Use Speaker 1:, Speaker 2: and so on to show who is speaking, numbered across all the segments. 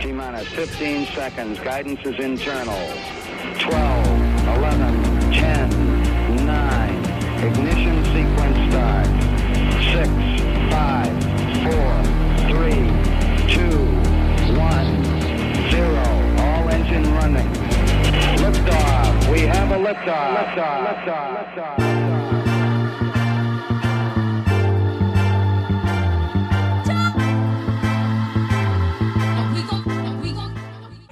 Speaker 1: T minus 15 seconds. Guidance is internal. 12, 11, 10, 9. Ignition sequence starts. 6, 5, 4, 3, 2, 1, 0. All engine running. Liftoff. We have a liftoff. Liftoff. Liftoff. Liftoff.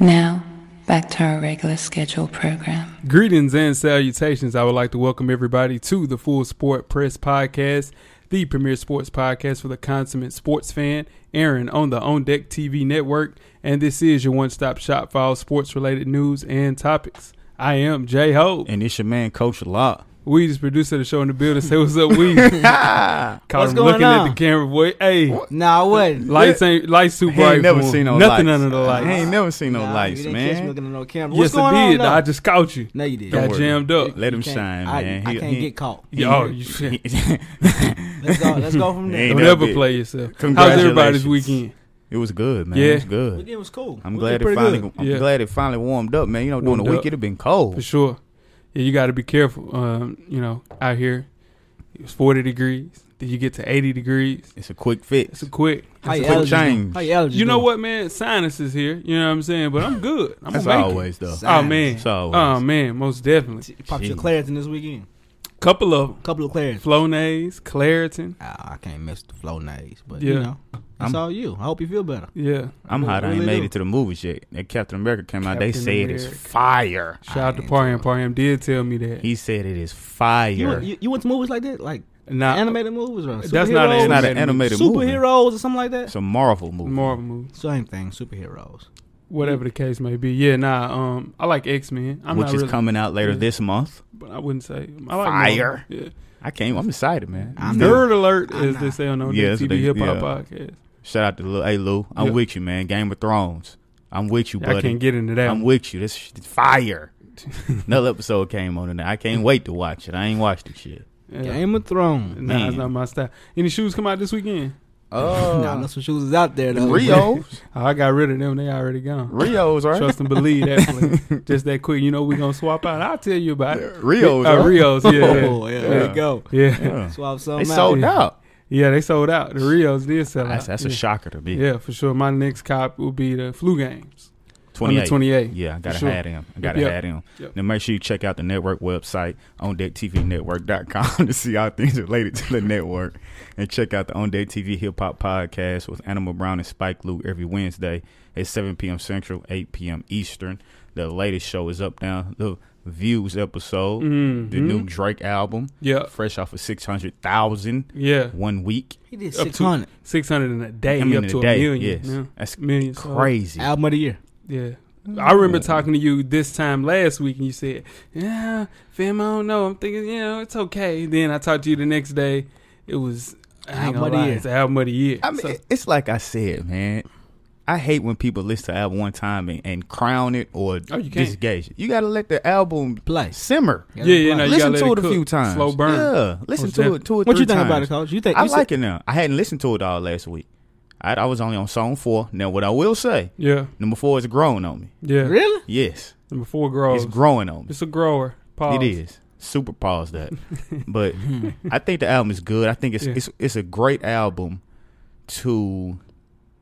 Speaker 2: Now, back to our regular schedule program.
Speaker 3: Greetings and salutations. I would like to welcome everybody to the Full Sport Press Podcast, the premier sports podcast for the consummate sports fan, Aaron, on the On Deck TV network. And this is your one stop shop for all sports related news and topics. I am J Hope.
Speaker 4: And it's your man, Coach Lock.
Speaker 3: Weezy's producer of the show in the building. Say what's up, Weezy. Caught
Speaker 5: What's
Speaker 3: him
Speaker 5: going
Speaker 3: looking at
Speaker 5: on?
Speaker 3: the camera, boy. Hey,
Speaker 5: Nah, I wasn't.
Speaker 3: lights ain't lights too
Speaker 4: He
Speaker 3: bright.
Speaker 4: ain't never
Speaker 3: for him.
Speaker 4: seen no
Speaker 3: nothing
Speaker 4: lights.
Speaker 3: under the lights.
Speaker 4: He ain't never seen no
Speaker 5: Nah,
Speaker 4: lights,
Speaker 5: you didn't Catch me
Speaker 4: man.
Speaker 5: looking at no camera.
Speaker 3: yes,
Speaker 5: What's going
Speaker 3: I did.
Speaker 5: on? though?
Speaker 3: I just caught you.
Speaker 5: no, you did.
Speaker 3: Got
Speaker 4: worry.
Speaker 3: jammed up.
Speaker 4: Let him
Speaker 5: You can't-
Speaker 4: shine,
Speaker 5: I,
Speaker 4: man.
Speaker 5: I
Speaker 4: He-
Speaker 5: can't
Speaker 4: he-
Speaker 5: get caught.
Speaker 3: Yo, you shit.
Speaker 5: Let's go. Let's go from there.
Speaker 4: Ain't
Speaker 3: Don't
Speaker 4: no
Speaker 3: ever
Speaker 4: bit.
Speaker 3: play yourself. How's
Speaker 4: Congratulations.
Speaker 3: everybody's weekend?
Speaker 4: it was good, man.
Speaker 3: Yeah.
Speaker 4: It was
Speaker 5: We
Speaker 4: good.
Speaker 5: did was cool.
Speaker 4: I'm
Speaker 5: We
Speaker 4: glad
Speaker 5: did
Speaker 4: it
Speaker 5: pretty
Speaker 4: finally.
Speaker 5: good.
Speaker 4: I'm
Speaker 3: Yeah.
Speaker 4: glad it finally warmed up, man. You know, during the
Speaker 3: Warmed
Speaker 4: week
Speaker 3: up.
Speaker 4: it'd been cold.
Speaker 3: For sure. Yeah, you got to be careful. Um, you know, out here, it was 40 degrees. Then you get to 80 degrees.
Speaker 4: It's a quick fix.
Speaker 3: It's a quick.
Speaker 5: How
Speaker 4: It's
Speaker 5: your
Speaker 4: a quick
Speaker 5: allergies doing?
Speaker 4: change.
Speaker 5: How your allergies
Speaker 3: You know
Speaker 5: doing?
Speaker 3: what, man? Sinus is here. You know what I'm saying? But I'm good. I'm
Speaker 4: That's
Speaker 3: gonna make
Speaker 4: always though.
Speaker 3: It. Oh man.
Speaker 4: That's always.
Speaker 3: Oh man. Most definitely.
Speaker 5: Pop your
Speaker 4: Jeez.
Speaker 5: Claritin this weekend.
Speaker 3: Couple of 'em.
Speaker 5: Couple of Claritin.
Speaker 3: Flonase, Claritin.
Speaker 5: Ah, I can't mess with the flow nays, but
Speaker 3: Yeah.
Speaker 5: you know, it's
Speaker 4: I'm-
Speaker 5: all you. I hope you feel better.
Speaker 3: Yeah.
Speaker 4: I'm hot. I ain't
Speaker 5: Really
Speaker 4: made
Speaker 5: do.
Speaker 4: it to the movies yet. That Captain America came out. They
Speaker 3: Captain
Speaker 4: said it's
Speaker 3: America.
Speaker 4: fire.
Speaker 3: Shout out to
Speaker 5: ain't
Speaker 3: Pariam.
Speaker 5: tell-
Speaker 3: Pariam did tell me that.
Speaker 4: He said it is
Speaker 5: You went,
Speaker 4: fire.
Speaker 5: you, you went to movies like that, like
Speaker 3: Nah,
Speaker 5: animated movies or
Speaker 3: That's not an
Speaker 5: superheroes?
Speaker 4: It's not
Speaker 3: animated
Speaker 4: an animated movie.
Speaker 5: superheroes or something like that.
Speaker 4: It's a Marvel movie.
Speaker 3: Marvel movie.
Speaker 5: Same thing, superheroes.
Speaker 3: Whatever the case may be. Yeah, nah. Um, I like X Men. I'm
Speaker 4: which
Speaker 3: not
Speaker 4: is
Speaker 3: really,
Speaker 4: coming out later
Speaker 3: Yeah.
Speaker 4: this month.
Speaker 3: but I wouldn't say I like
Speaker 4: Fire.
Speaker 3: Marvel. Yeah.
Speaker 4: I came. I'm excited, man.
Speaker 5: I'm
Speaker 4: Dude,
Speaker 3: Nerd alert,
Speaker 5: I'm
Speaker 3: as they
Speaker 5: not.
Speaker 3: say on the
Speaker 4: Yeah, that's what
Speaker 3: TV
Speaker 4: they-
Speaker 3: hip hop
Speaker 4: yeah.
Speaker 3: podcast.
Speaker 4: Shout out to Lil. Hey, Lou. I'm
Speaker 3: Yeah.
Speaker 4: with you, man. Game of Thrones. I'm with you,
Speaker 3: I
Speaker 4: buddy.
Speaker 3: can't get into that.
Speaker 4: I'm
Speaker 3: one.
Speaker 4: with you. This shit is fire. Another episode came on tonight. I can't wait to watch it. I ain't watched the shit.
Speaker 3: Yeah.
Speaker 5: Game of Thrones.
Speaker 3: Nah, it's
Speaker 4: Man.
Speaker 3: not my style. Any shoes come out this weekend?
Speaker 5: Nah, I know some shoes is out there though.
Speaker 4: Rios,
Speaker 3: Oh, I got rid of them. They already gone.
Speaker 4: Rios, right?
Speaker 3: Trust and believe that. fling. Just that quick. You know we gonna swap out. I'll tell you about it.
Speaker 4: Rios,
Speaker 3: Uh,
Speaker 4: right?
Speaker 3: Rios. Yeah.
Speaker 5: Oh, yeah, there
Speaker 4: Yeah.
Speaker 5: you go.
Speaker 3: yeah.
Speaker 4: Yeah.
Speaker 5: Swap some
Speaker 4: They
Speaker 5: out.
Speaker 4: sold out.
Speaker 3: Yeah. They sold out. The Rios did sell
Speaker 4: That's,
Speaker 3: out.
Speaker 4: that's
Speaker 3: yeah.
Speaker 4: a shocker to me.
Speaker 3: Yeah, for sure. My next cop will be the flu games. Under
Speaker 4: 28.
Speaker 3: 28.
Speaker 4: Yeah, I gotta
Speaker 3: sure.
Speaker 4: have him. I gotta
Speaker 3: Yep.
Speaker 4: have him.
Speaker 3: Yep.
Speaker 4: Now make sure you check out the network website on decktvnetwork.com to see all things related to the network. And check out the On Deck TV Hip Hop Podcast with Animal Brown and Spike Lou every Wednesday at 7 p.m. Central, 8 p.m. Eastern. The latest show is up now. The Views episode,
Speaker 3: Mm-hmm.
Speaker 4: the new Drake album,
Speaker 3: Yep.
Speaker 4: fresh off of 600,000
Speaker 3: Yeah.
Speaker 4: one week.
Speaker 5: He did
Speaker 3: Up to-
Speaker 5: six hundred.
Speaker 3: Six hundred in a day,
Speaker 4: I mean,
Speaker 3: up
Speaker 4: in
Speaker 3: to
Speaker 4: a
Speaker 3: a,
Speaker 4: day,
Speaker 3: million.
Speaker 4: yes.
Speaker 3: Yeah.
Speaker 4: That's
Speaker 3: million sold.
Speaker 4: Crazy.
Speaker 5: Album of the year.
Speaker 3: Yeah. I remember talking to you this time last week, and you said, "Yeah, fam, I don't know. I'm thinking, you know, it's okay." Then I talked to you the next day. It was I ain't
Speaker 5: Album
Speaker 3: gonna
Speaker 5: of the
Speaker 3: lie,
Speaker 5: year.
Speaker 3: it's the album of the year.
Speaker 4: I mean,
Speaker 3: So-
Speaker 4: it's like I said, man. I hate when people listen to album one time and, and crown it or
Speaker 3: Oh, you can't.
Speaker 4: disengage it. You got to let the album
Speaker 5: Play.
Speaker 4: simmer.
Speaker 5: Yeah,
Speaker 3: yeah, you know,
Speaker 5: Now
Speaker 3: you
Speaker 4: listen
Speaker 3: gotta
Speaker 4: to
Speaker 3: let
Speaker 4: it a
Speaker 3: cook.
Speaker 4: few times.
Speaker 3: Slow burn.
Speaker 4: Yeah, listen
Speaker 3: Most
Speaker 4: to
Speaker 3: definitely.
Speaker 4: it two or
Speaker 5: What
Speaker 4: three
Speaker 5: you think about
Speaker 4: times.
Speaker 5: it, Coach? You think
Speaker 4: I
Speaker 5: you
Speaker 4: like it now. I hadn't listened to it all last week. I, I was only on song four. Now, what I will say,
Speaker 3: Yeah,
Speaker 4: number four is growing on me.
Speaker 3: yeah.
Speaker 5: Said, really?
Speaker 4: Yes,
Speaker 3: Number four grows.
Speaker 4: it's growing on me.
Speaker 3: It's a grower. Pause.
Speaker 4: It is super pause that, but I think the album is good. I think it's
Speaker 3: Yeah.
Speaker 4: it's it's a great album to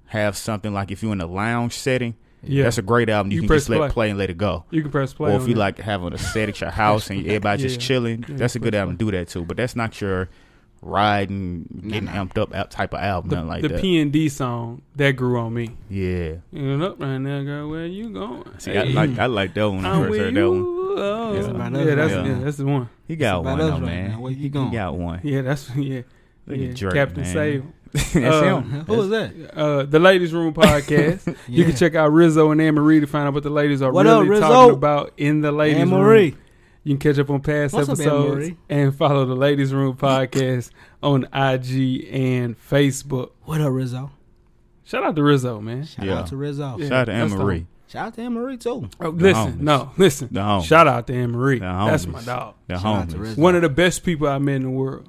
Speaker 4: have something like if you're in a lounge setting.
Speaker 3: Yeah.
Speaker 4: that's a great album. You,
Speaker 3: You
Speaker 4: can
Speaker 3: press
Speaker 4: just let
Speaker 3: play.
Speaker 4: play. and let it go.
Speaker 3: You can press play.
Speaker 4: Or if
Speaker 3: on
Speaker 4: you
Speaker 3: that.
Speaker 4: like having a set at your house and everybody just
Speaker 3: Yeah.
Speaker 4: chilling,
Speaker 3: Yeah,
Speaker 4: that's a good
Speaker 3: press
Speaker 4: album to do that too. But that's not your riding, getting amped up out type of album,
Speaker 3: the,
Speaker 4: nothing like
Speaker 3: the
Speaker 4: that.
Speaker 3: P and D song that grew on me.
Speaker 4: yeah,
Speaker 3: You know, up right now, girl. Where you going?
Speaker 4: see, I like I like that one. when I
Speaker 3: I'm
Speaker 4: first
Speaker 3: with
Speaker 4: heard that one.
Speaker 3: you. Oh.
Speaker 4: Yeah.
Speaker 3: Yeah,
Speaker 5: Somebody else
Speaker 3: that's
Speaker 4: right
Speaker 3: yeah,
Speaker 4: now.
Speaker 3: that's the one.
Speaker 4: He got
Speaker 5: Somebody
Speaker 4: one,
Speaker 5: else
Speaker 4: though,
Speaker 5: right
Speaker 4: man.
Speaker 5: now. Where you
Speaker 4: He
Speaker 5: going?
Speaker 4: got one.
Speaker 3: Yeah, that's yeah.
Speaker 4: Look
Speaker 3: yeah.
Speaker 4: at Drake,
Speaker 3: Captain
Speaker 4: man.
Speaker 3: Save.
Speaker 4: that's
Speaker 3: Uh,
Speaker 4: him.
Speaker 5: Who was that?
Speaker 3: uh, the Ladies Room podcast. You can
Speaker 5: Yeah.
Speaker 3: check out Rizzo and Anne Marie to find out what the ladies are
Speaker 5: What up,
Speaker 3: really
Speaker 5: Rizzo?
Speaker 3: talking about in the Ladies
Speaker 5: Anne
Speaker 3: Room.
Speaker 5: Marie.
Speaker 3: You can catch up on past
Speaker 5: What's up, Anne
Speaker 3: episodes
Speaker 5: Marie?
Speaker 3: and follow the Ladies Room podcast on IG and Facebook.
Speaker 5: What up, Rizzo?
Speaker 3: Shout out to Rizzo, man.
Speaker 5: Shout
Speaker 4: Yeah.
Speaker 5: out to Rizzo.
Speaker 3: Yeah.
Speaker 4: Shout out to Anne
Speaker 3: that's the
Speaker 4: Marie.
Speaker 5: Shout out to Anne Marie too.
Speaker 3: Oh,
Speaker 4: The
Speaker 3: listen,
Speaker 4: homies.
Speaker 3: no, listen.
Speaker 4: The homies.
Speaker 3: Shout out to Anne Marie.
Speaker 4: The
Speaker 3: That's
Speaker 4: homies.
Speaker 3: my dog.
Speaker 4: The
Speaker 5: Shout out to
Speaker 4: homies.
Speaker 5: Rizzo.
Speaker 3: One of the best people I met in the world.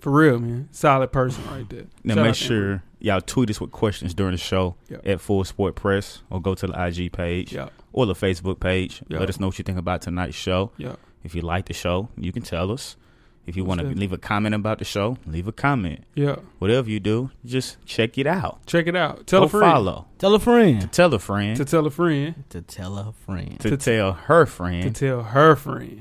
Speaker 3: For real, man. Solid person right there.
Speaker 4: Now
Speaker 3: Shout out
Speaker 4: make
Speaker 3: to Anne Marie.
Speaker 4: sure Y'all tweet us with questions during the show
Speaker 3: Yep.
Speaker 4: at Full Sport Press or go to the IG page
Speaker 3: Yeah,
Speaker 4: or the Facebook page.
Speaker 3: Yep.
Speaker 4: Let us know what you think about tonight's show.
Speaker 3: yeah.
Speaker 4: If you like the show, you can tell us. If you
Speaker 3: Most
Speaker 4: want to
Speaker 3: definitely.
Speaker 4: leave a comment about the show, leave a comment.
Speaker 3: Yeah.
Speaker 4: Whatever you do, just check it out.
Speaker 3: Check it out. Tell
Speaker 4: Go
Speaker 3: a friend
Speaker 4: follow.
Speaker 5: Tell a friend.
Speaker 4: Tell a friend
Speaker 3: to
Speaker 4: to,
Speaker 3: tell a friend
Speaker 5: To tell her friend.
Speaker 3: to-
Speaker 4: tell her
Speaker 3: to
Speaker 4: friend to,
Speaker 3: tell her friend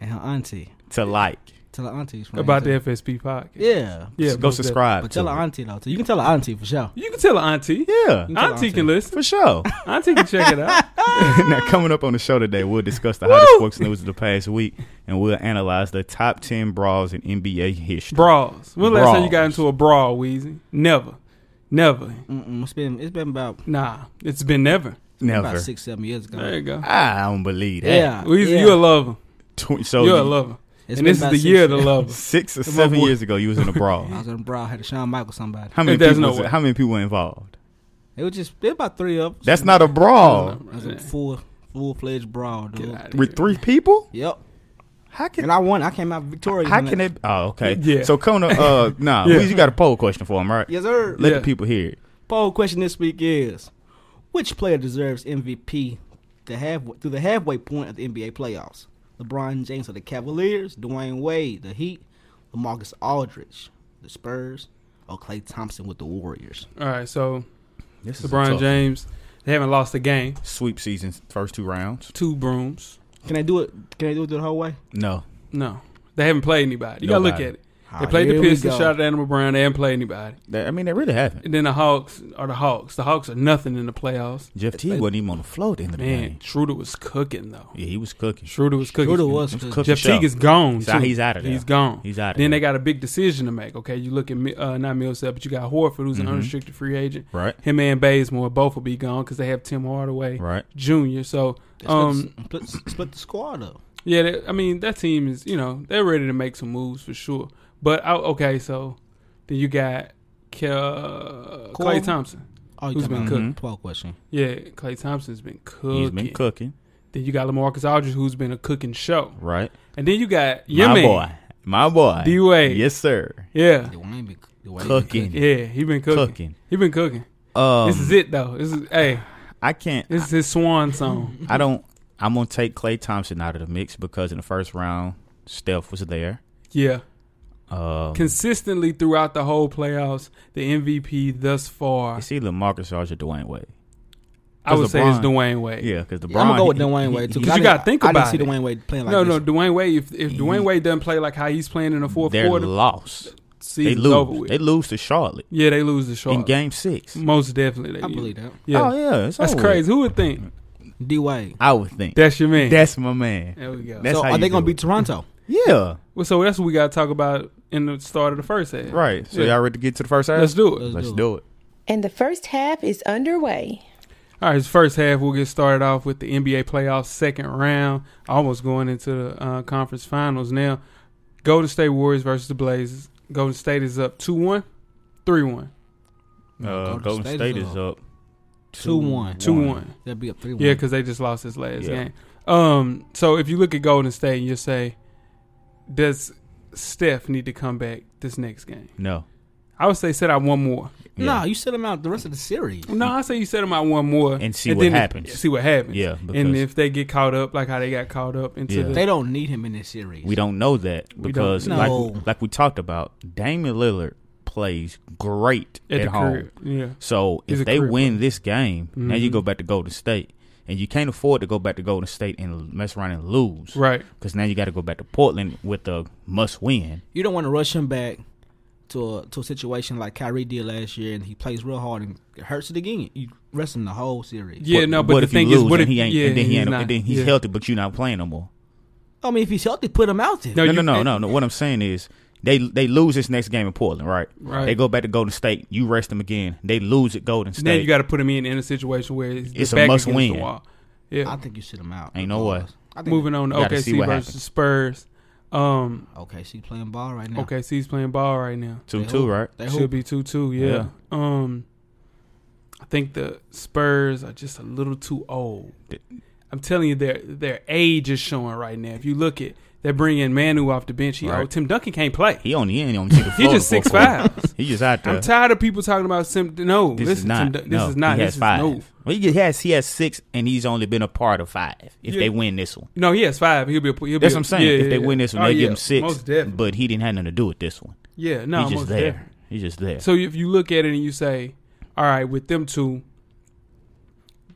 Speaker 5: And her auntie.
Speaker 4: like.
Speaker 5: Tell her auntie's friend.
Speaker 3: about the
Speaker 5: too.
Speaker 3: FSP podcast.
Speaker 5: Yeah.
Speaker 3: yeah.
Speaker 4: go
Speaker 3: most
Speaker 4: subscribe.
Speaker 5: But tell
Speaker 4: to
Speaker 5: her
Speaker 4: it.
Speaker 5: auntie though. Too. You can tell her auntie for sure.
Speaker 3: definitely. You can tell an auntie.
Speaker 4: Yeah,
Speaker 5: You can tell her
Speaker 3: Auntie can listen.
Speaker 4: for sure.
Speaker 3: Auntie can check it out.
Speaker 4: now, coming up on the show today, we'll discuss the hottest sports news of the past week, and we'll analyze the top ten brawls in NBA history.
Speaker 3: Brawls. When last time you got
Speaker 4: Brawls.
Speaker 3: into a brawl, Weezy? Never. Never.
Speaker 5: Mm-mm, it's been it's been about,
Speaker 3: Nah. It's been never.
Speaker 5: about
Speaker 4: Never.
Speaker 5: six seven years ago.
Speaker 3: There you go.
Speaker 4: I don't believe that.
Speaker 5: yeah.
Speaker 3: Weezy,
Speaker 5: yeah.
Speaker 3: you a lover.
Speaker 4: Tw- so
Speaker 3: You're a
Speaker 4: Oh, you-
Speaker 3: lover.
Speaker 5: It's
Speaker 3: and
Speaker 5: been
Speaker 3: this is
Speaker 5: about
Speaker 3: the
Speaker 5: six
Speaker 3: year of the
Speaker 5: years.
Speaker 3: lover.
Speaker 4: six or
Speaker 5: Come on,
Speaker 4: seven
Speaker 5: boy.
Speaker 4: years ago, you was in a brawl.
Speaker 5: I was in the bra. I had a Shawn Michael somebody.
Speaker 4: How many
Speaker 3: There's
Speaker 4: people?
Speaker 3: no
Speaker 4: was-
Speaker 3: way.
Speaker 4: how many people were involved?
Speaker 5: It was just it was about three of us.
Speaker 4: That's not a brawl.
Speaker 5: It was a full full fledged brawl,
Speaker 3: Get
Speaker 5: dude.
Speaker 3: outta here.
Speaker 4: With three people,
Speaker 5: Yep.
Speaker 4: how can
Speaker 5: And I won. I came out victorious.
Speaker 4: how
Speaker 5: on
Speaker 4: can
Speaker 5: that.
Speaker 4: it? Oh, okay.
Speaker 3: Yeah.
Speaker 4: So Kona, uh, nah,
Speaker 3: Yeah.
Speaker 4: we you got a poll question for him, right?
Speaker 5: Yes, sir.
Speaker 4: Let
Speaker 3: Yeah.
Speaker 4: the people hear it.
Speaker 5: Poll question this week is: Which player deserves MVP the half through the halfway point of the NBA playoffs? LeBron James of the Cavaliers, Dwayne Wade, the Heat, LaMarcus Aldridge, the Spurs, or Klay Thompson with the Warriors?
Speaker 3: All right, so
Speaker 4: This a
Speaker 3: LeBron
Speaker 4: tough
Speaker 3: James, they haven't lost a game.
Speaker 4: sweep season's first two rounds.
Speaker 3: Two brooms.
Speaker 5: Can I do it? Can I do it the whole way?
Speaker 4: No,
Speaker 3: No, they haven't played anybody. You gotta
Speaker 4: Nobody.
Speaker 3: look at it. They
Speaker 5: Ah,
Speaker 3: played the
Speaker 5: here we
Speaker 3: Pistons,
Speaker 5: go.
Speaker 3: shot at Animal Brown. They haven't played anybody.
Speaker 4: They- I mean they really haven't.
Speaker 3: And then the Hawks are the Hawks. The Hawks are nothing in the playoffs.
Speaker 4: Jeff T wasn't even on the floor at the end of the
Speaker 3: Man,
Speaker 4: game.
Speaker 3: Schroeder was cooking though.
Speaker 4: Yeah, he was cooking.
Speaker 3: Schroeder was cooking.
Speaker 5: Schroeder was
Speaker 4: He was
Speaker 5: good.
Speaker 4: cooking
Speaker 3: Jeff
Speaker 4: show.
Speaker 3: Teague is gone.
Speaker 4: So
Speaker 3: too.
Speaker 4: he's outta there.
Speaker 3: He's gone.
Speaker 4: He's out.
Speaker 3: Then they got a big decision to make. Okay, you look at Mi- uh, not Millsap, but you got Horford, who's an
Speaker 4: Mhm.
Speaker 3: unrestricted free agent.
Speaker 4: right,
Speaker 3: Him and Bazemore both will be gone because they have Tim Hardaway
Speaker 4: right.
Speaker 3: Jr. So
Speaker 5: They
Speaker 3: um,
Speaker 5: split, the- split, split the squad up.
Speaker 3: Yeah, they, I mean that team is you know they're ready to make some moves for sure. But I, okay, so then you got Ke- uh, Clay
Speaker 5: Corbin?
Speaker 3: Thompson.
Speaker 5: Oh, you
Speaker 3: Who's
Speaker 5: talking
Speaker 3: been
Speaker 5: about
Speaker 4: cooking?
Speaker 5: Poll question.
Speaker 3: Yeah, Clay Thompson's been cooking.
Speaker 4: He's been cooking.
Speaker 3: Then you got Lamarcus Aldridge, who's been a cooking show.
Speaker 4: Right,
Speaker 3: And then you got your
Speaker 4: my
Speaker 3: man.
Speaker 4: boy, my boy,
Speaker 3: D-Wade.
Speaker 4: Yes, sir.
Speaker 3: Yeah,
Speaker 5: Dwayne be, Dwayne be
Speaker 4: Cooking.
Speaker 3: yeah, he been cooking.
Speaker 4: Cooking.
Speaker 3: He been cooking.
Speaker 4: Um,
Speaker 3: this is it though. This is hey,
Speaker 4: I can't.
Speaker 3: this is his swan song.
Speaker 4: I don't. I'm gonna take Clay Thompson out of the mix because in the first round, Steph was there.
Speaker 3: Yeah,
Speaker 4: Um,
Speaker 3: consistently throughout the whole playoffs, the MVP thus far,
Speaker 4: it's either Marcus Aldridge or Dwayne Wade.
Speaker 3: I would say is
Speaker 4: LeBron.
Speaker 3: Dwayne Wade.
Speaker 4: Yeah, because LeBron.
Speaker 5: Yeah, I'm gonna go with
Speaker 4: he-
Speaker 5: Dwayne
Speaker 4: he-
Speaker 5: Wade too.
Speaker 4: he-
Speaker 5: 'cause I
Speaker 3: you
Speaker 5: didn't-
Speaker 3: gotta think
Speaker 5: I didn't
Speaker 3: about
Speaker 5: see
Speaker 3: it.
Speaker 5: Dwayne Wade playing like
Speaker 3: no,
Speaker 5: this.
Speaker 3: no, Dwayne Wade. If if Dwayne
Speaker 4: He-
Speaker 3: Wade doesn't play like how he's playing in the fourth
Speaker 4: they're
Speaker 3: quarter,
Speaker 4: lost. They
Speaker 3: season's over
Speaker 4: lose.
Speaker 3: with.
Speaker 4: They lose to Charlotte
Speaker 3: yeah, they lose the
Speaker 4: in
Speaker 3: shot.
Speaker 4: Game Six.
Speaker 3: Most definitely, they
Speaker 5: I
Speaker 3: do.
Speaker 5: believe that.
Speaker 3: Yeah,
Speaker 4: Oh yeah, it's
Speaker 3: that's
Speaker 4: over with.
Speaker 3: crazy. Who would think?
Speaker 5: D Wade.
Speaker 4: I would think
Speaker 3: That's your man.
Speaker 4: that's my man.
Speaker 3: there we go.
Speaker 4: That's
Speaker 5: so
Speaker 4: how
Speaker 5: are
Speaker 4: you
Speaker 5: they gonna
Speaker 4: do
Speaker 5: beat
Speaker 4: it.
Speaker 5: Toronto?
Speaker 4: Yeah,
Speaker 3: Well, so that's what we got to talk about in the start of the first half.
Speaker 4: right. So
Speaker 3: Yeah.
Speaker 4: y'all ready to get to the first half?
Speaker 3: Let's do it.
Speaker 5: Let's
Speaker 4: Let's
Speaker 5: do it.
Speaker 4: do it.
Speaker 6: And the first half is underway.
Speaker 3: All right, this first half we'll get started off with the NBA playoffs second round, almost going into the uh, conference finals now. Golden State Warriors versus the Blazers. Golden State is up 2-1, 3-1,
Speaker 4: Uh,
Speaker 5: Golden
Speaker 4: Golden
Speaker 5: State
Speaker 4: State
Speaker 5: is
Speaker 4: is up
Speaker 5: 2-1.
Speaker 3: 2-1.
Speaker 5: They'll be up three one.
Speaker 3: Yeah, because they just lost this last
Speaker 4: Yeah.
Speaker 3: game. Um, so if you look at Golden State and you say, does Steph need to come back this next game?
Speaker 4: No.
Speaker 3: I would say set out one more.
Speaker 4: Yeah.
Speaker 5: No, you set them out the rest of the series.
Speaker 3: No, I say you set them out one more
Speaker 4: And see what
Speaker 3: then if-
Speaker 4: happens.
Speaker 3: See what happens.
Speaker 4: Yeah,
Speaker 3: and
Speaker 4: because-
Speaker 3: if they get caught up like how they got caught up into
Speaker 4: Yeah.
Speaker 3: the
Speaker 5: They don't need him in this series.
Speaker 4: We don't know that
Speaker 3: We
Speaker 4: because,
Speaker 3: don't.
Speaker 4: like,
Speaker 5: No.
Speaker 4: like we talked about, Damian Lillard plays great at,
Speaker 3: at, the
Speaker 4: home.
Speaker 3: crib. Yeah.
Speaker 4: So
Speaker 3: He's a
Speaker 4: if they
Speaker 3: career
Speaker 4: win this game, now you
Speaker 3: Mhm.
Speaker 4: go back to Golden State, and you can't afford to go back to Golden State and mess around and lose,
Speaker 3: Right.
Speaker 4: Because now you got to go back to Portland with a must win.
Speaker 5: You don't want to rush him back to a to a situation like Kyrie did last year, and he plays real hard and it hurts it again. You rest him the whole series.
Speaker 3: Yeah, no, but
Speaker 4: what
Speaker 3: the
Speaker 4: if
Speaker 3: thing
Speaker 4: you
Speaker 3: is,
Speaker 4: lose
Speaker 3: what if
Speaker 4: and he ain't, and then he
Speaker 3: he's
Speaker 4: ain't,
Speaker 3: not.
Speaker 4: and then he's
Speaker 3: Yeah.
Speaker 4: healthy, but you're not playing no more.
Speaker 5: I mean, if he's healthy, put him out there.
Speaker 3: No,
Speaker 4: No,
Speaker 3: you-
Speaker 4: no, no,
Speaker 3: it-
Speaker 4: no, no. What I'm saying is they they lose this next game in Portland, right?
Speaker 3: Right.
Speaker 4: They go back to Golden State. You rest them again. They lose at Golden State.
Speaker 3: Then you got to put him in in a situation where it's,
Speaker 4: It's a
Speaker 3: back
Speaker 4: must
Speaker 3: against
Speaker 4: win.
Speaker 3: The wall.
Speaker 5: I
Speaker 3: Yeah.
Speaker 5: think you sit him out.
Speaker 4: Ain't no way.
Speaker 5: I think
Speaker 3: Moving on to
Speaker 4: Gotta see
Speaker 3: OKC
Speaker 4: what
Speaker 3: versus
Speaker 4: happens.
Speaker 3: Spurs. Um,
Speaker 5: Okay, she playing ball right now.
Speaker 3: OKC's playing ball right now.
Speaker 4: two
Speaker 5: They
Speaker 4: two,
Speaker 5: hoop.
Speaker 4: right?
Speaker 5: They
Speaker 3: Should
Speaker 5: hoop.
Speaker 3: be two two. Yeah.
Speaker 4: Yeah.
Speaker 3: Um, I think the Spurs are just a little too old. I'm telling you, their their age is showing right now. If you look at that bring in Manu off the bench. He,
Speaker 4: Right.
Speaker 3: Oh, Tim Duncan can't play.
Speaker 4: He only in on the floor.
Speaker 3: He just
Speaker 4: the
Speaker 3: six
Speaker 4: fourth quarter.
Speaker 3: fives.
Speaker 4: He just out there.
Speaker 3: I'm tired of people talking about Tim. No,
Speaker 4: This
Speaker 3: listen,
Speaker 4: is not.
Speaker 3: Tim Dun-
Speaker 4: no,
Speaker 3: this is not.
Speaker 4: He
Speaker 3: This
Speaker 4: has
Speaker 3: is
Speaker 4: five.
Speaker 3: no.
Speaker 4: Well, he has he has six, and he's only been a part of five. If
Speaker 3: Yeah.
Speaker 4: they win this one,
Speaker 3: No, he has five. He'll be. A, he'll
Speaker 4: that's
Speaker 3: be
Speaker 4: what
Speaker 3: a-
Speaker 4: I'm saying.
Speaker 3: yeah,
Speaker 4: if they
Speaker 3: yeah,
Speaker 4: win this one,
Speaker 3: yeah. Oh,
Speaker 4: they give
Speaker 3: yeah,
Speaker 4: him six.
Speaker 3: Most definitely.
Speaker 4: But he didn't have nothing to do with this one.
Speaker 3: yeah, no,
Speaker 4: he's just
Speaker 3: most
Speaker 4: there.
Speaker 3: definitely.
Speaker 4: He's just there.
Speaker 3: So if you look at it and you say, all right, with them two,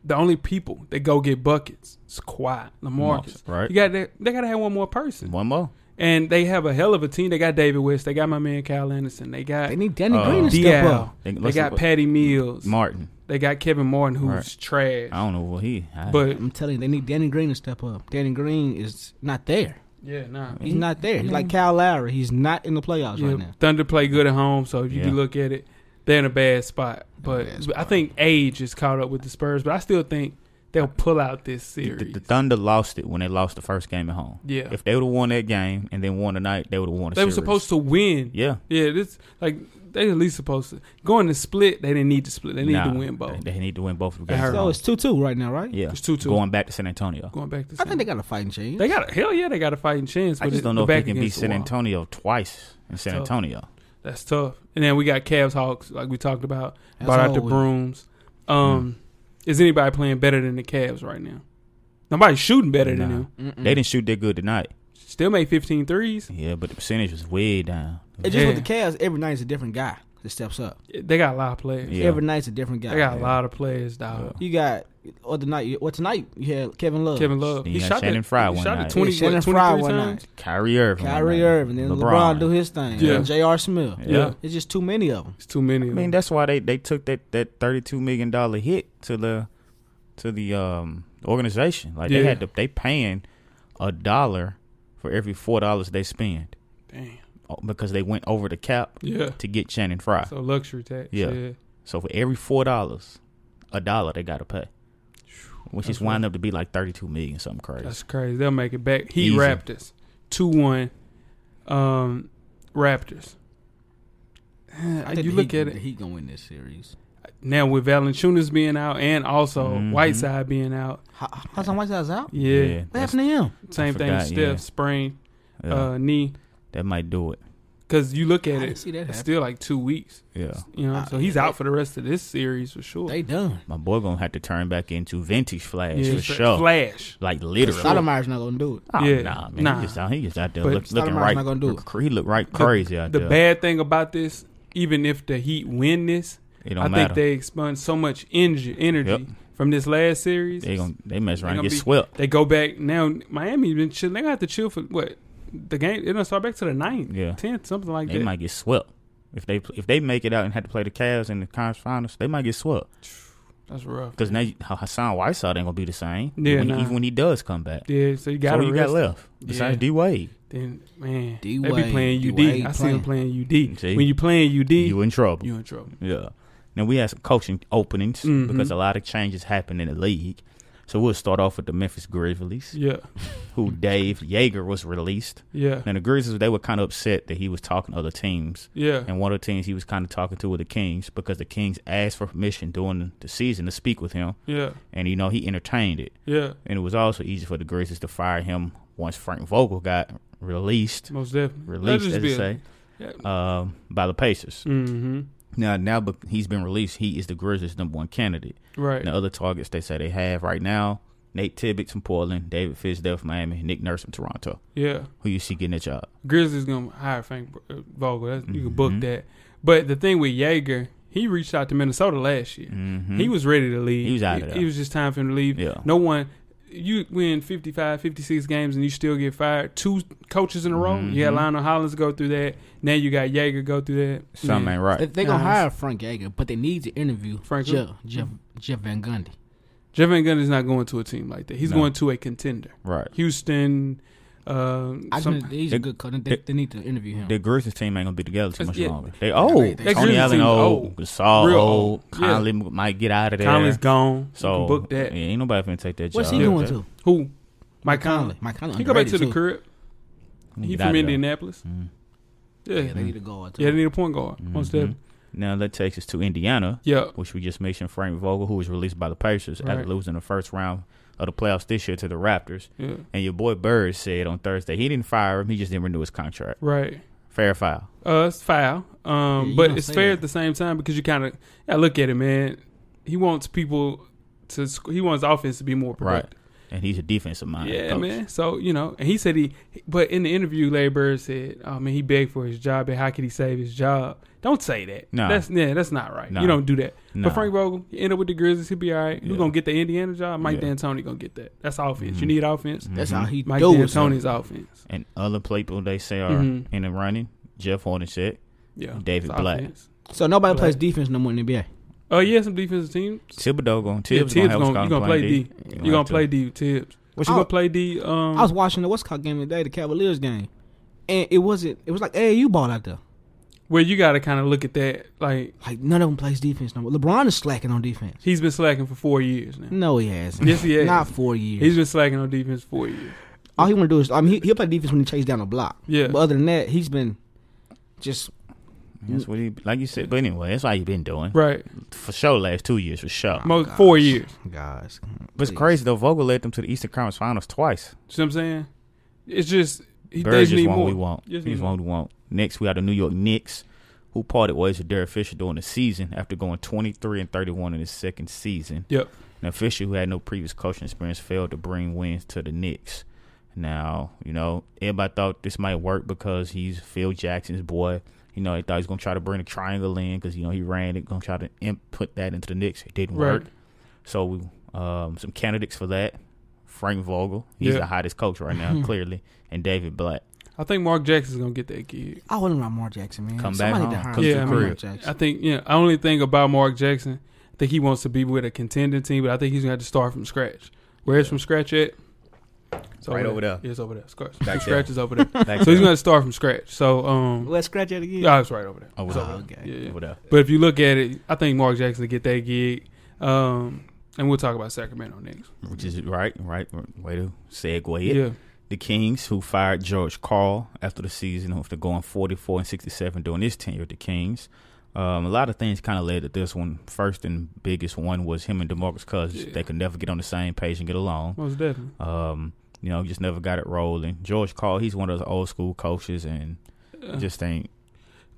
Speaker 3: the only people that go get buckets is Kawhi, LaMarcus.
Speaker 4: Right.
Speaker 3: You got that. They gotta have one more person,
Speaker 4: one more.
Speaker 3: and they have a hell of a team. They got David West. They got my man Kyle Anderson. They got
Speaker 5: They need Danny
Speaker 4: Uh,
Speaker 5: Green to step
Speaker 3: DL.
Speaker 5: up.
Speaker 4: They-
Speaker 3: They,
Speaker 4: let's-
Speaker 3: got Patty Mills.
Speaker 4: Martin.
Speaker 3: They got Kevin Martin, who's
Speaker 4: Right.
Speaker 3: trash.
Speaker 4: I don't know what he. I,
Speaker 3: But
Speaker 5: I'm telling you, they need Danny Green to step up. Danny Green is not there.
Speaker 3: yeah, nah.
Speaker 5: He's not there. He's
Speaker 3: Mm-hmm.
Speaker 5: like Kyle Lowry. He's not in the playoffs
Speaker 3: Yeah,
Speaker 5: right now.
Speaker 3: Thunder play good at home, so if you
Speaker 4: Yeah.
Speaker 3: can look at it, they're in a bad spot. But
Speaker 5: bad
Speaker 3: I think age is caught up with the Spurs, but I still think they'll pull out this
Speaker 4: the,
Speaker 3: series.
Speaker 4: the Thunder lost it when they lost the first game at home.
Speaker 3: Yeah.
Speaker 4: If they would have won that game and then won tonight, they would have won. A
Speaker 3: they were supposed to win.
Speaker 4: Yeah.
Speaker 3: yeah. This like they at least supposed to going to split. They didn't need to split. They need to win both.
Speaker 4: They, they need to win both of the
Speaker 3: It
Speaker 4: games.
Speaker 3: hurt.
Speaker 5: So it's two two right now, right?
Speaker 4: yeah,
Speaker 3: It's 2-2.
Speaker 4: Going back to San Antonio.
Speaker 3: going back to
Speaker 5: I think they got a fighting chance.
Speaker 3: they got a hell yeah. They got a fighting chance. But
Speaker 4: I just
Speaker 3: it-
Speaker 4: don't
Speaker 3: the
Speaker 4: know if they
Speaker 3: back
Speaker 4: can beat
Speaker 3: against the
Speaker 4: San
Speaker 3: wall.
Speaker 4: Antonio twice in San
Speaker 3: tough.
Speaker 4: Antonio.
Speaker 3: That's tough. And then we got Cavs Hawks, like we talked about.
Speaker 5: That's
Speaker 3: brought out the
Speaker 5: always-
Speaker 3: brooms.
Speaker 4: Mm.
Speaker 3: Um, Is anybody playing better than the Cavs right now? Nobody's shooting better than
Speaker 4: Nah.
Speaker 3: them.
Speaker 4: They didn't shoot that good tonight.
Speaker 3: Still made 15 threes.
Speaker 4: Yeah, but the percentage was way down.
Speaker 5: It's just with the
Speaker 3: Yeah.
Speaker 5: Cavs, every night is a different guy that steps up.
Speaker 3: They got a lot of players.
Speaker 4: Yeah.
Speaker 5: Every night's a different guy.
Speaker 3: They got a lot of players, dog.
Speaker 5: You got or the night. Well, tonight you had Kevin Love,
Speaker 3: Kevin Love.
Speaker 4: Then
Speaker 3: He
Speaker 4: you got
Speaker 3: shot
Speaker 4: Shannon
Speaker 3: it-
Speaker 4: Fry
Speaker 3: he
Speaker 4: one
Speaker 3: shot it
Speaker 4: night.
Speaker 3: 20,
Speaker 5: Yeah, Shannon
Speaker 3: what, 23
Speaker 5: Fry one
Speaker 3: times.
Speaker 5: night.
Speaker 4: Kyrie Irving.
Speaker 5: Kyrie
Speaker 4: my man.
Speaker 5: Irving, then LeBron. do his thing.
Speaker 3: Yeah.
Speaker 5: And J.R. Smith.
Speaker 4: Yeah.
Speaker 5: It's just too many of them.
Speaker 3: It's too many.
Speaker 4: I
Speaker 3: Of
Speaker 4: mean,
Speaker 3: them.
Speaker 4: that's why they, they took that, that thirty two million dollar hit to the to the um organization. Like they
Speaker 3: Yeah.
Speaker 4: had to they paying a dollar for every four dollars they spend
Speaker 3: Damn.
Speaker 4: uh, because they went over the cap
Speaker 3: Yeah.
Speaker 4: to get Shannon Fry. So,
Speaker 3: So luxury tax. Yeah.
Speaker 4: Yeah. for every four dollars, a dollar they got to pay, which
Speaker 3: That's
Speaker 4: is wind up to be like thirty two million something crazy.
Speaker 3: That's crazy. They'll make it back. He
Speaker 4: Easy.
Speaker 3: Raptors. 2 1. Um, Raptors.
Speaker 5: I
Speaker 3: you
Speaker 5: the
Speaker 3: look
Speaker 5: Heat-
Speaker 3: at it.
Speaker 5: the Heat gonna win this series.
Speaker 3: now with Valanciunas being out and also
Speaker 4: Mhm.
Speaker 3: Whiteside being out,
Speaker 5: How, how's on Whiteside's out?
Speaker 3: yeah,
Speaker 5: What
Speaker 4: that's-
Speaker 5: happened to him?
Speaker 3: same
Speaker 4: I
Speaker 3: thing.
Speaker 4: forgot,
Speaker 3: Steph
Speaker 4: yeah.
Speaker 3: sprained
Speaker 4: yeah,
Speaker 3: uh, knee
Speaker 4: that might do it.
Speaker 3: because you look
Speaker 5: I
Speaker 3: at
Speaker 5: didn't
Speaker 3: it,
Speaker 5: see that
Speaker 3: it's
Speaker 5: happen.
Speaker 3: still like two weeks.
Speaker 4: Yeah,
Speaker 3: You know,
Speaker 5: Ah,
Speaker 3: so
Speaker 5: yeah,
Speaker 3: he's
Speaker 5: they-
Speaker 3: out for the rest of this series for sure.
Speaker 5: They done.
Speaker 4: my boy gonna have to turn back into vintage flash
Speaker 3: yeah,
Speaker 4: for
Speaker 3: it's a
Speaker 4: sure.
Speaker 3: Flash.
Speaker 4: Like literally.
Speaker 5: Sotomayor's not gonna do it.
Speaker 4: Oh,
Speaker 3: Yeah.
Speaker 4: nah, man.
Speaker 3: Nah.
Speaker 4: He, just out, he just out there
Speaker 3: But
Speaker 4: look, looking
Speaker 5: Stoudemire's
Speaker 4: right.
Speaker 5: not gonna do it.
Speaker 4: He look right
Speaker 3: The-
Speaker 4: crazy out
Speaker 3: The
Speaker 4: there.
Speaker 3: bad thing about this, even if the Heat win this,
Speaker 4: it don't
Speaker 3: I
Speaker 4: matter.
Speaker 3: think they expend so much energy, energy
Speaker 4: Yep.
Speaker 3: from this last series.
Speaker 4: they gon- they mess
Speaker 3: they
Speaker 4: around and
Speaker 3: gonna
Speaker 4: get
Speaker 3: be-
Speaker 4: swept.
Speaker 3: They go back now. Miami been chilling. They gonna have to chill for what the game. It don't start back to the ninth,
Speaker 4: Yeah.
Speaker 3: tenth, something like
Speaker 4: They
Speaker 3: that.
Speaker 4: might get swept if they if they make it out and had to play the Cavs in the conference finals. They might get swept
Speaker 3: That's rough.
Speaker 4: because now you- Ha- Hassan Whiteside ain't gonna be the same.
Speaker 3: Yeah,
Speaker 4: when,
Speaker 3: nah.
Speaker 4: even when he does come back,
Speaker 3: Yeah, so you got
Speaker 4: so
Speaker 3: to
Speaker 4: who you got left besides
Speaker 3: Yeah.
Speaker 4: D Wade.
Speaker 3: Then man, they be
Speaker 5: D-Wade,
Speaker 3: playing UD.
Speaker 5: D-Wade
Speaker 3: I see them playing UD.
Speaker 4: See?
Speaker 3: When you playing UD, you,
Speaker 4: You in trouble.
Speaker 3: in trouble.
Speaker 4: yeah. Now we had some coaching openings
Speaker 3: Mhm.
Speaker 4: because a lot of changes happened in the league. So we'll start off with the Memphis Grizzlies,
Speaker 3: Yeah,
Speaker 4: who Dave Yeager was released.
Speaker 3: yeah,
Speaker 4: And the Grizzlies, they were kind of upset that he was talking to other teams.
Speaker 3: yeah.
Speaker 4: And one of the teams he was kind of talking to were the Kings because the Kings asked for permission during the season to speak with him.
Speaker 3: Yeah,
Speaker 4: And, you know, he entertained it.
Speaker 3: yeah,
Speaker 4: And it was also easy for the Grizzlies to fire him once Frank Vogel got released,
Speaker 3: most definitely.
Speaker 4: released, as they say,
Speaker 3: Yeah.
Speaker 4: um, by the Pacers.
Speaker 3: Mm-hmm.
Speaker 4: Now, now bec- he's been released, he is the Grizzlies' number one candidate.
Speaker 3: Right.
Speaker 4: And the other targets they say they have right now, Nate Tibbett from Portland, David Fisdale from Miami, Nick Nurse from Toronto.
Speaker 3: Yeah.
Speaker 4: Who you see getting that job?
Speaker 3: Grizzlies gonna hire Frank uh, Vogel. That's, You can book
Speaker 4: Mhm.
Speaker 3: that. But the thing with Jaeger, he reached out to Minnesota last year.
Speaker 4: Mm-hmm.
Speaker 3: He was ready to leave.
Speaker 4: He was outta
Speaker 3: It,
Speaker 4: there.
Speaker 3: it was just time for him to leave.
Speaker 4: Yeah.
Speaker 3: No one. You win 55, 56 games and you still get fired. Two coaches in a row. You had
Speaker 4: Mhm.
Speaker 3: Lionel Hollins go through that. Now you got Jaeger go through that.
Speaker 4: Something
Speaker 3: Man.
Speaker 4: ain't right.
Speaker 5: They, they gonna
Speaker 3: Nice.
Speaker 5: hire Frank Yeager, but they need to interview
Speaker 3: Frank who?
Speaker 5: Jeff, Jeff Jeff Van Gundy.
Speaker 3: Jeff Van Gundy's not going to a team like that. He's
Speaker 4: No.
Speaker 3: going to a contender.
Speaker 4: Right.
Speaker 3: Houston. Uh,
Speaker 5: I
Speaker 3: some-
Speaker 5: think he's
Speaker 4: They-
Speaker 5: a good coach. They, they need to interview him.
Speaker 4: The Grizzlies team ain't gonna be together too
Speaker 3: That's-
Speaker 4: much
Speaker 3: yeah.
Speaker 4: longer. They old.
Speaker 5: That
Speaker 4: Tony
Speaker 3: Grizzlies
Speaker 4: Allen
Speaker 3: team's
Speaker 4: old.
Speaker 3: old.
Speaker 4: Gasol
Speaker 3: Real
Speaker 4: old.
Speaker 3: old. Yeah.
Speaker 4: Conley m- might get out of there.
Speaker 3: Conley's gone. So
Speaker 4: So
Speaker 3: you can book that.
Speaker 4: yeah, ain't nobody finna take that
Speaker 5: What's
Speaker 4: job.
Speaker 5: he going to?
Speaker 3: Who? Mike Conley.
Speaker 5: Mike Conley.
Speaker 3: He go back to the
Speaker 5: underrated, too.
Speaker 3: crib.
Speaker 4: He
Speaker 3: He
Speaker 4: get out of
Speaker 3: from
Speaker 4: there. Mm-hmm.
Speaker 3: Indianapolis.
Speaker 4: Mm.
Speaker 3: Yeah.
Speaker 5: Yeah, they need to go out.
Speaker 3: Yeah, they need a point guard. Most
Speaker 4: Mhm.
Speaker 3: definitely.
Speaker 4: Now that takes us to Indiana,
Speaker 3: Yeah.
Speaker 4: which we just mentioned Frank Vogel, who was released by the Pacers
Speaker 3: Right.
Speaker 4: after losing the first round of the playoffs this year to the Raptors.
Speaker 3: Yeah.
Speaker 4: And your boy Bird said on Thursday he didn't fire him; he just didn't renew his contract.
Speaker 3: Right.
Speaker 4: Fair foul.
Speaker 3: Uh, it's foul. Um,
Speaker 5: Yeah, you
Speaker 3: but
Speaker 5: don't
Speaker 3: it's
Speaker 5: say
Speaker 3: fair
Speaker 5: that.
Speaker 3: at the same time because you kind of yeah, look at it, man. He wants people to. sc- He wants offense to be more
Speaker 4: Right.
Speaker 3: productive.
Speaker 4: And he's a defensive minded
Speaker 3: Yeah,
Speaker 4: coach.
Speaker 3: man. So you know, and he said he. But in the interview, Larry Bird said, "Oh man, he begged for his job, and how could he save his job? Don't say that.
Speaker 4: Nah.
Speaker 3: that's yeah, that's not right.
Speaker 4: Nah.
Speaker 3: You don't do that."
Speaker 4: Nah.
Speaker 3: But Frank Vogel, you end up with the Grizzlies, he'll be all right. Who's
Speaker 4: Yeah.
Speaker 3: gonna get the Indiana job? Mike
Speaker 4: Yeah. Mm-hmm.
Speaker 3: D'Antoni gonna get that. That's offense. You need offense.
Speaker 5: That's how he
Speaker 3: Mike
Speaker 5: do it.
Speaker 3: D'Antoni's offense.
Speaker 4: And other people they say are
Speaker 3: Mhm.
Speaker 4: in the running. Jeff Hornacek.
Speaker 3: Yeah,
Speaker 4: David
Speaker 3: it's
Speaker 4: Black.
Speaker 3: offense.
Speaker 5: So nobody
Speaker 3: Black.
Speaker 5: plays defense no more in the NBA.
Speaker 3: Oh yeah, some defensive teams.
Speaker 4: Thibodeau going
Speaker 3: Yeah,
Speaker 4: Tibbs
Speaker 3: Tibbs
Speaker 4: gonna,
Speaker 3: gonna, you
Speaker 4: have Scott
Speaker 3: gonna play D.
Speaker 4: You're
Speaker 3: You gonna
Speaker 4: have to-
Speaker 3: play D Tibbs. What you
Speaker 5: I-
Speaker 3: gonna play D? Um,
Speaker 5: I was watching the what's called game today, the Cavaliers game, and it wasn't. It was like AAU ball out there.
Speaker 3: where you gotta kind of look at that. Like
Speaker 5: Like none of them plays defense no more. LeBron is slacking on defense.
Speaker 3: he's been slacking for four years now.
Speaker 5: No, he hasn't.
Speaker 3: Yes, he has.
Speaker 5: Not four years.
Speaker 3: He's been slacking on defense for four years.
Speaker 5: All he want to do is I mean he, he'll play defense when he chase down a block.
Speaker 3: Yeah.
Speaker 5: But other than that, he's been just
Speaker 4: That's what he like you said. But anyway, that's how he been doing
Speaker 3: Right,
Speaker 4: for sure. Last two years for sure.
Speaker 3: most four years.
Speaker 5: guys.
Speaker 4: but it's crazy though. Vogel led them to the Eastern Conference Finals twice.
Speaker 3: See what I'm saying? It's just he
Speaker 4: Bird
Speaker 3: does
Speaker 4: just
Speaker 3: need
Speaker 4: want
Speaker 3: more.
Speaker 4: what we want.
Speaker 3: Just
Speaker 4: He's
Speaker 3: need
Speaker 4: want what we want. Next, we got the New York Knicks, who parted ways with Derek Fisher during the season after going 23 and 31 in his second season.
Speaker 3: Yep.
Speaker 4: Now, Fisher, who had no previous coaching experience, failed to bring wins to the Knicks. Now, you know, everybody thought this might work because he's Phil Jackson's boy. You know, they thought he was going to try to bring a triangle in because, you know, he ran it, going to try to input that into the Knicks. It didn't
Speaker 3: Right.
Speaker 4: work. So, we, um, some candidates for that Frank Vogel. He's
Speaker 3: Yeah.
Speaker 4: the hottest coach right now, clearly. And David Black.
Speaker 3: I think Mark Jackson's gonna get that kid.
Speaker 5: I wouldn't want Mark Jackson, man.
Speaker 4: Come
Speaker 5: Somebody
Speaker 4: back
Speaker 5: to
Speaker 4: home.
Speaker 5: hire
Speaker 4: Come
Speaker 5: him.
Speaker 3: to the
Speaker 5: Mark
Speaker 4: crib.
Speaker 3: I
Speaker 5: Jackson.
Speaker 3: think yeah. I only thing about Mark Jackson, I think he wants to be with a contending team, but I think he's gonna have to start from scratch. Where it's from scratch at? It's
Speaker 4: Right over there.
Speaker 3: Yeah, it's over there. Scratch,
Speaker 4: Back
Speaker 3: scratch
Speaker 4: there.
Speaker 3: is over there.
Speaker 4: Back
Speaker 3: so he's
Speaker 4: there.
Speaker 3: gonna start from scratch. So um,
Speaker 5: Let's scratch that again.
Speaker 3: yeah, it's right over there.
Speaker 4: Oh,
Speaker 3: It's
Speaker 4: wow.
Speaker 3: over
Speaker 5: okay.
Speaker 3: there. Uh, Yeah, yeah.
Speaker 4: Over there.
Speaker 3: But if you look at it, I think Mark Jackson will get that gig. Um, and we'll talk about Sacramento next.
Speaker 4: Which is right, right. Way to segue
Speaker 3: Yeah,
Speaker 4: it. The Kings, who fired George Carl after the season after going 44 and 67 during his tenure at the Kings. Um, a lot of things kind of led to this one. First and biggest one was him and DeMarcus Cousins.
Speaker 3: Yeah.
Speaker 4: They could never get on the same page and get along.
Speaker 3: most definitely.
Speaker 4: Um, you know, just never got it rolling. George Carl, he's one of those old school coaches and just ain't.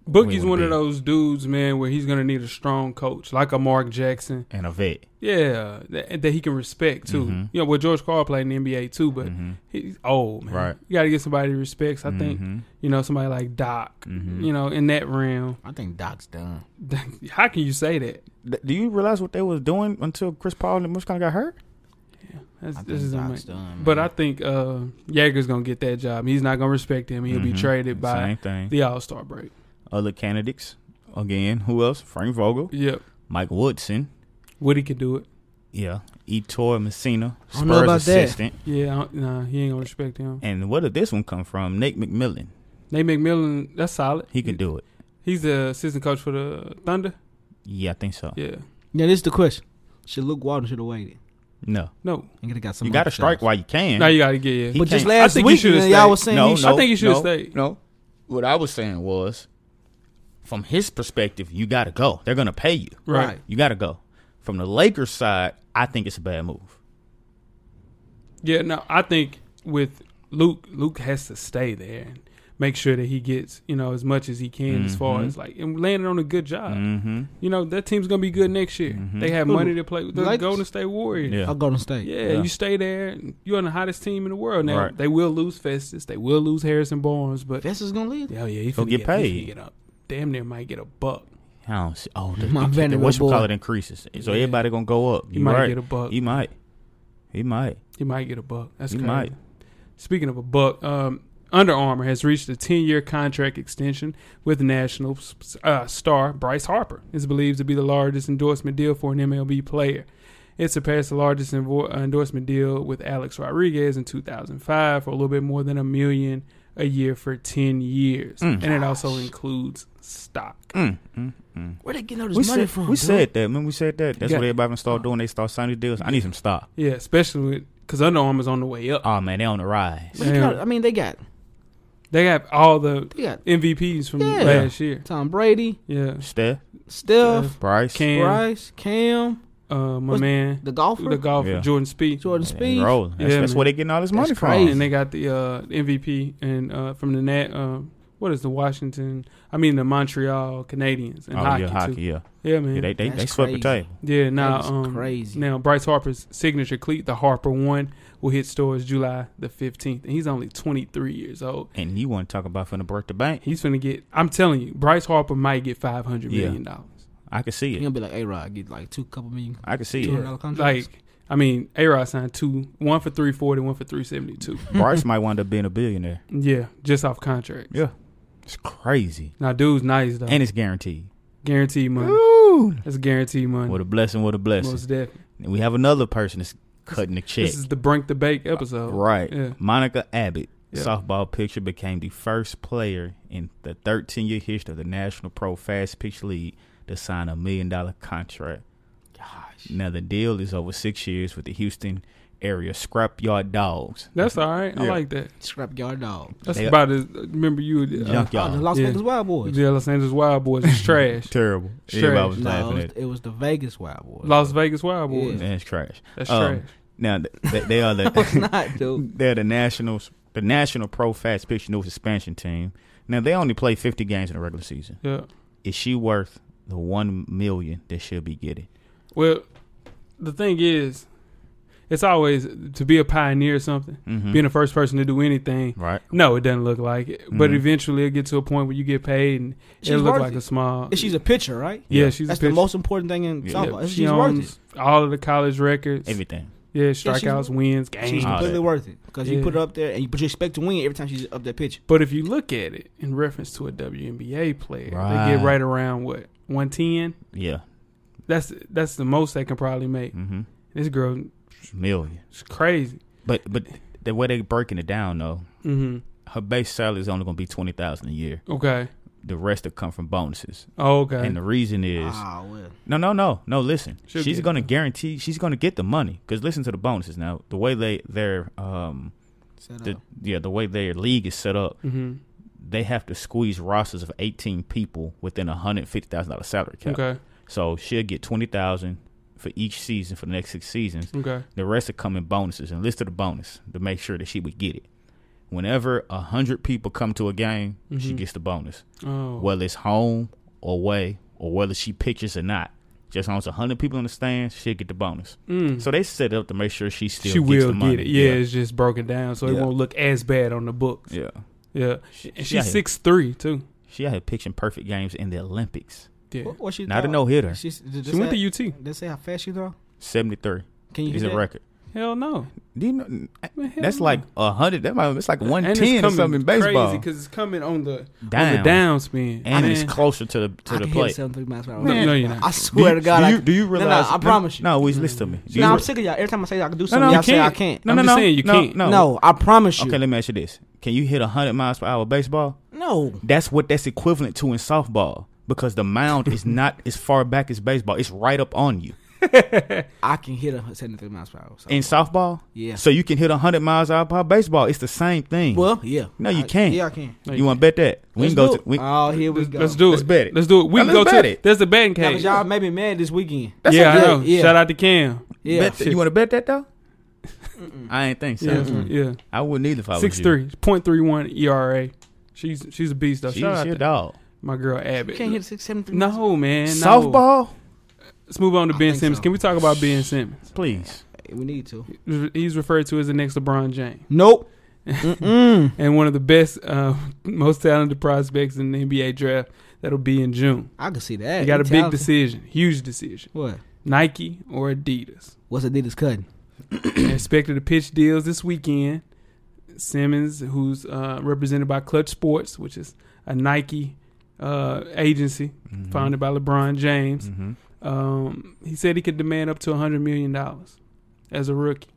Speaker 3: Bookie's
Speaker 4: We
Speaker 3: one of
Speaker 4: would be.
Speaker 3: those dudes, man, where he's gonna need a strong coach like a Mark Jackson.
Speaker 4: And a vet.
Speaker 3: Yeah, that, that he can respect too.
Speaker 5: Mm-hmm.
Speaker 4: Mhm.
Speaker 3: You know, well George Carl played in the NBA too, but
Speaker 4: Mhm.
Speaker 3: he's old man.
Speaker 4: Right.
Speaker 3: You got to get somebody he respects. I
Speaker 5: Mm-hmm.
Speaker 3: think
Speaker 4: Mhm.
Speaker 3: you know somebody like Doc.
Speaker 4: Mhm.
Speaker 3: You know, in that realm,
Speaker 5: I think Doc's done.
Speaker 3: how can you say that?
Speaker 4: Th- Do you realize what they was doing until Chris Paul and Moose kind of got hurt?
Speaker 3: That's,
Speaker 5: I
Speaker 3: this
Speaker 5: think
Speaker 3: is
Speaker 5: Doc's
Speaker 3: amazing.
Speaker 5: done.
Speaker 3: But I
Speaker 5: man.
Speaker 3: think uh, Jaeger's gonna get that job. He's not gonna respect him. He'll be
Speaker 5: Mm-hmm.
Speaker 4: Mhm.
Speaker 3: traded by
Speaker 4: Same thing.
Speaker 3: the All Star break.
Speaker 4: other candidates. Again, who else? Frank Vogel,
Speaker 3: Yep,
Speaker 4: Mike Woodson,
Speaker 3: Woody can do it.
Speaker 4: yeah, Etor Messina,
Speaker 5: I don't know
Speaker 4: Spurs
Speaker 5: about that.
Speaker 4: assistant,
Speaker 3: Yeah, I don't- nah, he ain't gonna respect him.
Speaker 4: and where did this one come from? Nate McMillan,
Speaker 3: Nate McMillan, that's solid.
Speaker 4: he could do it.
Speaker 3: He's the assistant coach for the Thunder.
Speaker 4: Yeah, I think so.
Speaker 3: Yeah,
Speaker 5: yeah, this is the question: Should Luke Walton should have waited
Speaker 4: No,
Speaker 3: no,
Speaker 5: and could have got some?
Speaker 4: you got to
Speaker 5: other
Speaker 4: strike
Speaker 5: jobs?
Speaker 4: while you can.
Speaker 3: now you gotta get yeah.
Speaker 4: He
Speaker 5: But just
Speaker 4: can't-
Speaker 3: I
Speaker 5: last
Speaker 3: think he
Speaker 5: week,
Speaker 3: should've
Speaker 5: man, y'all
Speaker 3: stayed.
Speaker 5: was saying
Speaker 4: no,
Speaker 5: he
Speaker 4: no,
Speaker 3: I think he should've
Speaker 4: no,
Speaker 3: stayed.
Speaker 4: No, what I was saying was, from his perspective, you got to go. They're gonna pay you.
Speaker 3: right.
Speaker 4: You got to go. From the Lakers side, I think it's a bad move.
Speaker 3: Yeah, no, I think with Luke, Luke has to stay there and make sure that he gets you know as much as he can as far as like and landing on a good job.
Speaker 4: Mm-hmm.
Speaker 3: You know that team's gonna be good next year. They have
Speaker 5: Who?
Speaker 3: money to play with the
Speaker 5: Lakers?
Speaker 3: Golden State Warriors.
Speaker 4: Yeah.
Speaker 5: I'll go to state.
Speaker 3: Yeah,
Speaker 4: Yeah.
Speaker 3: you stay there. and You're on the hottest team in the world now.
Speaker 4: Right.
Speaker 3: They will lose Festus. They will lose Harrison Barnes, but
Speaker 5: Festus is gonna leave.
Speaker 3: hell yeah, he
Speaker 4: He'll
Speaker 3: finna
Speaker 4: get
Speaker 3: he
Speaker 4: paid.
Speaker 3: finna get up. Damn near might get a buck.
Speaker 4: I don't see. Oh, the,
Speaker 5: My
Speaker 4: the, the,
Speaker 5: Vanderbilt
Speaker 4: what's
Speaker 5: boy.
Speaker 4: call it increases, so everybody gonna go up.
Speaker 3: He
Speaker 4: You
Speaker 3: might
Speaker 4: right.
Speaker 3: get a buck.
Speaker 4: He might. He might.
Speaker 3: He might get a buck. That's
Speaker 4: He
Speaker 3: crazy.
Speaker 4: might.
Speaker 3: Speaking of a buck, um, Under Armour has reached a 10 year contract extension with national uh, star Bryce Harper. It's believed to be the largest endorsement deal for an MLB player. It surpassed the largest invo- uh, endorsement deal with Alex Rodriguez in 2005 for a little bit more than a million a year for 10 years.
Speaker 5: Mm.
Speaker 3: and it also includes stock.
Speaker 5: Where they getting all this
Speaker 4: We,
Speaker 5: money
Speaker 4: said,
Speaker 5: from?
Speaker 4: we
Speaker 5: dude?
Speaker 4: said that, man. We said that. That's
Speaker 3: Yeah.
Speaker 4: what everybody gonna
Speaker 3: Oh.
Speaker 4: start doing. They start signing deals. I need some stock.
Speaker 3: Yeah, especially because Under Armour's on the way up.
Speaker 4: Oh man, they on the rise.
Speaker 5: But they got-
Speaker 3: Damn.
Speaker 5: I mean, they got
Speaker 3: They have all the
Speaker 5: they got
Speaker 3: MVPs from
Speaker 5: Yeah.
Speaker 3: last year.
Speaker 5: Tom Brady,
Speaker 3: Yeah.
Speaker 4: Steph,
Speaker 5: Steph,
Speaker 4: Bryce.
Speaker 3: Cam,
Speaker 5: Bryce, Cam,
Speaker 3: uh, my
Speaker 5: What's-
Speaker 3: man,
Speaker 5: the golfer,
Speaker 3: the golfer
Speaker 4: Yeah.
Speaker 3: Jordan Speed,
Speaker 5: Jordan
Speaker 4: They
Speaker 5: Speed.
Speaker 4: rolling. That's,
Speaker 3: Yeah,
Speaker 4: that's
Speaker 3: man.
Speaker 4: where they getting all this
Speaker 5: That's
Speaker 4: money
Speaker 5: crazy.
Speaker 4: from. Oh,
Speaker 3: and they got the uh, MVP and uh, from the Nat. Uh, what is the Washington? I mean the Montreal Canadiens and
Speaker 4: oh
Speaker 3: hockey,
Speaker 4: yeah, hockey.
Speaker 3: too.
Speaker 4: Yeah.
Speaker 3: Yeah, man.
Speaker 4: yeah, they they,
Speaker 5: That's
Speaker 4: they swept the
Speaker 5: crazy.
Speaker 4: table.
Speaker 3: Yeah, now
Speaker 5: is
Speaker 3: um,
Speaker 5: crazy.
Speaker 3: Now Bryce Harper's signature cleat, the Harper one, will hit stores July the fifteenth, and he's only twenty three years old.
Speaker 4: And you want to talk about finna break the bank?
Speaker 3: He's gonna get. I'm telling you, Bryce Harper might get five hundred
Speaker 4: Yeah.
Speaker 3: million dollars.
Speaker 4: I can see
Speaker 5: He
Speaker 4: it.
Speaker 5: gonna be like, "Hey, Rod, get like two couple million,
Speaker 4: I can see
Speaker 5: two hundred
Speaker 4: it.
Speaker 5: dollar contracts."
Speaker 3: Like, I mean, A Rod signed two, one for three forty, one for three seventy two.
Speaker 4: Bryce might wind up being a billionaire.
Speaker 3: Yeah, just off contract.
Speaker 4: Yeah. It's crazy,
Speaker 3: Now, dude's nice though.
Speaker 4: and it's guaranteed.
Speaker 3: guaranteed money.
Speaker 4: Ooh.
Speaker 3: That's guaranteed money.
Speaker 4: What a blessing! What a blessing!
Speaker 3: Most definitely.
Speaker 4: And we have another person that's cutting the check.
Speaker 3: This is the brink the bake episode.
Speaker 4: Right.
Speaker 3: Oh, Yeah.
Speaker 4: Monica Abbott,
Speaker 3: Yeah.
Speaker 4: softball pitcher, became the first player in the 13 year history of the National Pro Fast Pitch League to sign a million dollar contract.
Speaker 5: Gosh,
Speaker 4: Now, the deal is over six years with the Houston area Scrapyard Dogs.
Speaker 3: That's all right. I
Speaker 4: Yeah.
Speaker 3: like that.
Speaker 5: scrapyard dog.
Speaker 3: That's
Speaker 4: They-
Speaker 3: about it. Remember you, uh,
Speaker 5: Oh, the
Speaker 4: Junkyard.
Speaker 5: Las
Speaker 3: Yeah.
Speaker 5: Vegas Wild Boys.
Speaker 3: yeah, Los Angeles Wild Boys is trash.
Speaker 4: Terrible.
Speaker 3: Trash.
Speaker 4: Everybody was
Speaker 5: No,
Speaker 4: laughing
Speaker 5: it was,
Speaker 4: at it.
Speaker 5: it was the Vegas Wild Boys.
Speaker 3: Las Vegas Wild
Speaker 5: Yeah.
Speaker 3: Boys.
Speaker 4: That's trash.
Speaker 3: That's
Speaker 4: Um,
Speaker 3: trash.
Speaker 4: Now, th- they, they are the.
Speaker 5: No, it's not, dude.
Speaker 4: They're the Nationals, the National Pro Fast Pitch News expansion team. Now they only play 50 games in the regular season.
Speaker 3: Yeah.
Speaker 4: Is she worth the one million that she'll be getting?
Speaker 3: Well, the thing is, it's always to be a pioneer or something,
Speaker 4: Mhm.
Speaker 3: being the first person to do anything.
Speaker 4: Right.
Speaker 3: No, it doesn't look like it. But
Speaker 4: Mhm.
Speaker 3: eventually, it'll get to a point where you get paid, and
Speaker 5: She's
Speaker 3: it'll look
Speaker 5: worth
Speaker 3: like
Speaker 5: it.
Speaker 3: a small.
Speaker 5: And she's a pitcher, right?
Speaker 3: yeah,
Speaker 4: Yeah.
Speaker 3: she's
Speaker 5: That's
Speaker 3: a pitcher.
Speaker 5: the most important thing in
Speaker 4: Yeah.
Speaker 3: Yeah,
Speaker 5: softball.
Speaker 3: she
Speaker 5: She's worth it.
Speaker 3: owns all of the college records.
Speaker 4: Everything.
Speaker 3: Yeah,
Speaker 5: she's-
Speaker 3: strikeouts, wins,
Speaker 5: She's
Speaker 3: games.
Speaker 4: All
Speaker 5: completely
Speaker 4: that.
Speaker 5: worth it because
Speaker 3: Yeah.
Speaker 5: you put her up there, and you, but you expect to win every time she's up that pitch.
Speaker 3: But if you look at it in reference to a WNBA player, they
Speaker 4: Right.
Speaker 3: get right around what one ten.
Speaker 4: Yeah.
Speaker 3: That's that's the most they can probably make.
Speaker 4: Mm-hmm.
Speaker 3: This girl
Speaker 4: Million.
Speaker 3: is crazy.
Speaker 4: But but the way they're breaking it down though,
Speaker 3: hmm
Speaker 4: her base salary is only going to be twenty thousand a year.
Speaker 3: Okay.
Speaker 4: The rest will come from bonuses.
Speaker 3: Oh, okay.
Speaker 4: And the reason is
Speaker 5: Ah, well.
Speaker 4: no no no no. Listen,
Speaker 3: She'll
Speaker 4: she's
Speaker 3: get it.
Speaker 4: going to guarantee she's going to get the money because listen to the bonuses now. The way they their um
Speaker 5: Set
Speaker 4: the
Speaker 5: up.
Speaker 4: yeah the way their league is set up.
Speaker 3: hmm
Speaker 4: they have to squeeze rosters of 18 people within a hundred fifty thousand dollar salary cap.
Speaker 3: Okay.
Speaker 4: So she'll get twenty thousand for each season for the next six seasons.
Speaker 3: Okay.
Speaker 4: The rest are coming bonuses and listed a bonus to make sure that she would get it. Whenever a hundred people come to a game, she
Speaker 3: Mhm.
Speaker 4: gets the bonus,
Speaker 3: Oh.
Speaker 4: whether it's home or away or whether she pitches or not. Just as long as a hundred people in the stands, she'll get the bonus.
Speaker 3: Mm.
Speaker 4: So they set it up to make sure she still
Speaker 3: she
Speaker 4: gets
Speaker 3: will
Speaker 4: the
Speaker 3: get
Speaker 4: money.
Speaker 3: it. Yeah, it's just broken down, so it
Speaker 4: Yeah.
Speaker 3: won't look as bad on the books. Yeah.
Speaker 4: yeah.
Speaker 3: And
Speaker 4: she out
Speaker 3: she's
Speaker 4: here-
Speaker 3: six three too.
Speaker 4: She out here pitching perfect games in the Olympics.
Speaker 3: Yeah.
Speaker 5: What, what she
Speaker 4: Not a
Speaker 5: throw?
Speaker 4: no hitter.
Speaker 5: She's, did
Speaker 3: She went to UT.
Speaker 5: They say how fast she throw.
Speaker 4: Seventy three.
Speaker 5: Can you
Speaker 4: He's
Speaker 5: do
Speaker 4: a
Speaker 5: that?
Speaker 4: record.
Speaker 3: Hell no.
Speaker 4: Do you know?
Speaker 3: Man, hell
Speaker 4: That's
Speaker 3: no.
Speaker 4: like a hundred. That might. It's like one ten or something in baseball.
Speaker 3: because it's coming on the down. on the
Speaker 4: Down.
Speaker 3: down spin.
Speaker 4: and it's
Speaker 3: Man.
Speaker 4: closer to the to
Speaker 5: I
Speaker 4: the
Speaker 5: can
Speaker 4: plate.
Speaker 5: hit seven three miles per hour.
Speaker 3: No, no, you're not.
Speaker 5: I swear to God,
Speaker 4: do you,
Speaker 5: I,
Speaker 4: do you
Speaker 5: no,
Speaker 4: realize?
Speaker 5: I promise you.
Speaker 4: No, Wiz, listen to me. Do
Speaker 5: no,
Speaker 4: you
Speaker 5: I'm
Speaker 4: re-
Speaker 5: sick of y'all. Every time I say I can do
Speaker 4: No,
Speaker 5: something,
Speaker 4: no, you
Speaker 5: y'all say I
Speaker 4: can't.
Speaker 5: can't.
Speaker 4: No,
Speaker 3: I'm
Speaker 4: no,
Speaker 3: just
Speaker 4: no.
Speaker 3: saying you
Speaker 4: no,
Speaker 3: can't.
Speaker 4: No.
Speaker 5: No, I promise you.
Speaker 4: Okay, let me ask you this: Can you hit hundred miles per hour baseball?
Speaker 5: No,
Speaker 4: That's what that's equivalent to in softball because the mound is not as far back as baseball. It's right up on you
Speaker 5: I can hit a seventy three miles per hour. So.
Speaker 4: in softball.
Speaker 5: Yeah.
Speaker 4: So you can hit hundred miles an hour per baseball. It's the same thing.
Speaker 5: well, yeah.
Speaker 4: No, you
Speaker 5: I-
Speaker 4: can't.
Speaker 5: Yeah, I can.
Speaker 3: No,
Speaker 4: you want to bet that? We can
Speaker 5: Let's
Speaker 4: go
Speaker 5: do
Speaker 4: to.
Speaker 5: it.
Speaker 4: We,
Speaker 5: oh, here we
Speaker 3: Let's,
Speaker 5: go.
Speaker 3: let's do it.
Speaker 4: Let's bet it.
Speaker 3: Let's do it. We
Speaker 4: Now,
Speaker 3: can go
Speaker 4: let's
Speaker 3: to
Speaker 4: bet it.
Speaker 3: There's the betting
Speaker 5: Now,
Speaker 3: cage.
Speaker 5: 'cause y'all may be mad this weekend.
Speaker 3: yeah, I
Speaker 5: yeah,
Speaker 3: know.
Speaker 5: yeah.
Speaker 3: Shout out to Cam.
Speaker 5: Yeah,
Speaker 4: bet that. You want to bet that though? I ain't think so.
Speaker 3: Yeah, yeah.
Speaker 4: I wouldn't either if I was
Speaker 3: Six
Speaker 4: you.
Speaker 3: three point three one ERA. She's she's a beast though.
Speaker 4: She's
Speaker 3: Shout out
Speaker 4: your
Speaker 3: to
Speaker 4: dog.
Speaker 3: my girl
Speaker 5: you
Speaker 3: Abbott.
Speaker 5: can't hit a six seventy three. miles.
Speaker 3: No man. no.
Speaker 4: Softball,
Speaker 3: Let's move on to
Speaker 5: I
Speaker 3: Ben
Speaker 5: think
Speaker 3: Simmons.
Speaker 5: so.
Speaker 3: Can we talk about Ben Simmons?
Speaker 4: please.
Speaker 5: we need to.
Speaker 3: He's referred to as the next LeBron James
Speaker 5: Nope. Mm-mm.
Speaker 3: and one of the best, uh, most talented prospects in the NBA draft that'll be in June.
Speaker 5: I can see that.
Speaker 3: He got
Speaker 5: He
Speaker 3: a big
Speaker 5: talented.
Speaker 3: decision, huge decision.
Speaker 5: What?
Speaker 3: Nike or Adidas.
Speaker 5: What's Adidas cutting?
Speaker 3: Expected to pitch deals this weekend. Simmons, who's uh, represented by Clutch Sports, which is a Nike uh, agency
Speaker 4: Mm-hmm.
Speaker 3: founded by LeBron James, um, he said he could demand up to $100 million as a rookie.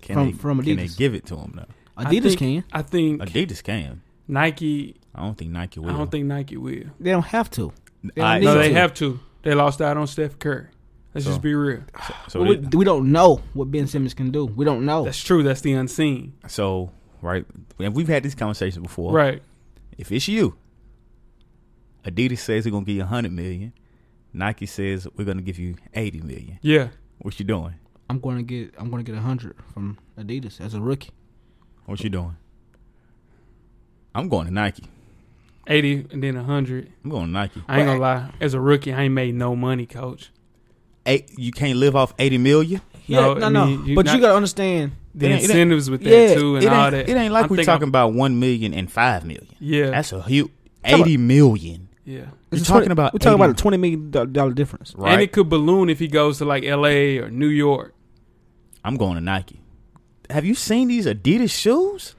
Speaker 4: Can
Speaker 5: From-
Speaker 4: they,
Speaker 5: from
Speaker 4: Can they
Speaker 5: Adidas.
Speaker 4: give it to him though?
Speaker 3: I
Speaker 5: Adidas
Speaker 3: think-
Speaker 5: can.
Speaker 3: I think
Speaker 4: Adidas can.
Speaker 3: Nike.
Speaker 4: I don't think Nike will.
Speaker 3: I don't think Nike will.
Speaker 5: They don't have to. they
Speaker 4: I-
Speaker 5: don't
Speaker 3: No,
Speaker 5: need
Speaker 3: they
Speaker 5: to.
Speaker 3: have to. They lost out on Steph Curry. Let's
Speaker 4: So-
Speaker 3: just be real.
Speaker 5: Oh.
Speaker 4: So,
Speaker 5: Well,
Speaker 4: they-
Speaker 5: we, we don't know what Ben Simmons can do. We don't know.
Speaker 3: That's true. That's the unseen.
Speaker 4: so right. And we've had this conversation before.
Speaker 3: Right.
Speaker 4: If it's you, Adidas says they're gonna give you a hundred million. Nike says we're gonna give you eighty million.
Speaker 3: Yeah.
Speaker 4: What you doing?
Speaker 5: I'm going to get I'm going to get a hundred from Adidas as a rookie.
Speaker 4: What you doing? I'm going to Nike.
Speaker 3: 80 and then 100.
Speaker 4: I'm going to Nike.
Speaker 3: I ain't gonna lie. As a rookie, I ain't made no money, coach.
Speaker 4: Eight, you can't live off eighty million.
Speaker 3: No, I mean, you
Speaker 5: but
Speaker 3: not-
Speaker 5: you got to understand.
Speaker 3: The
Speaker 4: It ain't- it ain't-
Speaker 3: incentives with that, too, and
Speaker 4: it ain't,
Speaker 3: all that.
Speaker 4: It ain't like
Speaker 3: I'm
Speaker 4: we're
Speaker 3: thinking-
Speaker 4: talking about one million and five million.
Speaker 3: Yeah.
Speaker 4: That's a huge eighty million.
Speaker 3: yeah.
Speaker 4: You're
Speaker 5: it's a
Speaker 4: talking
Speaker 5: 20
Speaker 4: about
Speaker 5: we're talking about a
Speaker 4: 80
Speaker 5: twenty million do- dollar difference.
Speaker 4: Right.
Speaker 3: And it could balloon if he goes to like LA or New York.
Speaker 4: I'm going to Nike. Have you seen these Adidas shoes?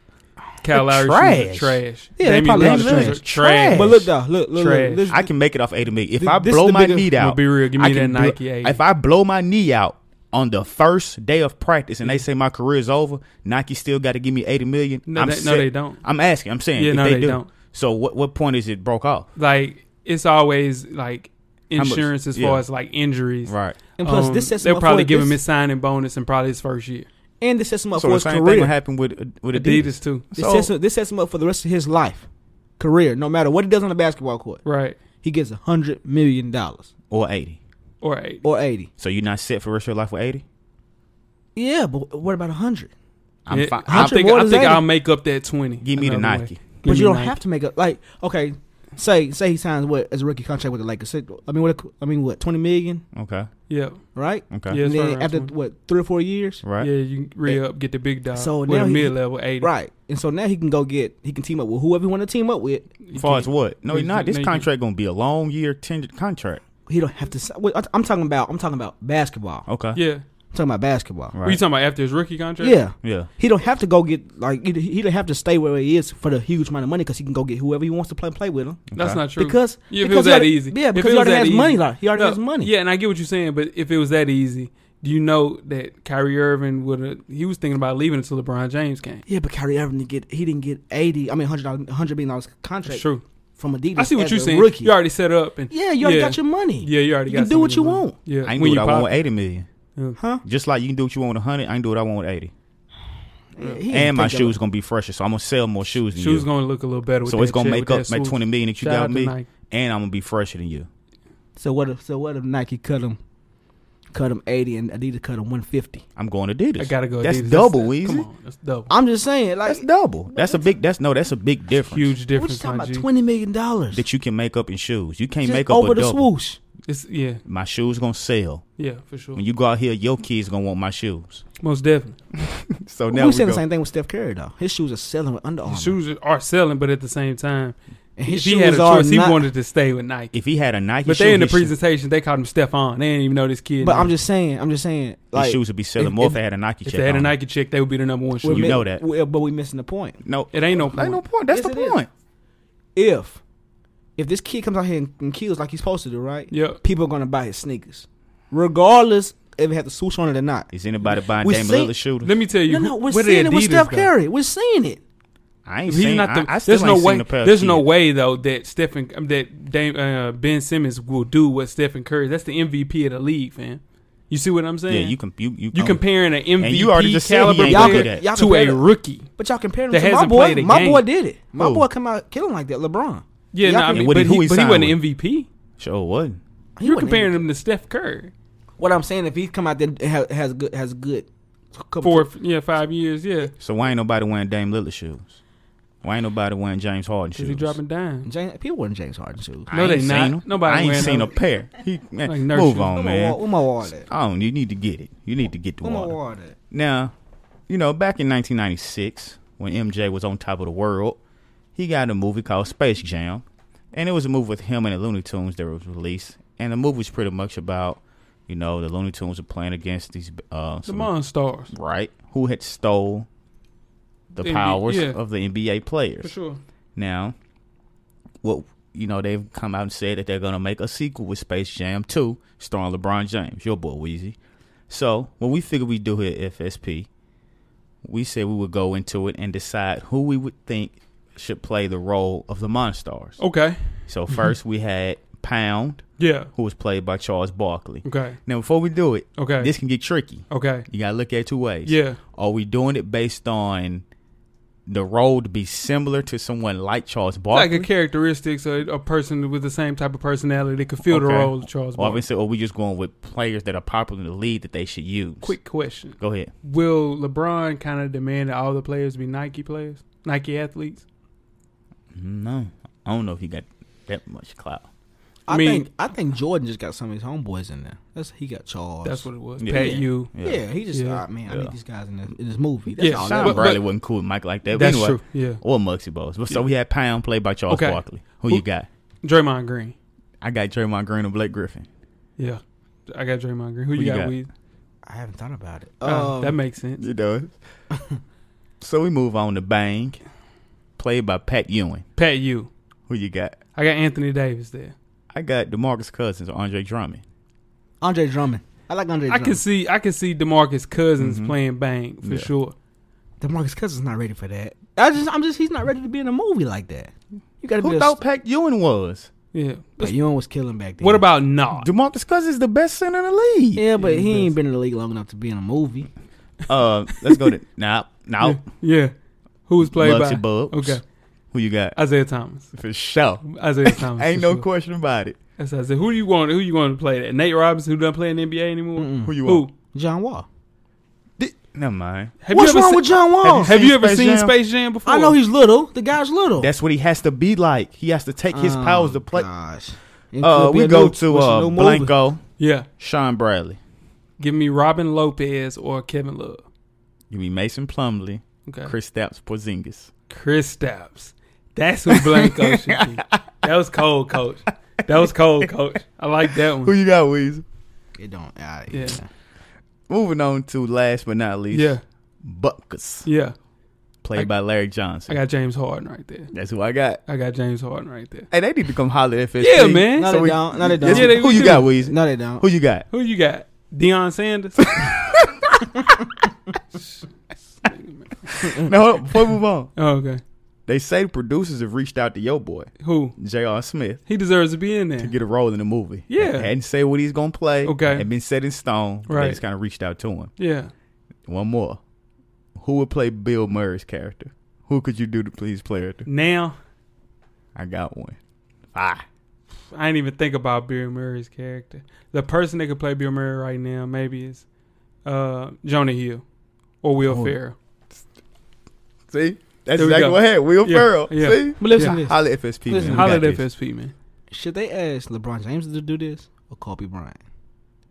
Speaker 3: Kyle
Speaker 4: They're
Speaker 3: Lowry shoes are
Speaker 4: trash.
Speaker 3: trash.
Speaker 5: Yeah, they
Speaker 3: Damian
Speaker 5: probably
Speaker 3: Lillard
Speaker 5: are
Speaker 3: shoes are
Speaker 4: trash.
Speaker 3: trash.
Speaker 4: Trash.
Speaker 5: But look, though, look, look,
Speaker 3: Trash.
Speaker 5: look this,
Speaker 4: I can make it off eighty million. If
Speaker 5: Th-
Speaker 4: I
Speaker 5: this
Speaker 4: blow
Speaker 5: the
Speaker 4: my
Speaker 5: biggest-
Speaker 4: knee
Speaker 3: I'ma
Speaker 4: out,
Speaker 3: be real. Give me
Speaker 4: I
Speaker 3: that
Speaker 4: can bl-
Speaker 3: Nike 80.
Speaker 4: If I blow my knee out on the first day of practice and they say my career is over, Nike still got to give me eighty million.
Speaker 3: No,
Speaker 4: I'm
Speaker 3: they- no,
Speaker 4: set.
Speaker 3: they don't.
Speaker 4: I'm asking. I'm saying.
Speaker 3: Yeah,
Speaker 4: if
Speaker 3: no,
Speaker 4: they,
Speaker 3: they
Speaker 4: do.
Speaker 3: don't.
Speaker 4: So what? What point is it broke off?
Speaker 3: like it's always like
Speaker 4: much?
Speaker 3: insurance as far
Speaker 4: Yeah.
Speaker 3: as like injuries.
Speaker 4: Right.
Speaker 5: and plus
Speaker 3: Um,
Speaker 5: this sets him
Speaker 3: they'll
Speaker 5: up
Speaker 3: probably
Speaker 5: for
Speaker 3: give him his
Speaker 5: this,
Speaker 3: signing bonus in probably his first year.
Speaker 5: and this sets him up
Speaker 4: So
Speaker 5: for
Speaker 4: the
Speaker 5: his
Speaker 4: same thing
Speaker 5: career.
Speaker 4: happened with with Adidas.
Speaker 3: uh, Adidas too.
Speaker 5: This,
Speaker 4: So-
Speaker 5: sets him, this sets him up for the rest of his life, career. No matter what he does on the basketball court,
Speaker 3: Right.
Speaker 5: he gets a hundred million dollars
Speaker 4: or eighty.
Speaker 3: Or eight.
Speaker 5: or eighty.
Speaker 4: So you're not set for the rest of your life with eighty.
Speaker 5: Yeah, but what about a hundred?
Speaker 4: I'm
Speaker 3: Yeah,
Speaker 4: fine.
Speaker 3: I
Speaker 5: Hundred
Speaker 3: think,
Speaker 5: more
Speaker 3: I
Speaker 5: than
Speaker 3: think
Speaker 5: that.
Speaker 3: I'll make up that twenty.
Speaker 4: Give me the
Speaker 3: another way.
Speaker 4: Nike.
Speaker 3: Give
Speaker 5: But
Speaker 3: me
Speaker 5: you don't
Speaker 3: Nike.
Speaker 5: have to make a like. Okay, say say he signs what as a rookie contract with the Lakers. Say- I mean what? I mean what? Twenty million,
Speaker 4: Okay.
Speaker 3: Yeah.
Speaker 5: right?
Speaker 4: Okay.
Speaker 3: Yeah.
Speaker 5: and
Speaker 3: it's right
Speaker 5: then
Speaker 3: around
Speaker 5: after
Speaker 3: 20.
Speaker 5: what three or four years,
Speaker 4: Right.
Speaker 3: Yeah, you re up, get the big dog.
Speaker 5: So
Speaker 3: So with
Speaker 5: now
Speaker 3: a
Speaker 5: he-
Speaker 3: mid level eighty.
Speaker 5: right? And so now he can go get he can team up with whoever he want to team up with.
Speaker 3: You
Speaker 4: far as
Speaker 3: can't-
Speaker 4: what? No,
Speaker 3: you
Speaker 4: you're not. This
Speaker 3: can't-
Speaker 4: contract gonna be a long year tenured contract.
Speaker 5: He don't have to. si- wait, I- I'm talking about I'm talking about basketball.
Speaker 4: Okay.
Speaker 3: Yeah.
Speaker 5: I'm talking about basketball.
Speaker 3: Were you
Speaker 4: Right.
Speaker 3: talking about after his rookie contract?
Speaker 5: Yeah,
Speaker 4: Yeah.
Speaker 5: he don't have to go get like he, he don't have to stay where he is for the huge amount of money because he can go get whoever he wants to play play with him.
Speaker 3: That's
Speaker 4: Okay.
Speaker 3: not true.
Speaker 5: Because-
Speaker 3: Yeah, if
Speaker 5: because
Speaker 3: it was
Speaker 5: he
Speaker 3: that
Speaker 5: already-
Speaker 3: easy.
Speaker 5: yeah,
Speaker 3: If
Speaker 5: because
Speaker 3: it
Speaker 5: he
Speaker 3: was
Speaker 5: already
Speaker 3: that
Speaker 5: has
Speaker 3: easy-
Speaker 5: money, like, he already has money.
Speaker 3: Yeah, and I get what you're saying, but if it was that easy, do you know that Kyrie Irving would have he was thinking about leaving until LeBron James came?
Speaker 5: Yeah, but Kyrie Irving didn't get he didn't get eighty. I mean hundred dollars hundred million dollars contract
Speaker 3: That's true.
Speaker 5: from Adidas.
Speaker 3: I see what
Speaker 5: as
Speaker 3: you're
Speaker 5: a
Speaker 3: saying.
Speaker 5: Rookie.
Speaker 3: You already set up and
Speaker 5: yeah, you already got your money.
Speaker 3: Yeah, you already
Speaker 5: You
Speaker 3: got
Speaker 5: can do what
Speaker 3: some
Speaker 5: you
Speaker 3: of your
Speaker 5: want.
Speaker 3: monop- Yeah,
Speaker 4: I can
Speaker 3: when
Speaker 4: do
Speaker 3: you
Speaker 4: what I want with
Speaker 3: pop-
Speaker 4: eighty million.
Speaker 5: Huh?
Speaker 4: Just like you can do what you want with hundred, I can do what I want with eighty.
Speaker 5: Yeah, he didn't
Speaker 4: and my
Speaker 5: think that-
Speaker 4: shoes gonna be fresher, so I'm gonna sell more shoes than
Speaker 3: Shoes
Speaker 4: you.
Speaker 3: gonna look a little better. With
Speaker 4: so it's
Speaker 3: that
Speaker 4: gonna
Speaker 3: check,
Speaker 4: make
Speaker 3: with
Speaker 4: up
Speaker 3: that
Speaker 4: my
Speaker 3: swoosh.
Speaker 4: twenty million that you
Speaker 3: Shout out
Speaker 4: got
Speaker 3: to
Speaker 4: me,
Speaker 3: Nike.
Speaker 4: and I'm gonna be fresher than you.
Speaker 5: So what if so what if Nike cut him, cut him eighty and Adidas cut him one fifty?
Speaker 4: I'm going Adidas.
Speaker 3: I gotta go.
Speaker 4: That's
Speaker 3: Adidas.
Speaker 4: double
Speaker 3: that's,
Speaker 4: easy.
Speaker 3: Come on, that's double.
Speaker 5: I'm just saying, like
Speaker 4: That's double. That's a big. That's no. That's a big difference
Speaker 3: Huge
Speaker 5: we're
Speaker 3: difference,
Speaker 5: just talking
Speaker 3: my
Speaker 5: about
Speaker 3: G.
Speaker 5: twenty million dollars.
Speaker 4: that you can make up in shoes. You can't
Speaker 5: Just
Speaker 4: make up
Speaker 5: over
Speaker 4: a
Speaker 5: the
Speaker 4: double.
Speaker 5: swoosh.
Speaker 3: It's yeah,
Speaker 4: My shoes gonna sell.
Speaker 3: yeah, for sure.
Speaker 4: When you go out here, your kids gonna want my shoes.
Speaker 3: Most definitely.
Speaker 4: So
Speaker 5: We
Speaker 4: now we,
Speaker 5: said the
Speaker 4: go-
Speaker 5: same thing with Steph Curry though. His shoes are selling with Under
Speaker 3: The
Speaker 5: Armour.
Speaker 3: shoes are selling, but at the same time,
Speaker 5: And his
Speaker 3: if he had a
Speaker 5: shoes are
Speaker 3: choice, he
Speaker 5: not-
Speaker 3: wanted to stay with Nike.
Speaker 4: If he had a Nike,
Speaker 3: But
Speaker 4: shoe,
Speaker 3: they in the
Speaker 4: his shoe-
Speaker 3: presentation, they called him Stefan. They didn't even know this kid.
Speaker 5: But
Speaker 3: name.
Speaker 5: I'm just saying, I'm just saying,
Speaker 4: his
Speaker 5: like
Speaker 4: shoes would be selling
Speaker 5: if-
Speaker 4: more if,
Speaker 5: if-
Speaker 4: they had a Nike.
Speaker 3: if
Speaker 4: check
Speaker 3: they had a
Speaker 4: on them.
Speaker 3: Nike chick, they would be the number one
Speaker 5: we're
Speaker 3: shoe.
Speaker 4: You
Speaker 5: mi-
Speaker 4: know that.
Speaker 5: we're- but we're missing the point.
Speaker 4: no,
Speaker 3: It ain't no
Speaker 4: ain't no
Speaker 3: point.
Speaker 4: point. That's
Speaker 5: Yes,
Speaker 4: the
Speaker 5: it is.
Speaker 4: point.
Speaker 5: If if this kid comes out here and, and kills like he's supposed to do, right?
Speaker 3: Yeah.
Speaker 5: People are gonna buy his sneakers, regardless if it had the swoosh on it or not.
Speaker 4: Is anybody buying
Speaker 5: We
Speaker 4: Dame
Speaker 5: seen-
Speaker 4: Lillard shoes?
Speaker 3: Let me tell you,
Speaker 5: No,
Speaker 3: who-
Speaker 5: no, we're
Speaker 3: where the
Speaker 5: seeing it with
Speaker 3: Adidas
Speaker 5: Steph
Speaker 3: go?
Speaker 5: Curry. We're seeing it.
Speaker 4: I ain't
Speaker 3: He's
Speaker 4: seen.
Speaker 3: not the.
Speaker 4: I, I still
Speaker 3: there's no
Speaker 4: ain't
Speaker 3: way.
Speaker 4: Seen a pair of
Speaker 3: There's no
Speaker 4: kids.
Speaker 3: way though that Stephen um, that Dame, uh, Ben Simmons will do what Stephen Curry. That's the MVP of the league, fam. You see what I'm saying?
Speaker 4: Yeah, you can. You, you,
Speaker 3: you
Speaker 4: oh,
Speaker 3: comparing an MVP
Speaker 4: And you already just said he
Speaker 3: caliber
Speaker 4: ain't
Speaker 5: gonna
Speaker 3: player
Speaker 5: do that. Y'all
Speaker 3: to a
Speaker 5: compared to-
Speaker 3: rookie.
Speaker 5: But y'all comparing
Speaker 3: That
Speaker 5: him to my
Speaker 3: hasn't
Speaker 5: boy.
Speaker 3: played a
Speaker 5: My
Speaker 3: game.
Speaker 5: boy did it. My
Speaker 4: Who?
Speaker 5: boy come out killing like that. LeBron.
Speaker 3: Yeah,
Speaker 5: Y'all
Speaker 3: no, I
Speaker 5: can-
Speaker 3: mean,
Speaker 4: what
Speaker 3: but
Speaker 4: did- who
Speaker 3: he,
Speaker 4: he
Speaker 3: but he
Speaker 4: signed
Speaker 3: wasn't an
Speaker 4: with?
Speaker 3: MVP.
Speaker 4: Sure wasn't.
Speaker 5: He
Speaker 3: You're
Speaker 5: wasn't
Speaker 3: comparing
Speaker 5: even-
Speaker 3: him to Steph Curry.
Speaker 5: What I'm saying, if he come out there and ha- has good, has good. couple-
Speaker 3: Four, yeah, five years, yeah.
Speaker 4: So why ain't nobody wearing Dame Lillard shoes? Why ain't nobody wearing James Harden
Speaker 3: Cause
Speaker 4: shoes?
Speaker 3: he dropping dimes.
Speaker 5: James, people wearing James Harden shoes.
Speaker 4: I
Speaker 3: No,
Speaker 4: ain't
Speaker 3: they
Speaker 4: seen
Speaker 3: not.
Speaker 4: them.
Speaker 3: Nobody
Speaker 4: I ain't
Speaker 3: wearing
Speaker 4: seen
Speaker 3: them.
Speaker 4: a pair. He, man,
Speaker 3: Like nurse
Speaker 4: move
Speaker 3: shoes.
Speaker 4: on,
Speaker 5: Where my wa-
Speaker 4: man.
Speaker 5: where my wall at?
Speaker 4: I don't. You need to get it. You need to get the
Speaker 5: Where my
Speaker 4: water.
Speaker 5: wall at?
Speaker 4: Now, you know, back in 1996, when MJ was on top of the world, he got a movie called Space Jam, and it was a movie with him and the Looney Tunes that was released. And the movie was pretty much about, you know, the Looney Tunes were playing against these uh,
Speaker 3: The
Speaker 4: some-
Speaker 3: Monstars,
Speaker 4: right? Who had stole the
Speaker 3: The NBA
Speaker 4: powers
Speaker 3: yeah.
Speaker 4: of the NBA players?
Speaker 3: for sure.
Speaker 4: Now, what you know, they've come out and said that they're gonna make a sequel with Space Jam 2, starring LeBron James, your boy Weezy. So what we figured we'd do here at FSP, we said we would go into it and decide who we would think should play the role of the Monstars.
Speaker 3: Okay,
Speaker 4: So
Speaker 3: Mm-hmm.
Speaker 4: first we had Pound,
Speaker 3: yeah,
Speaker 4: who was played by Charles Barkley.
Speaker 3: okay,
Speaker 4: Now before we do it,
Speaker 3: Okay.
Speaker 4: this can get tricky.
Speaker 3: okay,
Speaker 4: You gotta look at it two ways.
Speaker 3: yeah.
Speaker 4: Are we doing it based on the role to be similar to someone like Charles Barkley?
Speaker 3: like a characteristics or a person with the same type of personality that could fill the
Speaker 4: Okay.
Speaker 3: role of Charles
Speaker 4: Or, we
Speaker 3: Barkley.
Speaker 4: said, or we just going with players that are popular in the league that they should use.
Speaker 3: Quick question:
Speaker 4: Go ahead.
Speaker 3: Will LeBron kind of demand that all the players be Nike players, Nike athletes?
Speaker 4: No, I don't know if he got that much clout.
Speaker 5: I,
Speaker 3: mean-
Speaker 5: think I think Jordan just got some of his homeboys in there. That's he got Charles.
Speaker 3: That's what it was.
Speaker 4: Yeah.
Speaker 3: Pat
Speaker 5: Yeah.
Speaker 3: you.
Speaker 5: Yeah, he just
Speaker 3: Yeah.
Speaker 5: ah, man. I
Speaker 4: Yeah.
Speaker 5: need these guys in this, in this movie. That's
Speaker 3: Yeah,
Speaker 5: all.
Speaker 3: Sean
Speaker 5: That
Speaker 4: Sean
Speaker 3: but-
Speaker 5: was.
Speaker 3: Bra-
Speaker 4: Bradley wasn't cool with Mike like that. But
Speaker 3: That's
Speaker 4: anyway,
Speaker 3: true, yeah.
Speaker 4: Or Mugsy Bowles. But So we had Pound played by Charles
Speaker 3: Okay.
Speaker 4: Barkley. Who,
Speaker 3: Who-
Speaker 4: you got?
Speaker 3: Draymond Green.
Speaker 4: I got Draymond Green and Blake Griffin.
Speaker 3: Yeah, I got Draymond Green. Who, you
Speaker 4: Who you
Speaker 3: got?
Speaker 4: got?
Speaker 3: Weed?
Speaker 5: I haven't thought about it.
Speaker 3: Uh,
Speaker 5: Um,
Speaker 3: that makes sense.
Speaker 4: It does. so we move on to Bang, played by Pat Ewing.
Speaker 3: Pat you.
Speaker 4: Who you got?
Speaker 3: I got Anthony Davis there.
Speaker 4: I got DeMarcus Cousins or Andre Drummond.
Speaker 5: Andre Drummond. I like Andre.
Speaker 3: I
Speaker 5: Drummond.
Speaker 3: can see I can see DeMarcus Cousins playing bang for
Speaker 4: Mm-hmm. Yeah.
Speaker 3: sure.
Speaker 5: DeMarcus Cousins not ready for that. I just, I'm just, he's not ready to be in a movie like that. You gotta be.
Speaker 4: Who
Speaker 5: a,
Speaker 4: thought Pat Ewing was?
Speaker 3: Yeah.
Speaker 5: But Young was killing back then.
Speaker 3: What about not?
Speaker 4: DeMarcus Cousins is the best center in the league.
Speaker 5: Yeah, but he ain't been in the league long enough to be in a movie.
Speaker 4: Uh, let's go to now. Now,
Speaker 3: Yeah. Who was played by?
Speaker 4: Bugsy Bugs.
Speaker 3: Okay.
Speaker 4: who you got?
Speaker 3: Isaiah Thomas.
Speaker 4: For sure.
Speaker 3: Isaiah Thomas.
Speaker 4: Ain't
Speaker 3: for
Speaker 4: no
Speaker 3: sure.
Speaker 4: question about it.
Speaker 3: That's what I said. Who you want? Who you going to play that? Nate Robinson, who doesn't play in the NBA anymore.
Speaker 4: Who you
Speaker 3: Who?
Speaker 4: want?
Speaker 5: John Wall.
Speaker 4: Di- Never mind.
Speaker 3: Have
Speaker 5: What's
Speaker 3: you ever
Speaker 5: wrong
Speaker 3: se-
Speaker 5: with John Wall?
Speaker 3: Have you
Speaker 4: Seen
Speaker 3: ever
Speaker 4: Space
Speaker 3: seen
Speaker 4: Jam?
Speaker 3: Space Jam before?
Speaker 5: I know he's little. The guy's little.
Speaker 4: That's what he has to be like. He has to take his
Speaker 5: Oh,
Speaker 4: powers to play.
Speaker 5: Gosh.
Speaker 4: Uh, we go to uh, Blanco,
Speaker 3: Yeah.
Speaker 4: Sean Bradley.
Speaker 3: Give me Robin Lopez or Kevin Love.
Speaker 4: Give me Mason Plumley,
Speaker 3: Okay.
Speaker 4: Chris Stapps, Porzingis.
Speaker 3: Chris Stapps. That's who Blanco should be. That was cold, coach. That was cold, coach. I like that
Speaker 4: Who
Speaker 3: one.
Speaker 4: you got, Weezy?
Speaker 5: It don't. Uh,
Speaker 3: Yeah.
Speaker 5: yeah.
Speaker 4: Moving on to last but not least,
Speaker 3: Yeah,
Speaker 4: Buckus,
Speaker 3: yeah.
Speaker 4: played
Speaker 3: I-
Speaker 4: by Larry
Speaker 3: I
Speaker 4: Johnson.
Speaker 3: got James Harden right there.
Speaker 4: That's who I got.
Speaker 3: I got James Harden right there.
Speaker 4: Hey, they need to come holler at FSP.
Speaker 3: Yeah, man.
Speaker 5: No,
Speaker 4: So
Speaker 5: they
Speaker 4: we-
Speaker 5: don't. No, they don't.
Speaker 4: Yes,
Speaker 3: Yeah, they-
Speaker 4: who
Speaker 3: we
Speaker 4: you
Speaker 3: do.
Speaker 4: got, Weezy?
Speaker 5: no, they don't.
Speaker 4: Who you got?
Speaker 3: Who you got? Deion Sanders. Mm.
Speaker 4: No, hold on, before we move on.
Speaker 3: oh, okay.
Speaker 4: They say producers have reached out to your boy,
Speaker 3: Who?
Speaker 4: J.R. Smith,
Speaker 3: He deserves to be in
Speaker 4: to
Speaker 3: there.
Speaker 4: get a role in the movie.
Speaker 3: Yeah.
Speaker 4: They hadn't said what he's going to play.
Speaker 3: Okay.
Speaker 4: Had been set in stone. but
Speaker 3: Right.
Speaker 4: They just kind of reached out to him.
Speaker 3: Yeah.
Speaker 4: One more. Who would play Bill Murray's character? Who could you do to please play it?
Speaker 3: Now
Speaker 4: I got one. Ah.
Speaker 3: I didn't even think about Bill Murray's character. The person that could play Bill Murray right now maybe is uh, Jonah Hill or Will
Speaker 4: Oh,
Speaker 3: Ferrell.
Speaker 4: See? That's
Speaker 3: There we
Speaker 4: exactly
Speaker 3: go.
Speaker 4: what happened. Will
Speaker 3: Yeah,
Speaker 4: Ferrell.
Speaker 3: yeah.
Speaker 4: See?
Speaker 5: But listen,
Speaker 3: Yeah.
Speaker 5: to this.
Speaker 4: Holla at FSP.
Speaker 5: Listen,
Speaker 4: man. We
Speaker 3: Holla
Speaker 4: got
Speaker 3: at
Speaker 4: this.
Speaker 3: FSP man.
Speaker 5: should they ask LeBron James to do this or Kobe Bryant?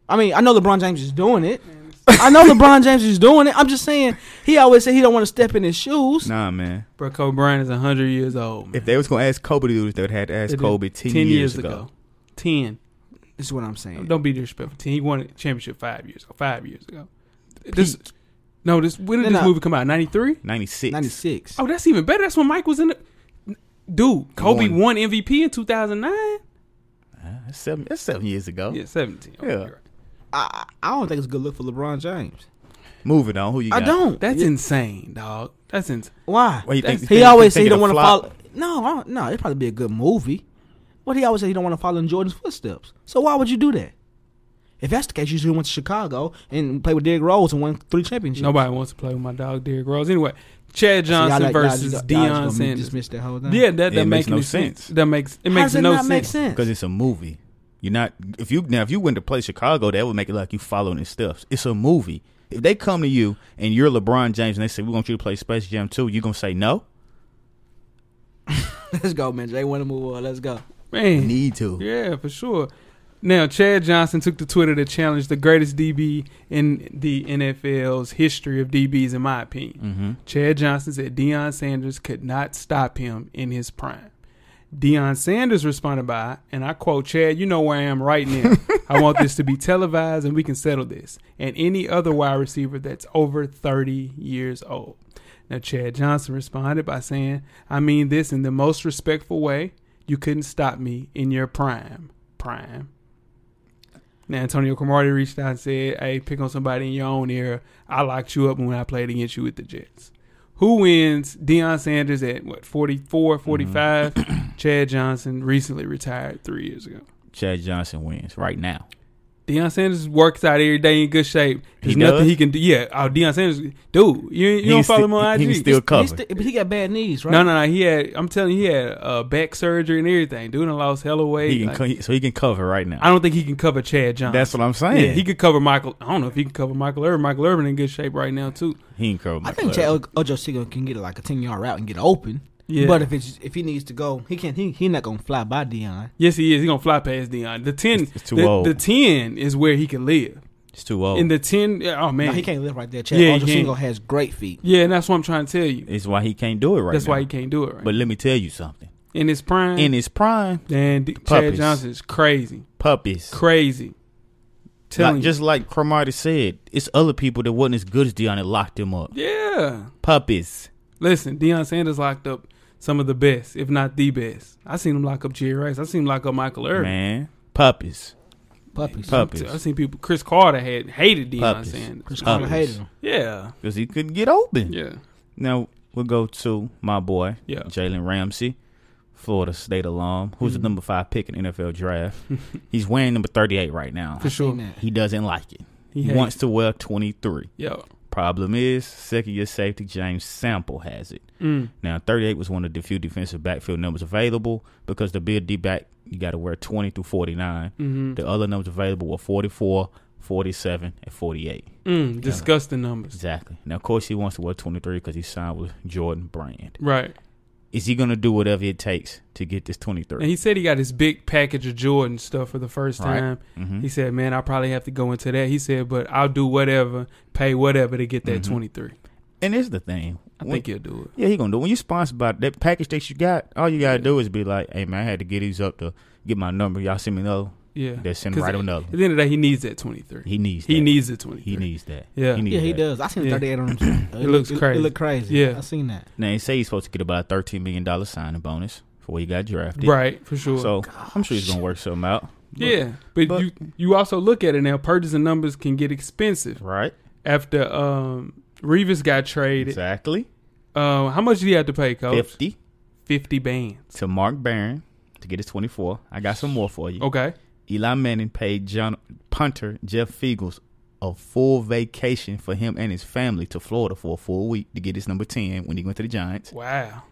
Speaker 5: I mean, I know LeBron James is doing it. I know LeBron James is doing it. I'm just saying he always said he don't want to step in his shoes.
Speaker 4: Nah, man.
Speaker 3: Bro, Kobe Bryant is hundred years old. Man.
Speaker 4: If they was going to ask Kobe to do this, they would have to ask
Speaker 3: They did
Speaker 4: Kobe 10, years, ago.
Speaker 3: Ten.
Speaker 5: This is what I'm saying.
Speaker 3: Don't be disrespectful. Ten. He won a championship five years ago. Five years ago. This. No, this. When did
Speaker 5: No,
Speaker 3: this
Speaker 5: no.
Speaker 3: movie come out? Ninety three.
Speaker 4: 96.
Speaker 5: 96.
Speaker 3: Oh, that's even better. That's when Mike was in the. Dude, Kobe
Speaker 4: Won.
Speaker 3: won MVP in 2009?
Speaker 4: That's, seven, that's seven years ago.
Speaker 3: Yeah, 17. Okay,
Speaker 4: Yeah.
Speaker 3: you're right.
Speaker 5: I, I don't think it's a good look for LeBron James.
Speaker 4: Moving on. Who you got?
Speaker 5: I don't.
Speaker 3: That's insane, dog. That's insane.
Speaker 5: Why?
Speaker 4: Well, you think, you
Speaker 5: he
Speaker 4: think-
Speaker 5: always
Speaker 4: you
Speaker 5: said he
Speaker 4: think
Speaker 5: don't want
Speaker 4: it'll
Speaker 5: to
Speaker 4: flop?
Speaker 5: follow. No, I don't- no, it'd probably be a good movie. But he always said he don't want to follow in Jordan's footsteps. So why would you do that? If that's the case, you should have went to Chicago and played with Derrick Rose and won three championships.
Speaker 3: Nobody wants to play with my dog, Derrick Rose. Anyway, Chad Johnson versus Deion Sanders.
Speaker 5: Dismiss that whole thing.
Speaker 3: Yeah, that,
Speaker 4: It
Speaker 3: that
Speaker 4: makes
Speaker 3: makes
Speaker 4: no
Speaker 3: no
Speaker 4: sense.
Speaker 3: That makes it
Speaker 5: How
Speaker 3: makes
Speaker 5: does it
Speaker 3: no
Speaker 5: not
Speaker 3: sense.
Speaker 5: make sense?
Speaker 4: Because it's a movie. You're not if you now if you went to play Chicago, that would make it like you following his steps. It's a movie. If they come to you and you're LeBron James and they say we want you to play Space Jam 2, you gonna say no?
Speaker 5: Let's go, man. They want to move on. Let's go.
Speaker 3: Man,
Speaker 4: Need to.
Speaker 3: Yeah, for sure. Now, Chad Johnson took to Twitter to challenge the greatest DB in the NFL's history of DBs, in my opinion. Chad Johnson said Deion Sanders could not stop him in his prime. Deion Sanders responded by, and I quote, Chad, you know where I am right now. I want this to be televised and we can settle this. And any other wide receiver that's over 30 years old. Now, Chad Johnson responded by saying, I mean this in the most respectful way. You couldn't stop me in your prime. Prime. Now, Antonio Cromartie reached out and said, Hey, pick on somebody in your own era. I locked you up when I played against you with the Jets. Who wins? Deion Sanders at what,
Speaker 4: Mm-hmm.
Speaker 3: 44, 45? Chad Johnson recently retired three years ago.
Speaker 4: Chad Johnson wins right now.
Speaker 3: Deion Sanders works out every day in good shape. There's
Speaker 4: He
Speaker 3: nothing
Speaker 4: does?
Speaker 3: he can do. Yeah, oh, Deion Sanders, dude, you, you
Speaker 4: He
Speaker 3: don't
Speaker 4: can
Speaker 3: follow
Speaker 4: sti-
Speaker 3: him on
Speaker 4: He
Speaker 3: IG.
Speaker 4: can still
Speaker 5: He's
Speaker 4: cover.
Speaker 5: th- but he got bad knees, right?
Speaker 3: No, no, no. He had. I'm telling you, he had uh, back surgery and everything. Dude, and lost hella weight.
Speaker 4: He can
Speaker 3: Like,
Speaker 4: co- so he can cover right now.
Speaker 3: I don't think he can cover Chad Johnson.
Speaker 4: That's what I'm saying.
Speaker 3: yeah, he could cover Michael. I don't know if he can cover Michael Irvin. Michael Irvin in good shape right now too.
Speaker 4: He can cover.
Speaker 5: I
Speaker 4: my
Speaker 5: think
Speaker 4: club.
Speaker 5: Chad Ojo can get like a ten yard route and get open.
Speaker 3: Yeah.
Speaker 5: But if it's if he needs to go, he can't. He he not gonna fly by Dion.
Speaker 3: Yes, he is. He's gonna fly past Dion. The ten,
Speaker 4: It's- it's too
Speaker 3: the,
Speaker 4: old.
Speaker 3: the ten is where he can live.
Speaker 4: It's too old.
Speaker 3: In the ten, oh man,
Speaker 5: No, he can't live right there. Chad
Speaker 3: Yeah,
Speaker 5: yeah,
Speaker 3: he can't.
Speaker 5: has great feet.
Speaker 3: Yeah, and that's what I'm trying to tell you.
Speaker 4: it's why he can't do it right
Speaker 3: that's
Speaker 4: now.
Speaker 3: why he can't do it. Right?
Speaker 4: But let me tell you something.
Speaker 3: in his prime,
Speaker 4: In his prime,
Speaker 3: man, D- Chad
Speaker 4: Puppies.
Speaker 3: Johnson is crazy,
Speaker 4: puppies.
Speaker 3: crazy. Telling
Speaker 4: Like, just like Cromartie said, it's other people that wasn't as good as Deion that locked him up.
Speaker 3: you. yeah.
Speaker 4: Puppies.
Speaker 3: Listen, Deion Sanders locked up some of the best, if not the best. I seen him lock up Jerry Rice. I seen him lock up Michael Irvin.
Speaker 4: Man. Puppies.
Speaker 5: Puppies.
Speaker 4: Pup-
Speaker 3: I
Speaker 4: puppies.
Speaker 3: seen people. Chris Carter had hated Deion
Speaker 4: Puppies.
Speaker 3: Sanders.
Speaker 5: Chris Carter
Speaker 4: Puppies.
Speaker 5: hated him.
Speaker 3: Yeah,
Speaker 4: Because he couldn't get open.
Speaker 3: yeah.
Speaker 4: Now we'll go to my boy,
Speaker 3: Yeah. Mm.
Speaker 4: Jalen Ramsey, Florida State alum, who's the number five pick in NFL draft. He's wearing number thirty eight right now.
Speaker 3: For sure.
Speaker 5: Seen that.
Speaker 4: He doesn't like it.
Speaker 3: He
Speaker 4: He,
Speaker 3: hates
Speaker 4: wants to wear twenty three.
Speaker 3: Yeah,
Speaker 4: Problem is, second year safety James Sample has it.
Speaker 3: Mm.
Speaker 4: Now, 38 was one of the few defensive backfield numbers available because the big D back, you got to wear 20 through 49.
Speaker 3: Mm-hmm.
Speaker 4: The other numbers available were 44, 47, and 48.
Speaker 3: mm, disgusting numbers.
Speaker 4: Exactly. Now, of course, he wants to wear 23 because he signed with Jordan Brand.
Speaker 3: Right,
Speaker 4: Is he going to do whatever it takes to get this 23?
Speaker 3: and he said he got his big package of Jordan stuff for the first
Speaker 4: Right.
Speaker 3: time.
Speaker 4: Mhm.
Speaker 3: He said, "Man, I probably have to go into that." He said, "But I'll do whatever, pay whatever to get that 23."
Speaker 4: and it's the thing.
Speaker 3: I
Speaker 4: Mm-hmm. When-
Speaker 3: think he'll do it.
Speaker 4: Yeah, he gonna do. it. When you sponsored by that package that you got, all you gotta do is be like, "Hey man, I had to get these up to get my number. Y'all send me another.
Speaker 3: Yeah,
Speaker 4: They'll send
Speaker 3: 'Cause
Speaker 4: right on
Speaker 3: At
Speaker 4: up.
Speaker 3: the end of the day, he needs that 23.
Speaker 4: He needs.
Speaker 3: He
Speaker 4: that.
Speaker 3: needs the 23.
Speaker 4: He needs that.
Speaker 3: Yeah.
Speaker 4: needs
Speaker 5: Yeah, he
Speaker 4: that.
Speaker 5: does. I seen
Speaker 3: Yeah.
Speaker 5: 38 on him.
Speaker 3: It looks crazy.
Speaker 5: It look crazy.
Speaker 3: Yeah.
Speaker 5: I seen that.
Speaker 4: Now they say he's supposed to get about a thirteen million dollar signing bonus for where he got drafted.
Speaker 3: Right, for sure.
Speaker 4: So I'm sure he's gonna work something out. But-
Speaker 3: yeah, but,
Speaker 4: but-
Speaker 3: you you also look at it now. Purchasing numbers can get expensive
Speaker 4: Right.
Speaker 3: after um Revis got traded.
Speaker 4: Exactly.
Speaker 3: Uh, how much do you have to pay, coach?
Speaker 4: Fifty
Speaker 3: Fifty bands.
Speaker 4: to Mark Barron to get his twenty four. I got some more for you.
Speaker 3: Okay.
Speaker 4: Eli Manning paid John punter Jeff Fiegels a full vacation for him and his family to Florida for a full week to get his number ten when he went to the Giants.
Speaker 3: Wow.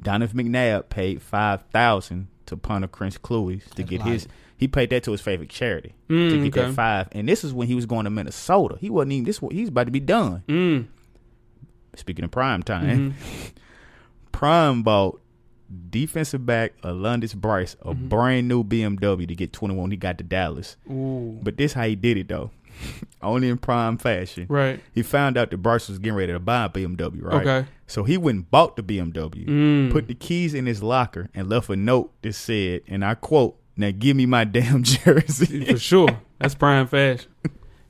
Speaker 4: Donovan McNabb paid five thousand to punter Chris Cluey to
Speaker 5: That's
Speaker 4: get
Speaker 5: light.
Speaker 4: his. He paid that to his favorite charity to
Speaker 3: Mm,
Speaker 4: get
Speaker 3: okay.
Speaker 4: that five. And this is when he was going to Minnesota. He wasn't even this. wa- He's about to be done.
Speaker 3: Mm. Mm-hmm.
Speaker 4: Speaking of prime time, prime bought defensive back Alondis Bryce a brand new BMW to get twenty one. He got to Dallas,
Speaker 3: Mm-hmm. Ooh.
Speaker 4: but this how he did it though. Only in prime fashion.
Speaker 3: Right.
Speaker 4: He found out that Bryce was getting ready to buy a BMW, right?
Speaker 3: Okay. Mm.
Speaker 4: So he went and bought the BMW, put the keys in his locker, and left a note that said, and I quote, Now give me my damn jersey.
Speaker 3: For sure. That's prime fashion.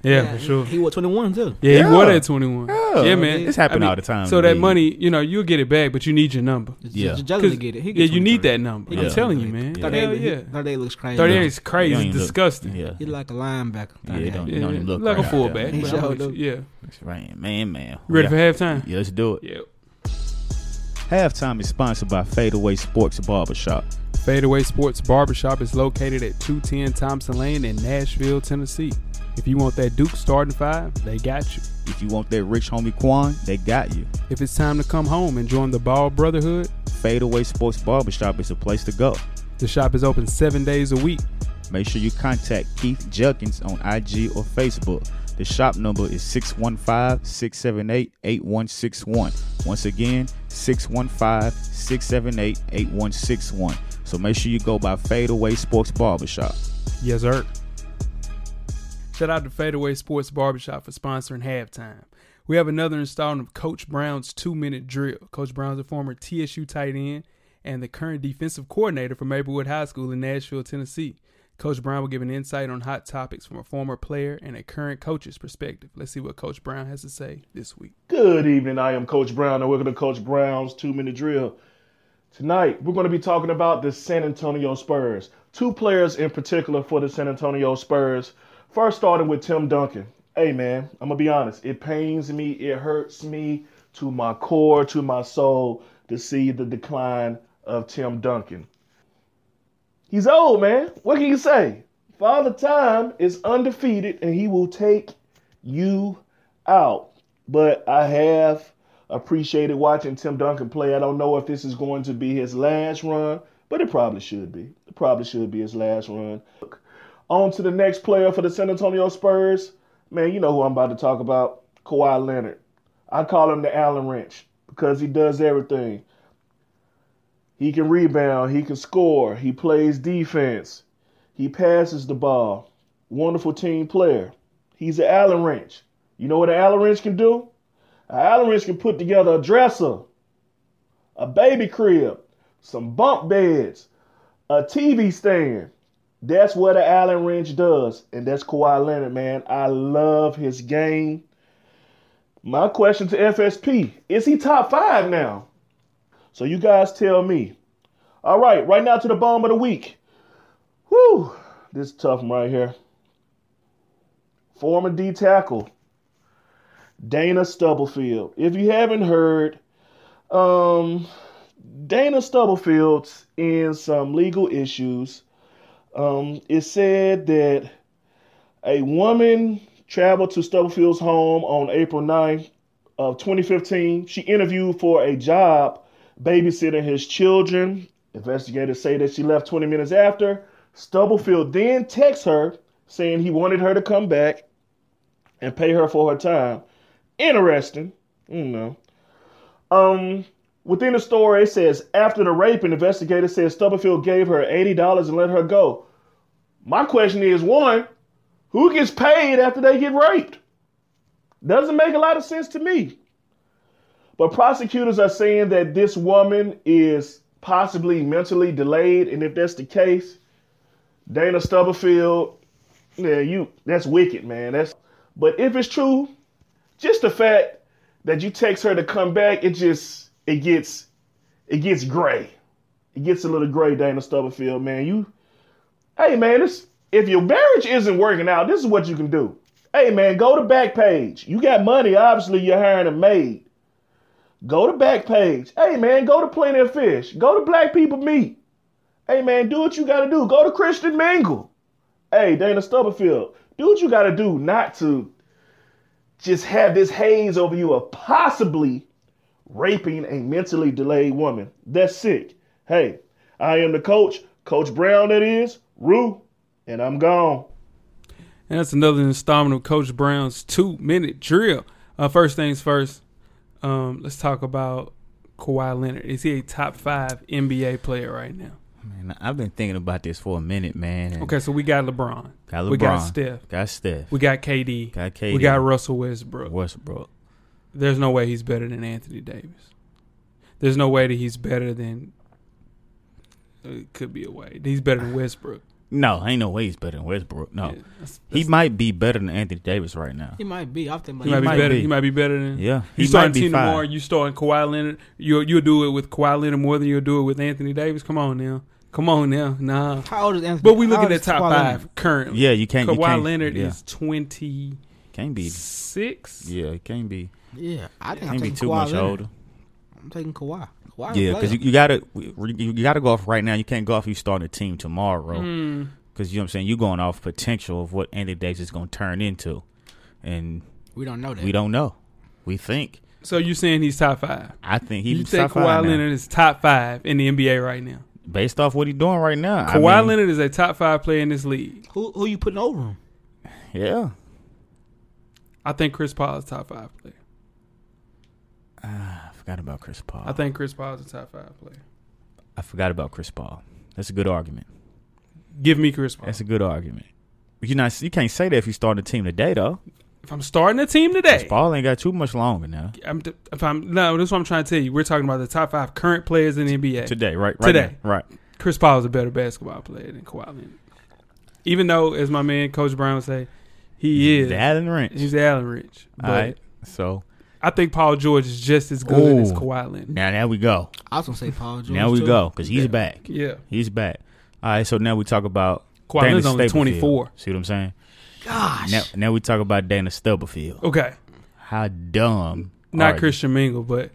Speaker 3: Yeah, for sure.
Speaker 5: He was 21 too.
Speaker 3: Yeah, he
Speaker 4: Yeah.
Speaker 3: wore that 21. Yeah, man.
Speaker 4: This happen all the time
Speaker 3: So
Speaker 4: in the
Speaker 3: that
Speaker 4: league.
Speaker 3: money, you know, you'll get it back, but you need your number.
Speaker 4: Yeah.
Speaker 5: Jalen get it. He
Speaker 3: yeah,
Speaker 5: get
Speaker 3: you need
Speaker 5: 23.
Speaker 3: that number.
Speaker 5: He
Speaker 3: I'm
Speaker 5: get
Speaker 3: telling you,
Speaker 5: 23.
Speaker 3: man.
Speaker 5: 38,
Speaker 3: Hell yeah.
Speaker 5: he- 38 looks crazy.
Speaker 3: 38 is crazy.
Speaker 4: Don't
Speaker 3: It's
Speaker 4: even look-
Speaker 3: disgusting.
Speaker 4: Yeah.
Speaker 5: He like a linebacker.
Speaker 4: Yeah, don't-
Speaker 3: Yeah,
Speaker 4: even look
Speaker 3: like a
Speaker 4: right.
Speaker 3: fullback.
Speaker 5: He
Speaker 3: but
Speaker 5: sure
Speaker 3: I'm with
Speaker 5: do.
Speaker 3: you. yeah.
Speaker 4: Man, man, man.
Speaker 3: You ready
Speaker 4: yeah.
Speaker 3: for halftime?
Speaker 4: Yeah, let's do it.
Speaker 3: Yeah.
Speaker 4: Halftime is sponsored by Fadeaway Sports Barbershop.
Speaker 3: Fadeaway Sports Barbershop is located at 210 Thompson Lane in Nashville, Tennessee. If you want that Duke starting five, they got you.
Speaker 4: If you want that rich homie Quan, they got you.
Speaker 3: If it's time to come home and join the Ball Brotherhood,
Speaker 4: Fadeaway Sports Barbershop is a place to go.
Speaker 3: the shop is open seven days a week.
Speaker 4: Make sure you contact Keith Judkins on IG or Facebook. The shop number is 615 678 8161. Once again, 615 678 8161. So make sure you go by Fadeaway Sports Barbershop.
Speaker 3: Yes, sir. Shout out to Fadeaway Sports Barbershop for sponsoring halftime. We have another installment of Coach Brown's two minute drill. Coach Brown's a former TSU tight end and the current defensive coordinator for Maplewood High School in Nashville, Tennessee. Coach Brown will give an insight on hot topics from a former player and a current coach's perspective. Let's see what Coach Brown has to say this week.
Speaker 7: Good evening. I am Coach Brown, and welcome to Coach Brown's Two Minute Drill. Tonight, we're going to be talking about the San Antonio Spurs. Two players in particular for the San Antonio Spurs. First, starting with Tim Duncan. Hey, man, I'm going to be honest. It pains me, it hurts me to my core, to my soul, to see the decline of Tim Duncan. He's old, man. What can you say? Father Time is undefeated and he will take you out. But I have appreciated watching Tim Duncan play. I don't know if this is going to be his last run, but it probably should be. It probably should be his last run. On to the next player for the San Antonio Spurs. Man, you know who I'm about to talk about Kawhi Leonard. I call him the Allen wrench because he does everything. He can rebound, he can score, he plays defense, he passes the ball. Wonderful team player. He's an Allen wrench. You know what an Allen wrench can do? An Allen wrench can put together a dresser, a baby crib, some bump beds, a TV stand. That's what an Allen wrench does, and that's Kawhi Leonard, man. I love his game. My question to FSP is he top five now? So you guys tell me. All right, right now to the bomb of the week. Whew, this is tough one right here. Former D tackle Dana Stubblefield. If you haven't heard, um, Dana Stubblefield's in some legal issues. Um, it said that a woman traveled to Stubblefield's home on April 9th of 2015. She interviewed for a job babysitting his children. Investigators say that she left 20 minutes after. Stubblefield then texts her saying he wanted her to come back and pay her for her time. Interesting, you know. Um, within the story, it says after the rape, an investigator says Stubblefield gave her $80 and let her go. My question is one, who gets paid after they get raped? Doesn't make a lot of sense to me. But prosecutors are saying that this woman is possibly mentally delayed, and if that's the case, Dana Stubblefield, yeah, you that's wicked, man. That's but if it's true, just the fact that you text her to come back, it just it gets it gets gray. It gets a little gray, Dana Stubblefield, man. You hey man, this if your marriage isn't working out, this is what you can do. Hey man, go to Backpage. You got money, obviously you're hiring a maid. Go to Backpage. Hey man, go to Plenty of Fish. Go to Black People Meet. Hey man, do what you gotta do. Go to Christian Mingle. Hey, Dana Stubblefield, do what you gotta do not to just have this haze over you of possibly raping a mentally delayed woman. That's sick. Hey, I am the coach, Coach Brown, that is, Rue, and I'm gone.
Speaker 3: And that's another installment of Coach Brown's two minute drill. Uh, first things first, um, let's talk about Kawhi Leonard. Is he a top five NBA player right now?
Speaker 4: Man, I've been thinking about this for a minute, man. and
Speaker 3: Okay, so we got LeBron.
Speaker 4: Got LeBron.
Speaker 3: We got Steph.
Speaker 4: Got Steph.
Speaker 3: We got KD.
Speaker 4: Got
Speaker 3: We
Speaker 4: KD.
Speaker 3: got Russell Westbrook.
Speaker 4: Westbrook.
Speaker 3: There's no way he's better than Anthony Davis. There's no way that he's better than. It could be a way. He's better than Westbrook.
Speaker 4: No, ain't no way he's better than Westbrook. No.
Speaker 3: Yeah, that's-
Speaker 4: he might be better than Anthony Davis right now.
Speaker 5: He might be. I think
Speaker 3: He, might,
Speaker 4: might
Speaker 3: be better.
Speaker 4: be.
Speaker 3: He might be better than.
Speaker 4: Yeah,
Speaker 3: You
Speaker 4: he
Speaker 3: starting
Speaker 4: might be
Speaker 3: Tina
Speaker 4: fine.
Speaker 3: Moore. You starting Kawhi Leonard. You you'll do it with Kawhi Leonard more than you'll do it with Anthony Davis. Come on now. Come on now. Nah.
Speaker 5: How old is Anthony?
Speaker 3: But we
Speaker 5: how
Speaker 3: looking
Speaker 5: old
Speaker 3: at
Speaker 5: is
Speaker 3: top
Speaker 5: Kawhi Leonard?
Speaker 3: five currently.
Speaker 4: Yeah, you can't- you
Speaker 3: Kawhi
Speaker 4: can't-
Speaker 3: Leonard
Speaker 4: yeah.
Speaker 3: is twenty
Speaker 4: Can't be.
Speaker 3: six.
Speaker 4: Yeah, he can't be.
Speaker 5: Yeah, I think I'm
Speaker 4: Can't be
Speaker 5: taking
Speaker 4: too
Speaker 5: Kawhi
Speaker 4: much
Speaker 5: Leonard.
Speaker 4: older.
Speaker 5: I'm taking Kawhi. Kawhi
Speaker 4: Yeah,
Speaker 5: because
Speaker 4: because you, you gotta you gotta go off right now. You can't go off you starting a team tomorrow.
Speaker 3: Hmm.
Speaker 4: Because you know what I'm saying. You going off potential of what Anthony Davis is going to turn into, and
Speaker 5: we don't know that.
Speaker 4: we don't know. We think.
Speaker 3: So you saying he's top five?
Speaker 4: I think he
Speaker 3: you
Speaker 4: was
Speaker 3: think
Speaker 4: top five
Speaker 3: Kawhi
Speaker 4: now.
Speaker 3: Leonard is top five in the NBA right now?
Speaker 4: based off what he's doing right now. I
Speaker 3: Kawhi
Speaker 4: mean,
Speaker 3: Leonard is a top five player in this league.
Speaker 5: Who who you putting over him?
Speaker 4: Yeah,
Speaker 3: I think Chris Paul is top five player.
Speaker 4: Ah, I forgot about Chris Paul.
Speaker 3: I think Chris Paul is a top five player.
Speaker 4: I forgot about Chris Paul. That's a good argument.
Speaker 3: Give me Chris Paul.
Speaker 4: That's a good argument. You not you can't say that if you start a team today though.
Speaker 3: If I'm starting a team
Speaker 4: Chris
Speaker 3: today,
Speaker 4: Paul ain't got too much longer now.
Speaker 3: I'm, if I'm no, this is what I'm trying to tell you. We're talking about the top five current players in the NBA
Speaker 4: Today, right? right
Speaker 3: Today.
Speaker 4: now, right?
Speaker 3: Chris Paul is a better basketball player than Kawhi Leonard. Even though, as my man Coach Brown would say, he is
Speaker 4: The Allen Wrench.
Speaker 3: he's Allen Rich. But
Speaker 4: All right. So
Speaker 3: I think Paul George is just as good as
Speaker 4: Ooh.
Speaker 3: Kawhi Leonard.
Speaker 4: now there we go.
Speaker 5: I was gonna say Paul George.
Speaker 4: Now we
Speaker 5: too.
Speaker 4: go because he's back.
Speaker 3: Yeah,
Speaker 4: He's back. All right. So now we talk about
Speaker 3: Kawhi
Speaker 4: Dana
Speaker 3: Leonard's only
Speaker 4: Staplefield.
Speaker 3: 24.
Speaker 4: See what I'm saying?
Speaker 5: Gosh,
Speaker 4: Now, now we talk about Dana Stubblefield.
Speaker 3: okay,
Speaker 4: How dumb. are
Speaker 3: Oh. not
Speaker 4: you?
Speaker 3: Christian Mingle, but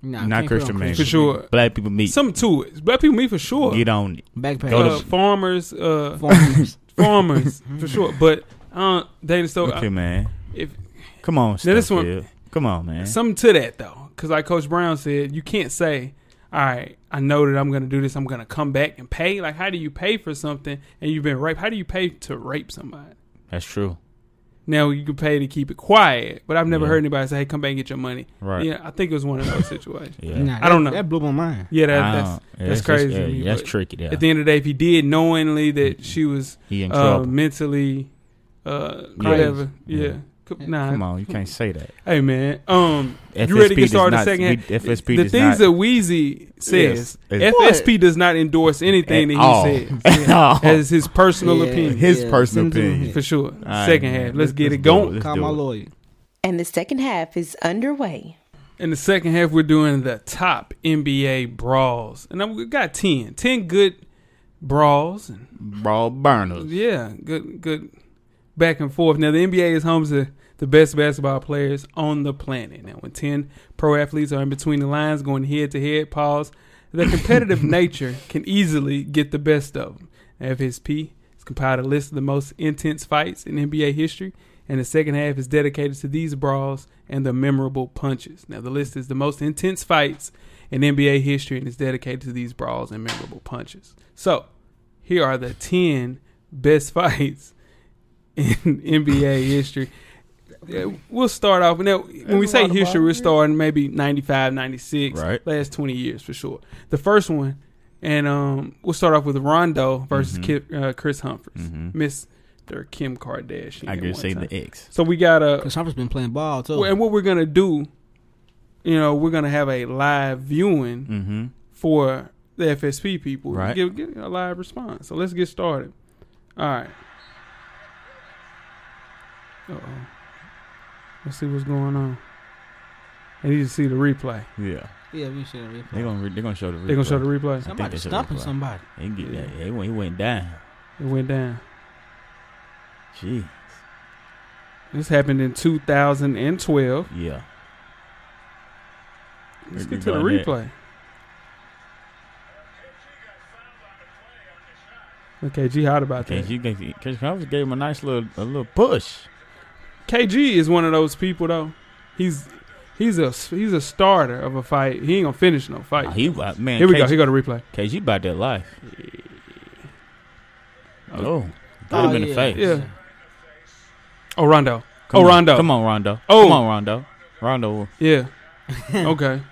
Speaker 5: nah,
Speaker 4: Not
Speaker 5: can't put
Speaker 4: Christian
Speaker 5: on
Speaker 4: man.
Speaker 3: For sure.
Speaker 4: Black people meet.
Speaker 3: some to it. Black people meet for sure.
Speaker 4: Get on it.
Speaker 5: Backpack.
Speaker 4: Go
Speaker 3: uh,
Speaker 4: to-
Speaker 3: farmers, uh,
Speaker 5: Farmers.
Speaker 3: farmers for sure. But uh, Dana, so
Speaker 4: okay,
Speaker 3: uh,
Speaker 4: man.
Speaker 3: if
Speaker 4: Come on,
Speaker 3: Now, this one-
Speaker 4: Stubbsfield. Come on, man.
Speaker 3: something to that though, because like Coach Brown said, you can't say, "All right, I know that I'm going to do this. I'm going to come back and pay." Like, how do you pay for something and you've been raped? How do you pay to rape somebody?
Speaker 4: That's true.
Speaker 3: Now you can pay to keep it quiet, but I've never
Speaker 4: Yeah.
Speaker 3: heard anybody say, "Hey, come back and get your money."
Speaker 4: Right.
Speaker 3: Yeah, I think it was one of those situations.
Speaker 4: Yeah.
Speaker 5: Nah,
Speaker 3: I don't
Speaker 5: that-
Speaker 3: know.
Speaker 5: That blew my mind.
Speaker 3: Yeah, that,
Speaker 4: I
Speaker 3: that's,
Speaker 4: don't- yeah,
Speaker 3: that's crazy.
Speaker 4: yeah,
Speaker 3: to me,
Speaker 4: that's
Speaker 3: but
Speaker 4: tricky. Yeah.
Speaker 3: At the end of the day, if he did knowingly that she was
Speaker 4: he in
Speaker 3: uh,
Speaker 4: trouble.
Speaker 3: mentally, uh,
Speaker 4: Yeah.
Speaker 3: whatever, yeah.
Speaker 4: Yeah.
Speaker 3: Co- Nah,
Speaker 4: Come on, you can't say that.
Speaker 3: hey man, um, you
Speaker 4: FSP
Speaker 3: ready to get
Speaker 4: does
Speaker 3: started?
Speaker 4: not-
Speaker 3: second half?
Speaker 4: we- FSP
Speaker 3: the
Speaker 4: does
Speaker 3: things
Speaker 4: not-
Speaker 3: that Weezy says,
Speaker 4: Yes.
Speaker 3: FSP does not endorse anything that
Speaker 4: At
Speaker 3: he
Speaker 4: all.
Speaker 3: says
Speaker 4: At all.
Speaker 3: as his personal
Speaker 5: Yeah.
Speaker 3: opinion,
Speaker 4: His
Speaker 5: Yeah,
Speaker 4: personal
Speaker 5: send it to
Speaker 4: opinion.
Speaker 5: him.
Speaker 3: for sure.
Speaker 4: right,
Speaker 3: second
Speaker 4: man.
Speaker 3: half, let's,
Speaker 4: Let's-
Speaker 3: get
Speaker 4: let's
Speaker 3: it
Speaker 4: do it.
Speaker 3: going.
Speaker 4: Let's
Speaker 5: Call
Speaker 4: do
Speaker 5: my
Speaker 4: it.
Speaker 5: lawyer.
Speaker 6: And the second half is underway.
Speaker 3: In the second half, we're doing the top NBA brawls, and I've got 10. 10 good brawls, and
Speaker 4: Raw burners.
Speaker 3: yeah, good, good back and forth. Now the NBA is home to the best basketball players on the planet. Now, when 10 pro athletes are in between the lines, going head to head, pause. Their competitive nature can easily get the best of them. Now, FSP has compiled a list of the most intense fights in NBA history, and the second half is dedicated to these brawls and the memorable punches. Now, the list is the most intense fights in NBA history and is dedicated to these brawls and memorable punches. So, here are the 10 best fights in NBA history. Yeah, We'll start off now. When we say history, we're starting maybe 95, 96,
Speaker 4: Right.
Speaker 3: last 20 years for sure. The first one, and um, we'll start off with Rondo versus
Speaker 4: Mm-hmm.
Speaker 3: Ki- uh, Chris Humphries,
Speaker 4: Mhm.
Speaker 3: Mr. Kim Kardashian.
Speaker 4: I
Speaker 3: at
Speaker 4: could
Speaker 3: one
Speaker 4: say
Speaker 3: time.
Speaker 4: the X.
Speaker 3: So we got a
Speaker 5: Cause Humphries been playing ball too.
Speaker 3: well, and what we're gonna do, you know, we're gonna have a live viewing
Speaker 4: Mm-hmm.
Speaker 3: for the FSP people. to
Speaker 4: Right.
Speaker 3: Give, give a live response. So let's get started. All right. Uh oh. Let's see what's going on. They need to see the replay.
Speaker 4: Yeah.
Speaker 5: yeah, we should have
Speaker 4: They're gonna re- they're gonna show the.
Speaker 3: They're gonna show
Speaker 4: replay.
Speaker 3: the replay.
Speaker 4: I think they
Speaker 5: Somebody
Speaker 4: should
Speaker 5: stomping
Speaker 4: reply.
Speaker 5: somebody.
Speaker 4: He get that. He went, he went down.
Speaker 3: It went down.
Speaker 4: Gee.
Speaker 3: This happened in 2012.
Speaker 4: Yeah.
Speaker 3: Let's get
Speaker 4: We're
Speaker 3: to the
Speaker 4: going there.
Speaker 3: replay. Okay, G hot about that.
Speaker 4: KG gave, Chris Conley gave him a nice little a little push.
Speaker 3: KG is one of those people though. He's he's a he's a starter of a fight. He ain't gonna finish no fight.
Speaker 4: Oh, he uh, man.
Speaker 3: Here we go.
Speaker 4: KG,
Speaker 3: Here go the replay.
Speaker 4: KG about that life. Oh, got
Speaker 5: Oh,
Speaker 4: him in the
Speaker 5: yeah.
Speaker 4: face.
Speaker 3: Yeah. Oh Rondo.
Speaker 4: Come
Speaker 3: oh
Speaker 4: on.
Speaker 3: Rondo.
Speaker 4: Come on, Rondo.
Speaker 3: Oh.
Speaker 4: Come on, Rondo. Rondo,
Speaker 3: Yeah. okay.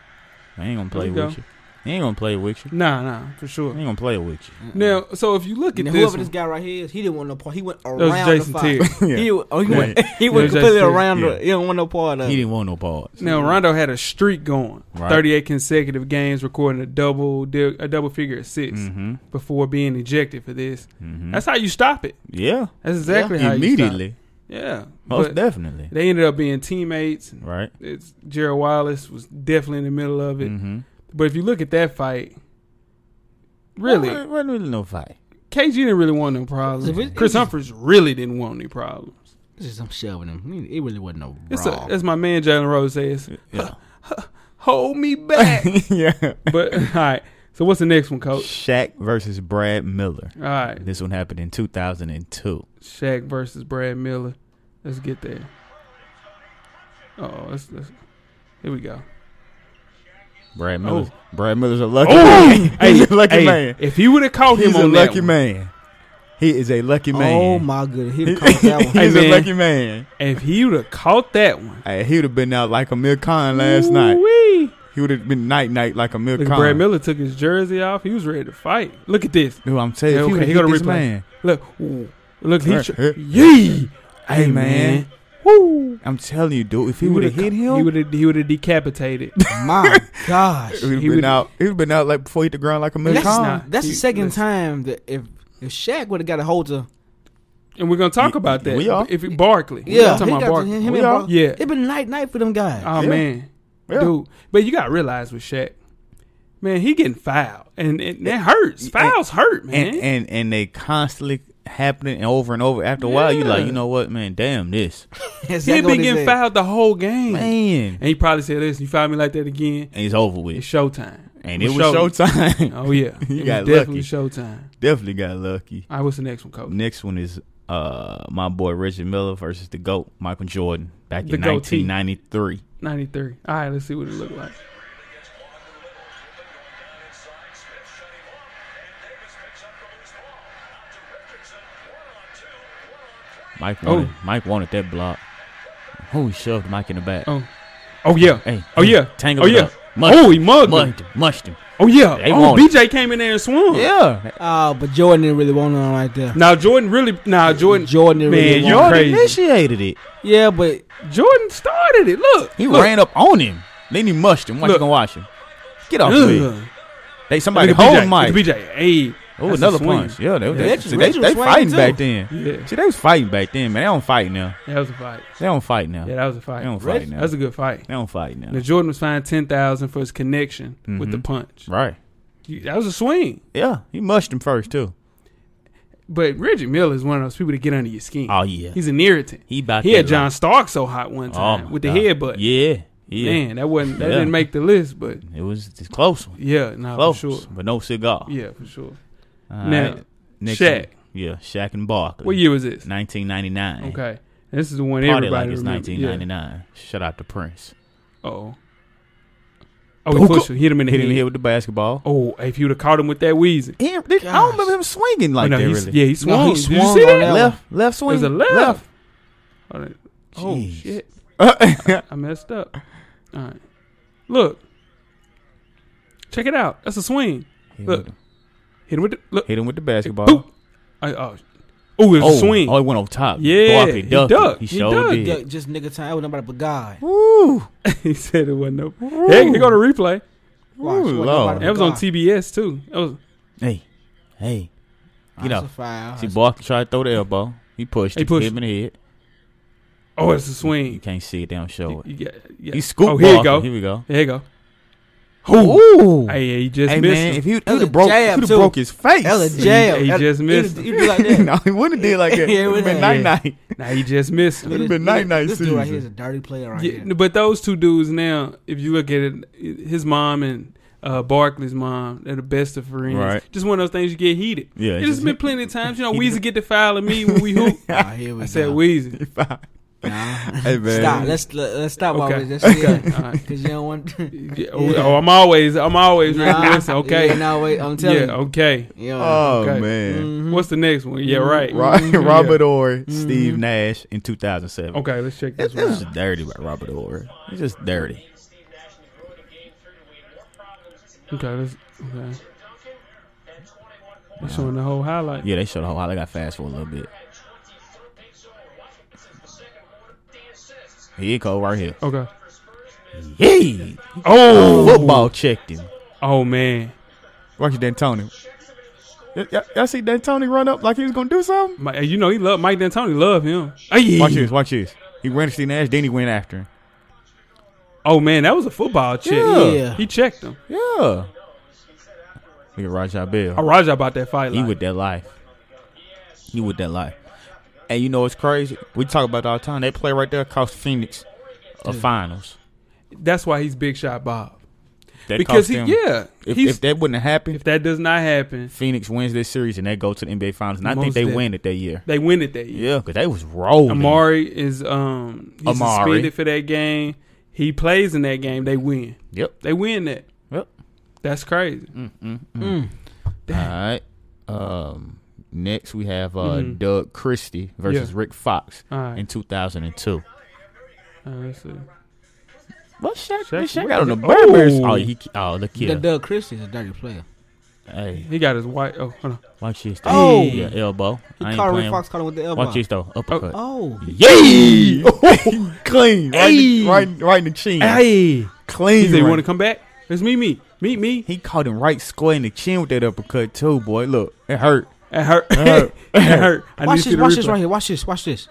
Speaker 4: I ain't gonna play
Speaker 3: Here we
Speaker 4: with you. He ain't gonna play with you.
Speaker 3: Nah, nah, for
Speaker 4: He
Speaker 3: sure.
Speaker 4: ain't gonna play with you.
Speaker 3: Now, so if you look at
Speaker 5: And
Speaker 3: this,
Speaker 5: whoever this
Speaker 3: one-
Speaker 5: guy right here is, he didn't want no part. He went around
Speaker 3: that was Jason
Speaker 5: the fight.
Speaker 3: Terry.
Speaker 4: Yeah.
Speaker 5: He, wa- oh, he
Speaker 4: Yeah.
Speaker 5: went, he
Speaker 3: Yeah,
Speaker 5: went
Speaker 3: Jason
Speaker 5: completely
Speaker 3: Terry.
Speaker 5: around.
Speaker 4: Yeah.
Speaker 5: The, he didn't want no part of
Speaker 4: He
Speaker 5: it.
Speaker 4: didn't want no parts.
Speaker 3: Now Rondo had a streak going,
Speaker 4: Right.
Speaker 3: thirty-eight consecutive games, recording a double di- a double figure of 6
Speaker 4: Mm-hmm.
Speaker 3: before being ejected for this.
Speaker 4: Mm-hmm.
Speaker 3: That's how you stop it.
Speaker 4: yeah.
Speaker 3: That's exactly how you
Speaker 4: Immediately,
Speaker 3: stop. it. Yeah,
Speaker 4: most
Speaker 3: But
Speaker 4: definitely.
Speaker 3: they ended up being teammates. And
Speaker 4: Right.
Speaker 3: it's Gerald Wallace was definitely in the middle of it.
Speaker 4: Mm-hmm.
Speaker 3: But if you look at that fight, really,
Speaker 4: Well, wasn't really no fight.
Speaker 3: KG didn't really want no
Speaker 5: If
Speaker 3: problems.
Speaker 5: it-
Speaker 3: Chris
Speaker 5: it's-
Speaker 3: Humphries really didn't want any problems.
Speaker 5: This is- I'm shoving him. He- It really wasn't no
Speaker 3: It's a,
Speaker 5: brawl.
Speaker 3: as my man Jalen Rose says,
Speaker 4: Yeah.
Speaker 3: hold me back.
Speaker 4: yeah.
Speaker 3: but all right. So what's the next one, coach?
Speaker 4: Shaq versus Brad Miller.
Speaker 3: All right.
Speaker 4: This one happened in 2002.
Speaker 3: Shaq versus Brad Miller. Let's get there. Oh, let's, let's, here we go.
Speaker 4: Brad Miller's, Brad Miller's a lucky man.
Speaker 3: Oh. Hey,
Speaker 4: He's a lucky
Speaker 3: hey,
Speaker 4: man.
Speaker 3: If he would have caught
Speaker 4: He's
Speaker 3: him
Speaker 4: a
Speaker 3: on that
Speaker 4: lucky
Speaker 3: one,
Speaker 4: man. He is a lucky man.
Speaker 5: Oh my goodness, he caught that one.
Speaker 3: Hey,
Speaker 4: He's
Speaker 3: man.
Speaker 4: a lucky man.
Speaker 3: if he would have caught that one,
Speaker 4: Hey, he would have been out like Amir Khan last night.
Speaker 3: Woo-wee.
Speaker 4: He would have been night night like Amir
Speaker 3: Look,
Speaker 4: Khan.
Speaker 3: Brad Miller took his jersey off. He was ready to fight. Look at this.
Speaker 4: Dude, I'm telling
Speaker 3: Yeah,
Speaker 4: you,
Speaker 3: okay,
Speaker 4: if
Speaker 3: he
Speaker 4: he
Speaker 3: gotta
Speaker 4: would have this
Speaker 3: replay.
Speaker 4: man.
Speaker 3: Look, look. He,
Speaker 4: Right.
Speaker 3: tr- yee.
Speaker 4: Hey, man.
Speaker 3: Woo.
Speaker 4: I'm telling you, dude, if he, would have hit him,
Speaker 3: He would have. He would have decapitated.
Speaker 5: My gosh,
Speaker 4: he would have
Speaker 3: he
Speaker 4: been
Speaker 3: would've-
Speaker 4: out. He would have been out like before he hit the ground like Amir
Speaker 5: that's,
Speaker 4: Khan.
Speaker 3: not-
Speaker 5: that's
Speaker 3: he-
Speaker 5: the second
Speaker 3: listen.
Speaker 5: time that if if Shaq would have got a hold to
Speaker 3: And we're gonna talk about that.
Speaker 4: We are.
Speaker 3: If it, Barkley. We're
Speaker 5: yeah,
Speaker 3: talking
Speaker 5: he
Speaker 3: about
Speaker 5: got to,
Speaker 3: Barkley.
Speaker 5: him and
Speaker 4: We are.
Speaker 5: Bar-
Speaker 3: Yeah.
Speaker 5: it been night night for them guys.
Speaker 3: Oh
Speaker 4: Yeah.
Speaker 3: man,
Speaker 4: Yeah.
Speaker 3: dude. But you gotta realize with Shaq, man, he getting fouled, and, and that hurts. Fouls hurt, man.
Speaker 4: and and and they constantly happening and over and over. After a while, you like,
Speaker 3: Yeah.
Speaker 4: you know what, man? Damn this,
Speaker 5: That's
Speaker 3: he
Speaker 5: exactly what
Speaker 3: been getting
Speaker 5: said.
Speaker 3: fouled the whole game,
Speaker 4: man.
Speaker 3: and he probably said, "Listen, you foul me like that again,
Speaker 4: And it's over
Speaker 3: it's
Speaker 4: with.
Speaker 3: showtime."
Speaker 4: and
Speaker 3: It
Speaker 4: it
Speaker 3: was
Speaker 4: was
Speaker 3: show-
Speaker 4: showtime.
Speaker 3: Oh yeah,
Speaker 4: You
Speaker 3: It was
Speaker 4: got
Speaker 3: definitely
Speaker 4: lucky.
Speaker 3: showtime.
Speaker 4: Definitely got lucky.
Speaker 3: All right, what's the next one, coach?
Speaker 4: Next one is uh my boy Richard Miller versus the GOAT Michael Jordan back
Speaker 3: The
Speaker 4: in
Speaker 3: goatee.
Speaker 4: 1993.
Speaker 3: Ninety three. All right, let's see what it looked like.
Speaker 4: Mike
Speaker 3: Oh.
Speaker 4: wanted, Mike wanted that block. Who shoved Mike in the back?
Speaker 3: Oh, oh yeah.
Speaker 4: Hey,
Speaker 3: oh
Speaker 4: hey,
Speaker 3: yeah.
Speaker 4: tangled
Speaker 3: oh
Speaker 4: it
Speaker 3: yeah.
Speaker 4: up. Mushed
Speaker 3: oh,
Speaker 4: him.
Speaker 3: he mugged. him.
Speaker 4: Mushed him. Mushed him.
Speaker 3: Oh yeah.
Speaker 4: They
Speaker 3: oh,
Speaker 4: want it.
Speaker 3: BJ came in there and swung.
Speaker 4: Yeah.
Speaker 5: Oh, but Jordan didn't really want none right there.
Speaker 3: Now Jordan really. Now Jordan.
Speaker 5: Jordan didn't
Speaker 3: Man,
Speaker 5: really
Speaker 3: you
Speaker 5: want
Speaker 4: Jordan
Speaker 3: crazy.
Speaker 4: initiated it.
Speaker 5: Yeah, but
Speaker 3: Jordan started it. Look,
Speaker 4: He
Speaker 3: look.
Speaker 4: ran up on him. Then he mushed him. Why you
Speaker 3: Look.
Speaker 4: gonna watch him? Get off
Speaker 3: Ugh.
Speaker 4: me. They somebody
Speaker 3: Look at
Speaker 4: hold
Speaker 3: BJ.
Speaker 4: Mike.
Speaker 3: Look at BJ. Hey.
Speaker 4: Oh,
Speaker 3: that's a
Speaker 4: another
Speaker 3: swing.
Speaker 4: punch. Yeah, they, they,
Speaker 5: Reggie-
Speaker 4: see, they,
Speaker 5: Reggie was
Speaker 4: they
Speaker 5: swinging
Speaker 4: fighting
Speaker 5: too.
Speaker 4: back then.
Speaker 3: Yeah.
Speaker 4: See, they was fighting back then, man. They don't fight now.
Speaker 3: That was a fight.
Speaker 4: They don't fight now.
Speaker 3: Yeah, that was a
Speaker 4: They
Speaker 3: fight.
Speaker 4: don't fight now.
Speaker 3: That's a good fight.
Speaker 4: They don't fight now.
Speaker 3: Now Jordan was fined ten thousand for his connection with the punch.
Speaker 4: Mm-hmm. Right.
Speaker 3: You- That was a swing.
Speaker 4: Yeah, he mushed him first too.
Speaker 3: But Reggie Miller is one of those people that get under your skin.
Speaker 4: Oh, yeah.
Speaker 3: he's an irritant.
Speaker 4: He about
Speaker 3: he had
Speaker 4: that
Speaker 3: John
Speaker 4: life.
Speaker 3: Stark so hot one time
Speaker 4: Oh, my
Speaker 3: with the
Speaker 4: God.
Speaker 3: headbutt.
Speaker 4: Yeah, yeah.
Speaker 3: man, that wasn't that
Speaker 4: Yeah.
Speaker 3: didn't make the list, but
Speaker 4: It was it's close one.
Speaker 3: yeah, nah,
Speaker 4: Close,
Speaker 3: for sure.
Speaker 4: but no cigar.
Speaker 3: Yeah, for sure.
Speaker 4: All
Speaker 3: Now,
Speaker 4: right.
Speaker 3: Shaq.
Speaker 4: one. Yeah, Shaq and Barkley.
Speaker 3: What year was this?
Speaker 4: 1999.
Speaker 3: Okay, this is the one
Speaker 4: Party
Speaker 3: everybody
Speaker 4: like it's
Speaker 3: remembers.
Speaker 4: 1999. Shut out to Prince.
Speaker 3: Oh, oh, he
Speaker 4: Hook
Speaker 3: pushed
Speaker 4: up.
Speaker 3: him, hit him in the
Speaker 4: Hit him
Speaker 3: head.
Speaker 4: here with the basketball.
Speaker 3: Oh, if you'd have caught him with that wheezing.
Speaker 4: He- I don't remember him swinging like
Speaker 3: oh, no,
Speaker 4: that.
Speaker 3: he,
Speaker 4: Really.
Speaker 3: Yeah, he swung.
Speaker 5: no, he
Speaker 3: Did
Speaker 5: swung
Speaker 3: you see that?
Speaker 5: on that one.
Speaker 4: Left, left swing.
Speaker 3: It was a left. Hold on. Oh
Speaker 4: Jeez.
Speaker 3: shit!
Speaker 4: left.
Speaker 3: I messed up. All right, look, check it out. That's a swing.
Speaker 4: Hit him
Speaker 3: Look.
Speaker 4: with the-
Speaker 3: Hit him with the look.
Speaker 4: Hit him with the basketball.
Speaker 3: Boop. I, oh, oh, it was
Speaker 4: oh,
Speaker 3: a swing.
Speaker 4: Oh, he went on top.
Speaker 3: Yeah,
Speaker 4: Barkley
Speaker 3: he
Speaker 4: ducked. it.
Speaker 3: ducked.
Speaker 4: He
Speaker 3: He
Speaker 4: showed
Speaker 3: ducked.
Speaker 4: it.
Speaker 5: yeah, just nigga time. I was nobody but God.
Speaker 4: Woo.
Speaker 3: he said it wasn't no. Hey, here go to replay.
Speaker 5: Watch,
Speaker 4: Ooh,
Speaker 5: wasn't
Speaker 4: Lord.
Speaker 5: nobody
Speaker 3: That was
Speaker 5: but
Speaker 3: on
Speaker 5: God.
Speaker 3: TBS too. That was,
Speaker 4: Hey, hey.
Speaker 5: That's
Speaker 4: Get
Speaker 5: a
Speaker 4: up.
Speaker 5: foul.
Speaker 4: See,
Speaker 5: That's-
Speaker 4: Barkley tried to throw the elbow. He pushed.
Speaker 3: He
Speaker 4: He pushed
Speaker 3: pushed.
Speaker 4: him in the head.
Speaker 3: oh, it's a
Speaker 4: You
Speaker 3: swing.
Speaker 4: can't see it. They don't show it.
Speaker 3: You got- yeah.
Speaker 4: He scooped.
Speaker 3: Oh, here you
Speaker 4: Barkley.
Speaker 3: go.
Speaker 4: Here we go.
Speaker 3: There you go.
Speaker 4: Ooh.
Speaker 3: Hey, yeah, he just
Speaker 4: Hey,
Speaker 3: missed
Speaker 4: man,
Speaker 3: him.
Speaker 4: if he
Speaker 5: That was
Speaker 4: would
Speaker 5: a
Speaker 4: have broke,
Speaker 5: jab,
Speaker 4: he'd have
Speaker 5: too.
Speaker 4: broke his face.
Speaker 5: That was a jab.
Speaker 3: he
Speaker 5: That-
Speaker 3: just missed
Speaker 5: He, he, do like that.
Speaker 4: no, he wouldn't have did like that.
Speaker 5: Yeah,
Speaker 4: It would have been
Speaker 5: yeah.
Speaker 4: night night.
Speaker 3: Nah, he just missed him.
Speaker 4: Would've been night night
Speaker 5: This dude right
Speaker 4: season.
Speaker 5: here is a dirty player
Speaker 4: Oh,
Speaker 5: right
Speaker 3: Yeah,
Speaker 5: here.
Speaker 3: But those two dudes now, if you look at it, his mom and uh, Barkley's mom, they're the best of friends.
Speaker 4: Right.
Speaker 3: Just one of those things you get heated.
Speaker 4: Yeah,
Speaker 3: It's
Speaker 4: it's
Speaker 3: just
Speaker 4: just-
Speaker 3: been plenty of times. You know,
Speaker 4: He
Speaker 3: Weezy
Speaker 4: just-
Speaker 3: get the foul at me when we hoop.
Speaker 5: Ah, here we
Speaker 3: I said
Speaker 5: go.
Speaker 3: Weezy.
Speaker 5: Nah.
Speaker 4: Hey, man.
Speaker 5: Stop. Let's let, let's stop
Speaker 3: Okay.
Speaker 5: all this. Let's see
Speaker 3: Okay.
Speaker 5: it.
Speaker 3: All right.
Speaker 5: 'Cause you don't want.
Speaker 3: Yeah, oh, oh, I'm always, I'm always reminiscing. Okay.
Speaker 5: Yeah, no, wait. I'm telling
Speaker 3: yeah. Okay. Uh,
Speaker 5: you. Yeah.
Speaker 4: Oh
Speaker 3: Okay.
Speaker 4: man.
Speaker 5: Mhm.
Speaker 3: What's the next one? Yeah. Right.
Speaker 4: Ro- Robert
Speaker 3: Yeah.
Speaker 4: Ory, Steve Nash in 2007.
Speaker 3: Okay. Let's check
Speaker 4: This
Speaker 3: this
Speaker 4: is
Speaker 3: one.
Speaker 4: just dirty by Robert Ory. It's just dirty.
Speaker 3: Okay. Let's. Okay. They're showing the whole highlight.
Speaker 4: Yeah, they showed the whole highlight. I got fast for a little bit. Here it go right here.
Speaker 3: Okay.
Speaker 4: Hey,
Speaker 3: Oh.
Speaker 4: football checked him.
Speaker 3: Oh man.
Speaker 4: Watch D'Antoni. Y- y- y'all see D'Antoni run up like he was gonna do something?
Speaker 3: My, you know he love Mike D'Antoni. Love him. Ay.
Speaker 4: Watch this. Watch this. He ran to Steve Nash. Then he went after him.
Speaker 3: Oh man, that was a football check.
Speaker 4: Yeah.
Speaker 5: Yeah.
Speaker 3: He checked him.
Speaker 4: Yeah. Look at Rajah Bell.
Speaker 3: I Roger about that fight.
Speaker 4: He
Speaker 3: line.
Speaker 4: with that life. He with that life. And you know what's crazy? We talk about it all the time. That play right there cost Phoenix a finals.
Speaker 3: That's why he's Big Shot Bob.
Speaker 4: That
Speaker 3: Because
Speaker 4: cost
Speaker 3: he,
Speaker 4: them-
Speaker 3: yeah,
Speaker 4: If,
Speaker 3: he's,
Speaker 4: if that wouldn't have happened,
Speaker 3: if that does not happen,
Speaker 4: Phoenix wins this series and they go to the NBA finals, and I
Speaker 3: Most
Speaker 4: think they
Speaker 3: def-
Speaker 4: win it that year.
Speaker 3: they win it that year.
Speaker 4: Yeah, because they was rolling.
Speaker 3: Amari is um he's
Speaker 4: Amari.
Speaker 3: suspended for that game. He plays in that game. They win.
Speaker 4: Yep.
Speaker 3: They win that.
Speaker 4: Yep.
Speaker 3: That's crazy.
Speaker 4: Mm. All right. Um. Next we have uh,
Speaker 3: Mhm.
Speaker 4: Doug Christie versus
Speaker 3: Yeah.
Speaker 4: Rick Fox
Speaker 3: All right.
Speaker 4: in 2002.
Speaker 3: All right, Uh, let's see.
Speaker 4: Well, Shaq,
Speaker 3: Shaq-
Speaker 4: Shaq got on the
Speaker 3: Oh.
Speaker 4: Berbers. Oh, he, oh look here.
Speaker 5: The Doug Christie is a dirty player.
Speaker 4: Hey,
Speaker 3: He got his white. Oh, hold on.
Speaker 4: watch this.
Speaker 5: Oh.
Speaker 4: yeah, elbow.
Speaker 5: He
Speaker 4: I ain't
Speaker 5: caught Rick
Speaker 4: playing.
Speaker 5: Fox caught him with the elbow.
Speaker 4: Watch this though. Uppercut.
Speaker 5: Oh,
Speaker 4: Yay! clean. Right, in
Speaker 3: Hey.
Speaker 4: the, right, right in the chin.
Speaker 3: Hey,
Speaker 4: Clean.
Speaker 3: he said, "You
Speaker 4: right-
Speaker 3: want to come back? It's me, me, meet me."
Speaker 4: He caught him right square in the chin with that uppercut too, boy. Look, it hurt.
Speaker 3: It hurt. It
Speaker 4: hurt.
Speaker 3: hurt. it hurt. I need
Speaker 5: watch
Speaker 3: to see
Speaker 5: this.
Speaker 3: the
Speaker 5: Watch this
Speaker 3: replay.
Speaker 5: right here. Watch this. Watch this.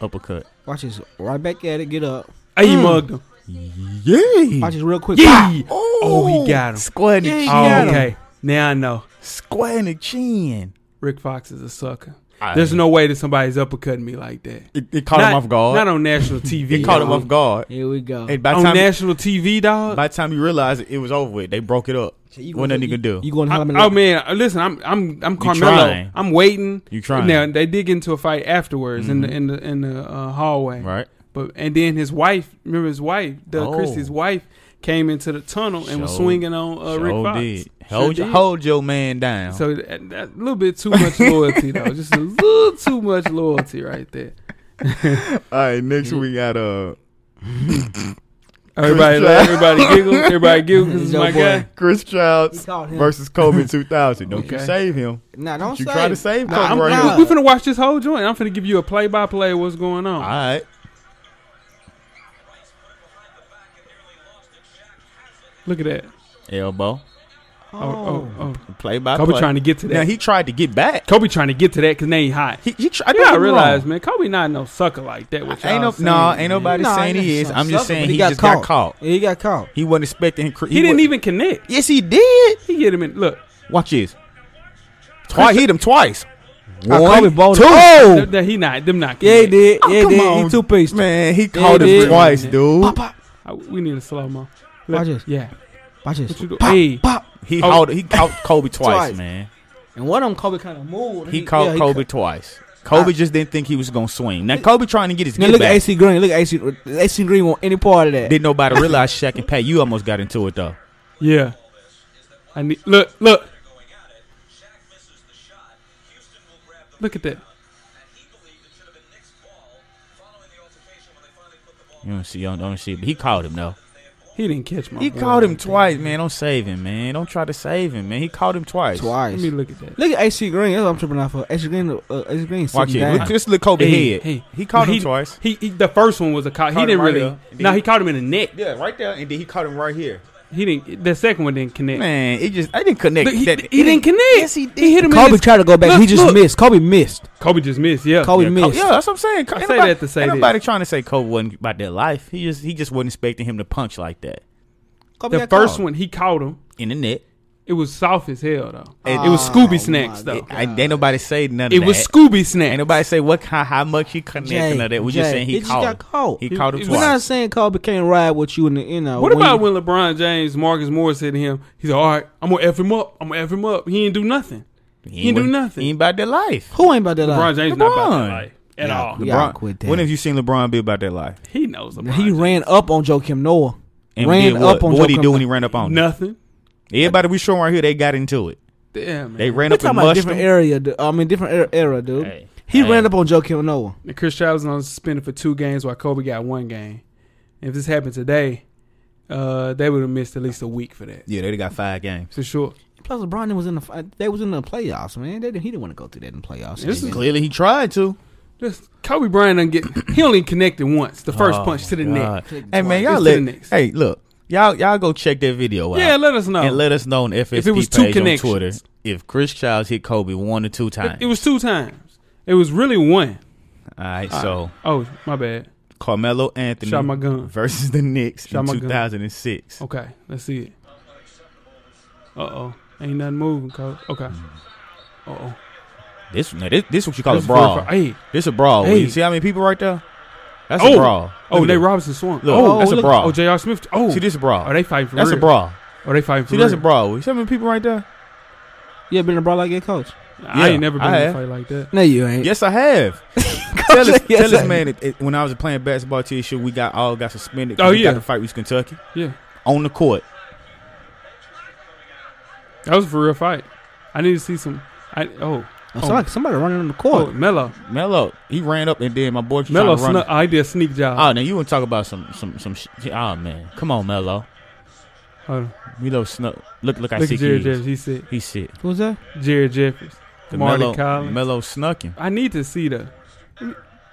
Speaker 4: Uppercut.
Speaker 5: Watch this. Right back at it. Get up.
Speaker 3: Hey, he mugged him.
Speaker 4: Yay!
Speaker 5: Watch this real quick.
Speaker 3: Yeah.
Speaker 5: Pow.
Speaker 4: Oh,
Speaker 3: Oh, he got him.
Speaker 4: Square in the
Speaker 5: Yeah, he
Speaker 4: chin.
Speaker 5: got
Speaker 3: Oh,
Speaker 5: him.
Speaker 3: okay. Now I know.
Speaker 4: Square in the chin.
Speaker 3: Rick Fox is a sucker.
Speaker 4: I-
Speaker 3: There's no way that somebody's uppercutting me like that.
Speaker 4: It, it caught
Speaker 3: not,
Speaker 4: him off guard.
Speaker 3: Not on national TV.
Speaker 4: it caught him
Speaker 3: dog.
Speaker 4: off guard.
Speaker 5: Here we go.
Speaker 4: And by the
Speaker 3: on
Speaker 4: time,
Speaker 3: national TV, dog.
Speaker 4: by the time you realize it, it was over with, they broke it up.
Speaker 5: So you
Speaker 4: what
Speaker 5: gonna-
Speaker 4: nothing you can do.
Speaker 5: You going to
Speaker 3: I-
Speaker 5: holler at me?
Speaker 3: oh
Speaker 5: like-
Speaker 3: man, uh, listen, I'm I'm I'm Carmelo.
Speaker 4: trying.
Speaker 3: I'm waiting.
Speaker 4: You trying. Mm-hmm.
Speaker 3: Now they did get into a fight afterwards in the in the in the uh, hallway.
Speaker 4: right?
Speaker 3: But and then his wife, remember his wife, Doug
Speaker 4: Oh.
Speaker 3: Christie's wife, came into the tunnel and was
Speaker 4: Sure-
Speaker 3: swinging on uh, Rick
Speaker 4: Sure
Speaker 3: Fox.
Speaker 4: did.
Speaker 3: Sure
Speaker 4: Hold, your
Speaker 3: did.
Speaker 4: hold your man down.
Speaker 3: So a little bit too much loyalty though, just a little too much loyalty right there.
Speaker 4: All right, next
Speaker 3: Mm-hmm.
Speaker 4: we got uh
Speaker 3: Everybody,
Speaker 4: Chris Child.
Speaker 3: everybody giggle, everybody giggle. This is
Speaker 5: Yo,
Speaker 3: my
Speaker 5: boy.
Speaker 3: guy.
Speaker 4: Chris
Speaker 5: He
Speaker 4: Childs
Speaker 5: called him.
Speaker 4: versus Kobe 2000. Don't you
Speaker 3: Okay.
Speaker 4: save him?
Speaker 5: Nah, don't
Speaker 4: You
Speaker 5: say
Speaker 4: trying to
Speaker 5: it.
Speaker 4: save
Speaker 5: Nah,
Speaker 4: Kobe
Speaker 5: I'm
Speaker 4: right here?
Speaker 5: not.
Speaker 3: We, we finna watch this whole joint. I'm finna give you a play by play of what's going on.
Speaker 4: All right,
Speaker 3: Look at that.
Speaker 4: elbow.
Speaker 3: Oh, oh, oh.
Speaker 4: Play by
Speaker 3: Kobe
Speaker 4: play.
Speaker 3: trying to get to that.
Speaker 4: Now he tried to get back.
Speaker 3: Kobe trying to get to that because they ain't hot.
Speaker 4: He, he tried.
Speaker 3: You gotta realize, man, Kobe not no sucker like that. Which
Speaker 4: Ain't no,
Speaker 3: saying,
Speaker 4: no,
Speaker 3: man.
Speaker 4: ain't nobody
Speaker 5: Nah,
Speaker 4: saying
Speaker 5: ain't
Speaker 4: he is.
Speaker 5: nothing
Speaker 4: I'm just
Speaker 5: something.
Speaker 4: saying
Speaker 5: But
Speaker 4: he, just got caught.
Speaker 5: Yeah, he got caught.
Speaker 4: He wasn't expecting. He,
Speaker 3: He didn't
Speaker 4: wa-
Speaker 3: even connect.
Speaker 4: Yes, he did.
Speaker 3: He hit him in. Look,
Speaker 4: Watch this. Twice hit him twice.
Speaker 3: Uh,
Speaker 5: I call it bowling.
Speaker 3: that
Speaker 4: two.
Speaker 3: he not them not.
Speaker 5: Yeah, he
Speaker 3: connect.
Speaker 5: did.
Speaker 4: Oh,
Speaker 5: yeah, he
Speaker 4: come
Speaker 5: did.
Speaker 4: on,
Speaker 5: He two piece.
Speaker 4: Man, he
Speaker 5: Yeah,
Speaker 4: caught
Speaker 5: he
Speaker 4: him
Speaker 5: did.
Speaker 4: twice, dude.
Speaker 5: Pop, pop,
Speaker 3: I- we need a slow mo.
Speaker 5: Watch this.
Speaker 3: Yeah.
Speaker 5: watch this.
Speaker 3: What you do?
Speaker 5: Pop,
Speaker 3: Hey.
Speaker 5: pop.
Speaker 4: He
Speaker 3: Oh.
Speaker 4: caught. He caught Kobe twice,
Speaker 5: Twice.
Speaker 4: man.
Speaker 5: And one of them Kobe kind of moved.
Speaker 4: He caught
Speaker 5: yeah, he
Speaker 4: Kobe
Speaker 5: cut-
Speaker 4: twice. Kobe just didn't think he was gonna swing. Now Kobe trying to get his
Speaker 5: Now
Speaker 4: get
Speaker 5: look at
Speaker 4: back.
Speaker 5: AC Green. Look at AC. AC Green want any part of that.
Speaker 4: Didn't nobody realize Shaq and Pat? You almost got into it though.
Speaker 3: Yeah. I need. Look, look, look at that.
Speaker 4: You don't see. You don't, don't see. But he caught him though.
Speaker 3: He didn't catch my.
Speaker 4: He
Speaker 3: boy
Speaker 4: caught him
Speaker 3: right there.
Speaker 4: twice, man. Don't save him, man. Don't try to save him, man. He caught him twice.
Speaker 5: Twice.
Speaker 3: Let me look at that.
Speaker 5: Look at AC Green. That's what I'm tripping out for. AC Green. Uh, AC Green.
Speaker 4: Watch it.
Speaker 5: sitting down.
Speaker 4: Look, just look Kobe
Speaker 3: Hey,
Speaker 4: head.
Speaker 3: hey.
Speaker 4: He caught
Speaker 3: He-
Speaker 4: him twice.
Speaker 3: He, he the first one was a caught. He
Speaker 4: Caught him
Speaker 3: didn't
Speaker 4: right
Speaker 3: really.
Speaker 4: up. And
Speaker 3: No,
Speaker 4: then-
Speaker 3: he caught him in the neck.
Speaker 4: Yeah, right there, and then he caught him right here.
Speaker 3: He didn't. The second one didn't connect.
Speaker 4: Man, it just I didn't connect.
Speaker 3: Look, he,
Speaker 4: that-
Speaker 3: he
Speaker 4: it
Speaker 3: didn't connect.
Speaker 4: Yes, he did.
Speaker 3: He hit him. in
Speaker 5: Kobe
Speaker 3: his-
Speaker 5: tried to go back.
Speaker 3: Look,
Speaker 5: he just
Speaker 3: look.
Speaker 5: missed. Kobe missed.
Speaker 3: Kobe just missed. Yeah.
Speaker 5: Kobe
Speaker 4: yeah, Kobe-
Speaker 5: missed.
Speaker 4: yeah, that's what I'm saying. I
Speaker 3: say that to say this.
Speaker 4: Nobody trying to say Kobe wasn't about their life. He just he just wasn't expecting him to punch like that
Speaker 5: Kobe
Speaker 3: The
Speaker 5: got
Speaker 3: first
Speaker 5: caught.
Speaker 3: one he caught him.
Speaker 4: in the net.
Speaker 3: It was soft as hell though.
Speaker 4: And-
Speaker 3: it was
Speaker 5: Oh,
Speaker 3: Scooby
Speaker 5: my
Speaker 3: Snacks though.
Speaker 4: It, I, ain't nobody say none of
Speaker 3: It
Speaker 4: that.
Speaker 3: was Scooby Snacks.
Speaker 4: Ain't nobody say what kind, how much he connected
Speaker 5: Jay,
Speaker 4: none of that. We just
Speaker 5: Jay,
Speaker 4: saying
Speaker 5: he
Speaker 4: he
Speaker 5: just
Speaker 4: caught.
Speaker 5: got
Speaker 4: him.
Speaker 5: caught.
Speaker 4: He
Speaker 5: He-
Speaker 4: caught him
Speaker 5: We're not
Speaker 4: twice.
Speaker 5: saying Kobe can't ride with you in the you know.
Speaker 3: What
Speaker 5: when
Speaker 3: about
Speaker 5: you-
Speaker 3: when LeBron James, Marcus Morris said to him, he said, "All right, I'm gonna f him up. I'm gonna f him up." He ain't do nothing. He
Speaker 4: ain't
Speaker 3: do
Speaker 4: wa-
Speaker 3: nothing.
Speaker 4: He ain't about their life.
Speaker 5: who ain't about that?
Speaker 3: LeBron
Speaker 5: life?
Speaker 3: James not about that
Speaker 4: Uh, LeBron.
Speaker 3: life at
Speaker 5: Yeah.
Speaker 3: all.
Speaker 5: Yeah. Y'all quit that.
Speaker 4: When have you seen LeBron be about their life?
Speaker 3: He knows LeBron.
Speaker 5: He
Speaker 3: James.
Speaker 5: ran up on Joe Kim Noah.
Speaker 4: And
Speaker 5: ran
Speaker 4: did
Speaker 5: up
Speaker 4: what?
Speaker 5: on
Speaker 4: What
Speaker 5: Joe
Speaker 4: did he
Speaker 5: Kim
Speaker 4: do
Speaker 5: Noah.
Speaker 4: when he ran up on them?
Speaker 3: nothing.
Speaker 4: Everybody we showing right here, they got into it.
Speaker 3: Damn man.
Speaker 4: They ran
Speaker 5: We're
Speaker 4: up and
Speaker 5: talking about
Speaker 4: mushed
Speaker 5: different
Speaker 4: him.
Speaker 5: area. du- I mean, different era, era dude.
Speaker 4: Hey,
Speaker 5: He
Speaker 4: hey.
Speaker 5: ran up on Joe Kim Noah.
Speaker 3: And Chris Childs was on suspended for two games while Kobe got one game. If this happened today, uh, they would have missed at least a week for that.
Speaker 4: Yeah, they got five games.
Speaker 3: For sure.
Speaker 5: Plus, LeBron was in the fi- they was in the playoffs, man. They didn't, he didn't want to go through that in the playoffs.
Speaker 3: This is-
Speaker 4: Clearly, he tried to.
Speaker 3: Just Kobe Bryant done get he only connected once, the first
Speaker 4: Oh,
Speaker 3: punch to the
Speaker 4: God.
Speaker 3: neck.
Speaker 4: Hey man,
Speaker 3: It's
Speaker 4: y'all
Speaker 3: to
Speaker 4: let.
Speaker 3: the next.
Speaker 4: Hey, look, y'all y'all go check that video out.
Speaker 3: Yeah, let us know.
Speaker 4: and let us know on FSP
Speaker 3: If it was two
Speaker 4: page on
Speaker 3: connections.
Speaker 4: Twitter if Chris Childs hit Kobe one or two times.
Speaker 3: it, it was two times. It was really one.
Speaker 4: All right, so
Speaker 3: Oh, my bad.
Speaker 4: Carmelo Anthony
Speaker 3: Shot my gun.
Speaker 4: versus the Knicks
Speaker 3: Shot my
Speaker 4: in
Speaker 3: gun.
Speaker 4: 2006.
Speaker 3: Okay, let's see it. Uh oh. Ain't nothing moving, coach. Okay. Uh oh.
Speaker 4: This now, this this what you call
Speaker 3: This
Speaker 4: a
Speaker 3: is
Speaker 4: brawl.
Speaker 3: for- hey.
Speaker 4: This a brawl.
Speaker 3: Hey.
Speaker 4: You see how many people right there? That's a brawl.
Speaker 3: Oh,
Speaker 4: Look
Speaker 3: oh
Speaker 4: at
Speaker 3: they
Speaker 4: that.
Speaker 3: Robinson swung.
Speaker 4: Look,
Speaker 3: oh,
Speaker 4: that's a
Speaker 3: look-
Speaker 4: brawl.
Speaker 3: Oh, J.R. Smith. Oh,
Speaker 4: See, this a brawl.
Speaker 3: Are they fighting for
Speaker 4: That's a
Speaker 3: real?
Speaker 4: brawl.
Speaker 3: Are they fighting for
Speaker 4: See,
Speaker 3: real?
Speaker 4: that's a brawl. You see how many people right there?
Speaker 5: Yeah, been a brawl like that, coach.
Speaker 3: I
Speaker 4: Yeah,
Speaker 3: ain't never been
Speaker 4: I
Speaker 3: in a
Speaker 4: have.
Speaker 3: fight like that.
Speaker 5: No, you ain't.
Speaker 4: Yes, I have. tell us,
Speaker 5: Yes,
Speaker 4: tell
Speaker 5: I-
Speaker 4: us, man. It, it- when I was playing basketball TSU, we got all got suspended. 'cause
Speaker 3: Oh,
Speaker 4: we
Speaker 3: yeah.
Speaker 4: got to fight with Kentucky
Speaker 3: Yeah.
Speaker 4: on the court.
Speaker 3: That was a for real fight. I need to see some. I oh
Speaker 5: Oh, somebody, somebody running on the
Speaker 3: oh
Speaker 5: court.
Speaker 3: Mello
Speaker 4: Melo, he ran up and then my boy trying
Speaker 3: Mello
Speaker 4: to run.
Speaker 3: snuck. I did a sneak job.
Speaker 4: Oh, now you want to talk about some some some? Sh- oh man, come on, Melo.
Speaker 3: Hold on.
Speaker 4: Melo snuck. Look, look, I
Speaker 3: Look
Speaker 4: see
Speaker 3: at Jerry
Speaker 4: keys.
Speaker 3: Jeffers. He said
Speaker 4: He shit.
Speaker 5: Who was that?
Speaker 3: Jerry Jeffers,
Speaker 4: The
Speaker 3: Marty
Speaker 4: Melo,
Speaker 3: Collins.
Speaker 4: Melo snuck him.
Speaker 3: I need to see the.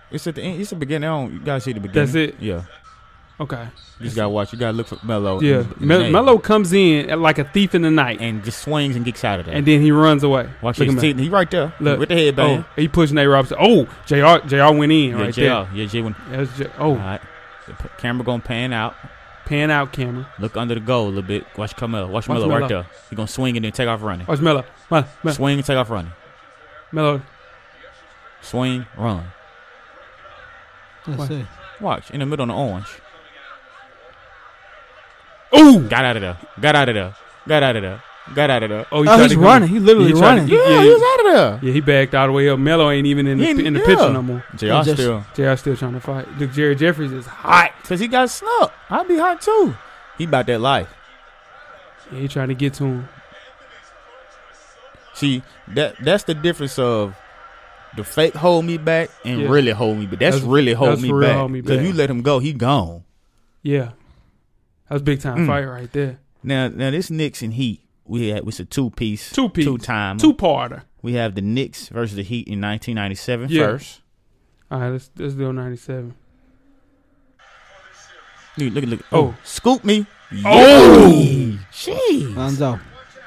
Speaker 4: It's at the end. It's the beginning. I don't, you gotta see the beginning.
Speaker 3: That's it?
Speaker 4: Yeah.
Speaker 3: Okay.
Speaker 4: You just gotta watch. You gotta look for Melo. Oh, in-
Speaker 3: Yeah.
Speaker 4: in the
Speaker 3: Me-
Speaker 4: name.
Speaker 3: Mello comes in at like a thief in the night, and,
Speaker 4: and just swings and gets out of there.
Speaker 3: then he runs away.
Speaker 4: watch
Speaker 3: Look
Speaker 4: his
Speaker 3: at
Speaker 4: teeth.
Speaker 3: Melo.
Speaker 4: He right there.
Speaker 3: Look.
Speaker 4: with the headband.
Speaker 3: Oh, he pushed Nate Robinson. Oh, Jr. Jr. went in
Speaker 4: yeah,
Speaker 3: right
Speaker 4: JR.
Speaker 3: there.
Speaker 4: Yeah, J. Ah. When,
Speaker 3: That was J-
Speaker 4: all
Speaker 3: oh,
Speaker 4: right. The p- camera gonna pan out.
Speaker 3: pan out camera.
Speaker 4: Look under the goal a little bit. Watch Carmelo. Watch,
Speaker 3: Watch
Speaker 4: Melo right
Speaker 3: Melo.
Speaker 4: there.
Speaker 3: Oh,
Speaker 4: He gonna swing and then take off running.
Speaker 3: Watch Mello. Mello. Mello.
Speaker 4: Swing and take off running.
Speaker 3: Mello.
Speaker 4: Swing, run.
Speaker 5: Let's see.
Speaker 4: Watch in the middle of the orange.
Speaker 3: Ooh.
Speaker 4: Got out of there. Got out of there. Got out of there. Got out of there.
Speaker 3: Oh, he
Speaker 5: Oh,
Speaker 3: tried
Speaker 5: he's
Speaker 3: to go-
Speaker 5: running. He's literally
Speaker 3: he tried to-
Speaker 5: running.
Speaker 3: yeah,
Speaker 4: Yeah,
Speaker 3: yeah,
Speaker 4: he was out of there.
Speaker 3: yeah, he backed all the way up. Melo ain't even in the,
Speaker 4: Yeah,
Speaker 3: in the
Speaker 4: yeah.
Speaker 3: picture no more.
Speaker 4: JR
Speaker 5: just-
Speaker 4: still
Speaker 3: JR still trying to fight. Look, Jerry Jeffries is hot.
Speaker 4: hot because he got snuck. I'd be hot too. He about that life.
Speaker 3: Yeah, he trying to get to him.
Speaker 4: See that that's the difference of the fake hold me back and
Speaker 3: Yeah.
Speaker 4: really hold me back. That's,
Speaker 3: That's-
Speaker 4: really hold
Speaker 3: that's
Speaker 4: me
Speaker 3: for real
Speaker 4: back.
Speaker 3: hold me
Speaker 4: Because
Speaker 3: back.
Speaker 4: you let him go, he gone.
Speaker 3: Yeah. That was big time
Speaker 4: Mm.
Speaker 3: fight right there.
Speaker 4: Now now this Knicks and Heat we had was a two piece,
Speaker 3: Two piece.
Speaker 4: two time,
Speaker 3: Two parter.
Speaker 4: We have the Knicks versus the Heat in 1997
Speaker 3: Yeah.
Speaker 4: first.
Speaker 3: All right, let's let's do 97.
Speaker 4: Dude, look at look.
Speaker 3: Oh.
Speaker 4: Oh, scoop me. Oh, jeez.
Speaker 5: Lonzo.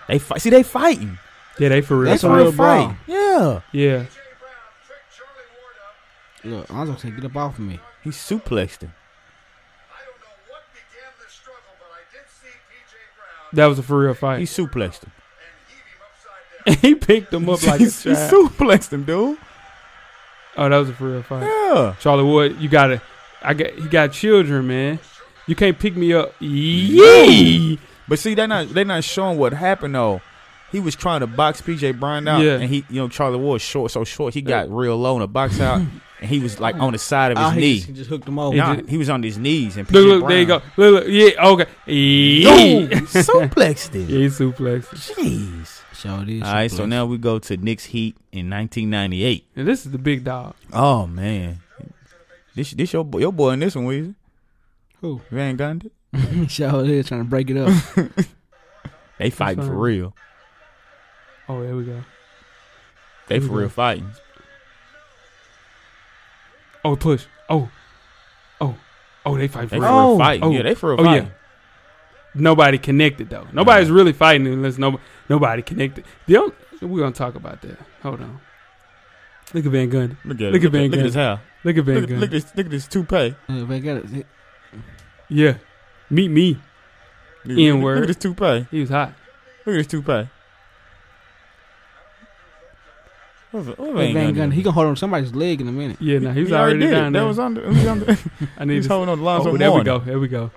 Speaker 4: They fight. See, they fighting.
Speaker 3: Yeah, they for real.
Speaker 5: That's
Speaker 4: That's
Speaker 5: a
Speaker 4: a real
Speaker 5: real brawl.
Speaker 4: fight. Yeah.
Speaker 3: yeah.
Speaker 5: Look, Lonzo said, get up off of me.
Speaker 4: He suplexed him.
Speaker 3: That was a for real
Speaker 4: He
Speaker 3: fight.
Speaker 4: suplexed him.
Speaker 3: he picked him up like
Speaker 4: he
Speaker 3: a child.
Speaker 4: suplexed him, dude.
Speaker 3: Oh, that was a for real fight.
Speaker 4: Yeah.
Speaker 3: Charlie Wood, you gotta I got he got children, man. You can't pick me up.
Speaker 4: Yeah.
Speaker 3: Yee.
Speaker 4: But see, they're not they not showing what happened though. He was trying to box PJ Brown out,
Speaker 3: Yeah.
Speaker 4: and he, you know, Charlie Ward short, so short. He got real low in a box out, and he was like on the side of his
Speaker 5: Ah, he,
Speaker 4: knee.
Speaker 5: just, he just hooked him over.
Speaker 4: Nah, he was on his knees, and PJ
Speaker 3: Look, look,
Speaker 4: Brown,
Speaker 3: there you go. Look, look, yeah, okay. Yee.
Speaker 4: Yo,
Speaker 3: yeah,
Speaker 4: suplexed him.
Speaker 3: he suplexed.
Speaker 4: Jeez.
Speaker 5: Show this.
Speaker 4: All right, so now we go to Knicks Heat in 1998.
Speaker 3: And this is the big dog.
Speaker 4: Oh man, this this your boy, your boy in this one, Weezy.
Speaker 5: Who?
Speaker 4: Van Gundy.
Speaker 5: Show this, trying to break it up.
Speaker 4: They fighting for
Speaker 3: fine.
Speaker 4: real.
Speaker 3: Oh, there we go.
Speaker 4: They for real fighting.
Speaker 3: Oh, push. Oh. Oh. Oh, they fight for
Speaker 4: They for
Speaker 3: real.
Speaker 4: real
Speaker 5: Oh.
Speaker 4: fighting.
Speaker 3: Oh.
Speaker 4: Yeah, they for real
Speaker 3: Oh, yeah.
Speaker 4: fighting.
Speaker 3: Nobody connected though. Nobody's really fighting unless no nobody connected. The only, we're gonna talk about that. Hold on. Look at Van Gundy.
Speaker 4: Look at
Speaker 3: Look
Speaker 4: look
Speaker 3: at
Speaker 4: at,
Speaker 3: Van
Speaker 4: look at
Speaker 3: Gundy.
Speaker 4: his hair.
Speaker 3: Look at Van
Speaker 4: Look,
Speaker 3: Gundy.
Speaker 4: look at this look at this toupee.
Speaker 5: Yeah, but I got it.
Speaker 3: Yeah. Meet me.
Speaker 4: Look-
Speaker 3: N-word.
Speaker 4: Look at this toupee.
Speaker 3: He was hot.
Speaker 4: Look at this toupee. What was it- what was
Speaker 5: Van,
Speaker 4: Van
Speaker 5: Gundy.
Speaker 4: Gundy?
Speaker 5: He gonna hold on somebody's leg in a minute.
Speaker 3: Yeah, no, he was
Speaker 4: He
Speaker 3: already,
Speaker 4: did it.
Speaker 3: down there.
Speaker 4: That was on the. He was on the-
Speaker 3: I
Speaker 4: he
Speaker 3: need
Speaker 4: was
Speaker 3: to.
Speaker 4: holding on to Lonzo
Speaker 3: Oh, there we
Speaker 4: Mourning.
Speaker 3: go. Here we go.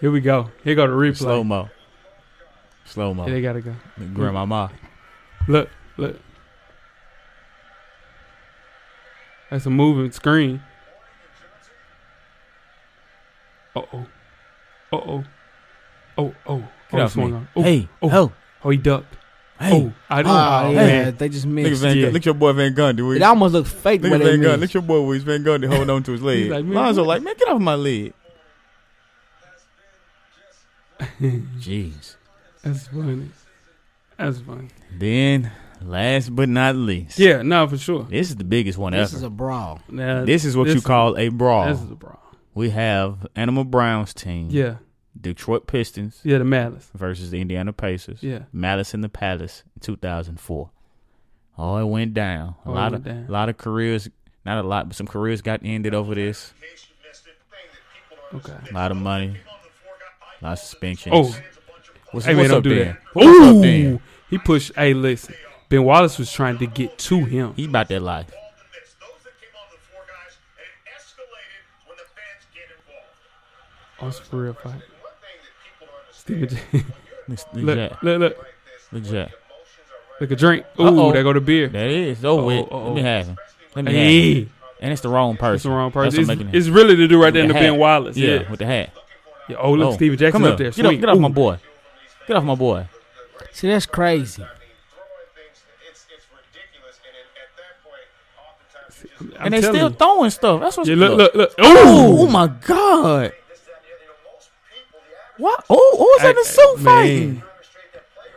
Speaker 3: Here we go. Here go the replay.
Speaker 4: Slow mo. Slow mo.
Speaker 3: Yeah, they gotta go.
Speaker 4: Grandmama.
Speaker 3: Look, look. That's a moving screen. Uh oh. Uh oh. Oh oh.
Speaker 4: Get
Speaker 3: oh,
Speaker 4: off me.
Speaker 3: swung on. Oh,
Speaker 4: Hey.
Speaker 3: oh,
Speaker 4: Oh.
Speaker 3: oh, he ducked.
Speaker 4: Hey.
Speaker 3: Oh, I didn't.
Speaker 5: Ah, yeah,
Speaker 3: man.
Speaker 5: they just
Speaker 4: Look at
Speaker 5: missed.
Speaker 4: Van.
Speaker 3: Yeah.
Speaker 4: Gundy. Look at your boy Van Gundy. Weezy.
Speaker 5: It almost looked fake
Speaker 4: Look
Speaker 5: where
Speaker 4: at
Speaker 5: they
Speaker 4: Van Gundy. Look
Speaker 5: missed.
Speaker 4: at your boy Wiz Van Gundy holding on to his leg.
Speaker 3: like, man,
Speaker 4: Lonzo
Speaker 3: what?
Speaker 4: like, man, get off my leg. Jeez.
Speaker 3: That's funny. That's funny.
Speaker 4: Then, last but not least,
Speaker 3: Yeah, no, for sure.
Speaker 4: this is the biggest one
Speaker 5: This
Speaker 4: ever.
Speaker 5: is a brawl.
Speaker 3: Nah,
Speaker 4: this is what you
Speaker 3: this-
Speaker 4: call a brawl.
Speaker 3: This is a brawl.
Speaker 4: we have Animal Brown's team,
Speaker 3: Yeah,
Speaker 4: Detroit Pistons
Speaker 3: yeah, the malice.
Speaker 4: versus the Indiana Pacers.
Speaker 3: Yeah.
Speaker 4: Malice in the Palace, 2004. Oh, it went down. A
Speaker 3: Oh, it
Speaker 4: lot
Speaker 3: went
Speaker 4: of
Speaker 3: down.
Speaker 4: a lot of careers, not a lot, but some careers got ended over this.
Speaker 3: Okay.
Speaker 4: A lot of money, a lot of suspensions.
Speaker 3: Oh,
Speaker 4: What's,
Speaker 3: hey man,
Speaker 4: what's
Speaker 3: don't
Speaker 4: up
Speaker 3: do
Speaker 4: then?
Speaker 3: that.
Speaker 4: What's up
Speaker 3: Ooh,
Speaker 4: then?
Speaker 3: he pushed. Hey, listen, Ben Wallace was trying to get to him.
Speaker 4: He about that life.
Speaker 3: Oh, it's a for real fight. Steven J.
Speaker 4: Look,
Speaker 3: look,
Speaker 4: look,
Speaker 3: look, look,
Speaker 4: look at that.
Speaker 3: look a drink. Ooh,
Speaker 4: Uh-oh.
Speaker 3: there go the beer.
Speaker 4: That is over with.
Speaker 3: Uh-oh, uh-oh.
Speaker 4: Let me have him. Let me have him.
Speaker 3: Hey,
Speaker 4: And it's the wrong person.
Speaker 3: that's the wrong
Speaker 4: That's
Speaker 3: person.
Speaker 4: what
Speaker 3: It's,
Speaker 4: making it-
Speaker 3: it's really to do right there in
Speaker 4: With
Speaker 3: the
Speaker 4: hat.
Speaker 3: Ben Wallace.
Speaker 4: Yeah,
Speaker 3: Yeah.
Speaker 4: with the hat.
Speaker 3: Yeah, Oh, look,
Speaker 4: Oh,
Speaker 3: Steven Jackson
Speaker 4: come
Speaker 3: up there.
Speaker 4: here. Get off,
Speaker 3: Swing.
Speaker 4: get off my
Speaker 3: Ooh.
Speaker 4: boy. Get off my boy.
Speaker 5: See, that's crazy.
Speaker 3: I'm
Speaker 4: and they
Speaker 3: telling
Speaker 4: still
Speaker 3: you.
Speaker 4: throwing stuff. That's what's
Speaker 3: Yeah, look, look, look.
Speaker 4: Oh,
Speaker 3: Ooh,
Speaker 4: oh my God. What? Oh, who was that in the
Speaker 3: Hey,
Speaker 4: suit
Speaker 3: man.
Speaker 4: fighting?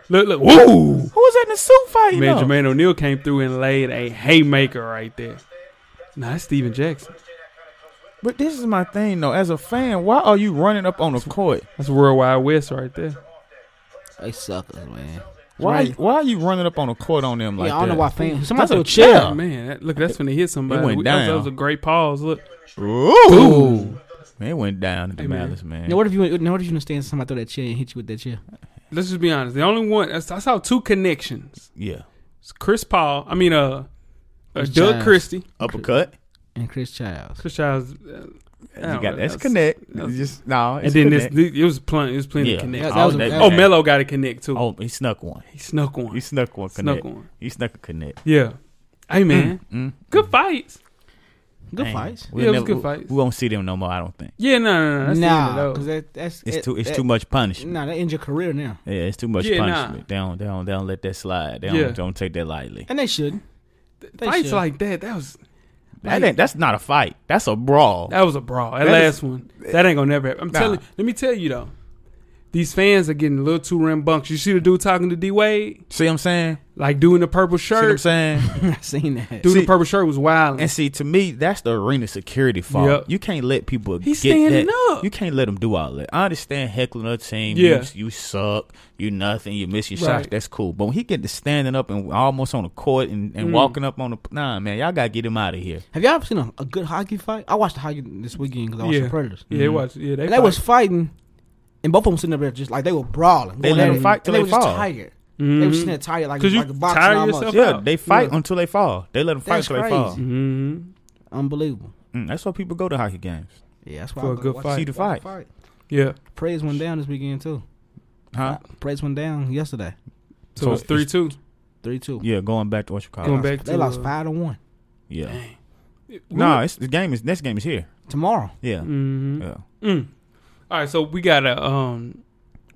Speaker 3: look, look. Woo!
Speaker 4: Who was that in the suit fighting?
Speaker 3: Man,
Speaker 4: though?
Speaker 3: Jermaine O'Neal came through and laid a haymaker right there. Nah, that's Steven Jackson.
Speaker 4: But this is my thing, though. As a fan, why are you running up on the court?
Speaker 3: That's World Wide West right there.
Speaker 5: They suckers, man.
Speaker 4: Why? Why are you running up on the court on them like
Speaker 5: yeah, I don't know
Speaker 4: that?
Speaker 5: why fans. Somebody threw a
Speaker 4: a
Speaker 5: chair.
Speaker 4: chair.
Speaker 3: Man, that, look, that's when they hit somebody.
Speaker 4: It went
Speaker 3: We- that was- That
Speaker 4: down.
Speaker 3: was a great pause. Look,
Speaker 4: Ooh. Man, it went down to the
Speaker 3: Hey, man.
Speaker 4: malice, man.
Speaker 5: Now, what if you? Now, what if you understand somebody threw that chair and hit you with that chair?
Speaker 3: let's just be honest. The only one I saw two connections.
Speaker 4: Yeah.
Speaker 3: It's Chris Paul. I mean, uh, Uh,
Speaker 5: Chris
Speaker 3: Doug
Speaker 5: Childs.
Speaker 3: Christie.
Speaker 4: Uppercut.
Speaker 5: and Chris Childs.
Speaker 3: Chris Childs. Uh, I
Speaker 4: You
Speaker 3: don't
Speaker 4: got
Speaker 3: know,
Speaker 4: that's connect.
Speaker 3: that's-
Speaker 4: It's just no.
Speaker 3: And then this,
Speaker 4: Connect.
Speaker 3: this, it was plenty. It was plenty
Speaker 4: Yeah.
Speaker 3: of connect.
Speaker 5: That- that was a-
Speaker 4: Oh,
Speaker 5: that
Speaker 3: oh,
Speaker 5: was-
Speaker 4: Connect.
Speaker 3: Melo got to connect too.
Speaker 4: Oh, he snuck one.
Speaker 3: He snuck one.
Speaker 4: He snuck one.
Speaker 3: snuck
Speaker 4: Connect.
Speaker 3: one.
Speaker 4: He snuck a connect.
Speaker 3: Yeah. Hey man, good fights.
Speaker 5: Good
Speaker 4: Dang.
Speaker 5: fights.
Speaker 3: Yeah, it was
Speaker 4: never,
Speaker 3: good fights.
Speaker 4: We won't see them no more. I don't think.
Speaker 3: Yeah, no, no, no. That's the
Speaker 5: Nah,
Speaker 3: end of
Speaker 5: because
Speaker 3: those.
Speaker 5: that, that's
Speaker 4: It's
Speaker 5: it-
Speaker 4: too. It's
Speaker 5: that-
Speaker 4: too much punishment.
Speaker 5: Nah, that ends your career now,
Speaker 4: Yeah, it's too much
Speaker 3: Mm. Yeah, nah.
Speaker 4: punishment. They don't. They don't. They don't let that slide. They don't.
Speaker 3: Yeah.
Speaker 4: Don't take that lightly.
Speaker 5: and they shouldn't. They
Speaker 3: Fights
Speaker 5: should.
Speaker 3: like that. That was
Speaker 4: That ain't, that's not a fight. That's a brawl.
Speaker 3: that was a brawl. That,
Speaker 4: That
Speaker 3: last
Speaker 4: is-
Speaker 3: one. That ain't gonna never happen. I'm
Speaker 4: Nah.
Speaker 3: telling. Let me tell you though. These fans are getting a little too rambunctious. You see the dude talking to D Wade,
Speaker 4: See what I'm saying?
Speaker 3: like doing the purple
Speaker 4: See what I'm
Speaker 3: shirt.
Speaker 4: saying?
Speaker 5: I seen that.
Speaker 3: Dude, in
Speaker 4: See-
Speaker 3: the purple shirt was wild.
Speaker 4: and see, to me, that's the arena security fault.
Speaker 3: Yep.
Speaker 4: You can't let people
Speaker 3: He's
Speaker 4: get
Speaker 3: standing
Speaker 4: that.
Speaker 3: up.
Speaker 4: You can't let them do all that. I understand heckling a team.
Speaker 3: Yeah.
Speaker 4: You, you suck. You nothing. You miss your shots.
Speaker 3: Right.
Speaker 4: That's cool. But when he get to standing up and almost on the court and, and
Speaker 3: Mm.
Speaker 4: walking up on the nah, man, y'all gotta get him out of here.
Speaker 5: Have y'all ever seen a, a good hockey fight? I watched the hockey this weekend because I watched
Speaker 3: yeah,
Speaker 5: the Predators. Mm-hmm.
Speaker 3: yeah, it was. Yeah, they,
Speaker 5: And they was fighting, and both of them sitting up there just like they were brawling.
Speaker 4: They
Speaker 5: going
Speaker 4: let
Speaker 5: at
Speaker 4: 'em
Speaker 5: it,
Speaker 4: fight
Speaker 5: and
Speaker 4: till
Speaker 5: they,
Speaker 4: they
Speaker 5: were just
Speaker 4: fall.
Speaker 5: tired.
Speaker 3: Mhm.
Speaker 5: They were sitting there tired like,
Speaker 3: 'Cause you
Speaker 5: like a boxer
Speaker 3: tire
Speaker 5: almost.
Speaker 3: yourself.
Speaker 4: Yeah,
Speaker 3: Wow.
Speaker 4: they fight
Speaker 3: Yeah.
Speaker 4: until they fall. They let them fight
Speaker 5: That's
Speaker 4: until they fall.
Speaker 5: crazy.
Speaker 3: Mhm.
Speaker 5: Unbelievable.
Speaker 4: Mm, that's why people go to hockey games.
Speaker 5: Yeah, that's why
Speaker 3: For
Speaker 5: I
Speaker 3: a
Speaker 5: go
Speaker 3: good
Speaker 5: watch-
Speaker 3: fight.
Speaker 4: See the
Speaker 5: watch
Speaker 4: fight.
Speaker 3: Yeah.
Speaker 5: Praise went down this weekend too. Uh,
Speaker 4: Huh?
Speaker 5: Praise went down yesterday,
Speaker 3: So,
Speaker 4: So
Speaker 3: it's three
Speaker 4: it's-
Speaker 3: two.
Speaker 5: three two.
Speaker 4: Yeah, going back to what you call
Speaker 3: Going
Speaker 4: it.
Speaker 3: back
Speaker 5: They
Speaker 3: to
Speaker 5: lost
Speaker 3: uh,
Speaker 5: five to one
Speaker 4: Yeah.
Speaker 3: who-
Speaker 4: No, it's the game is next game is here.
Speaker 5: tomorrow.
Speaker 4: Yeah.
Speaker 3: Mhm.
Speaker 4: Yeah.
Speaker 3: Mm. All right, so we got a um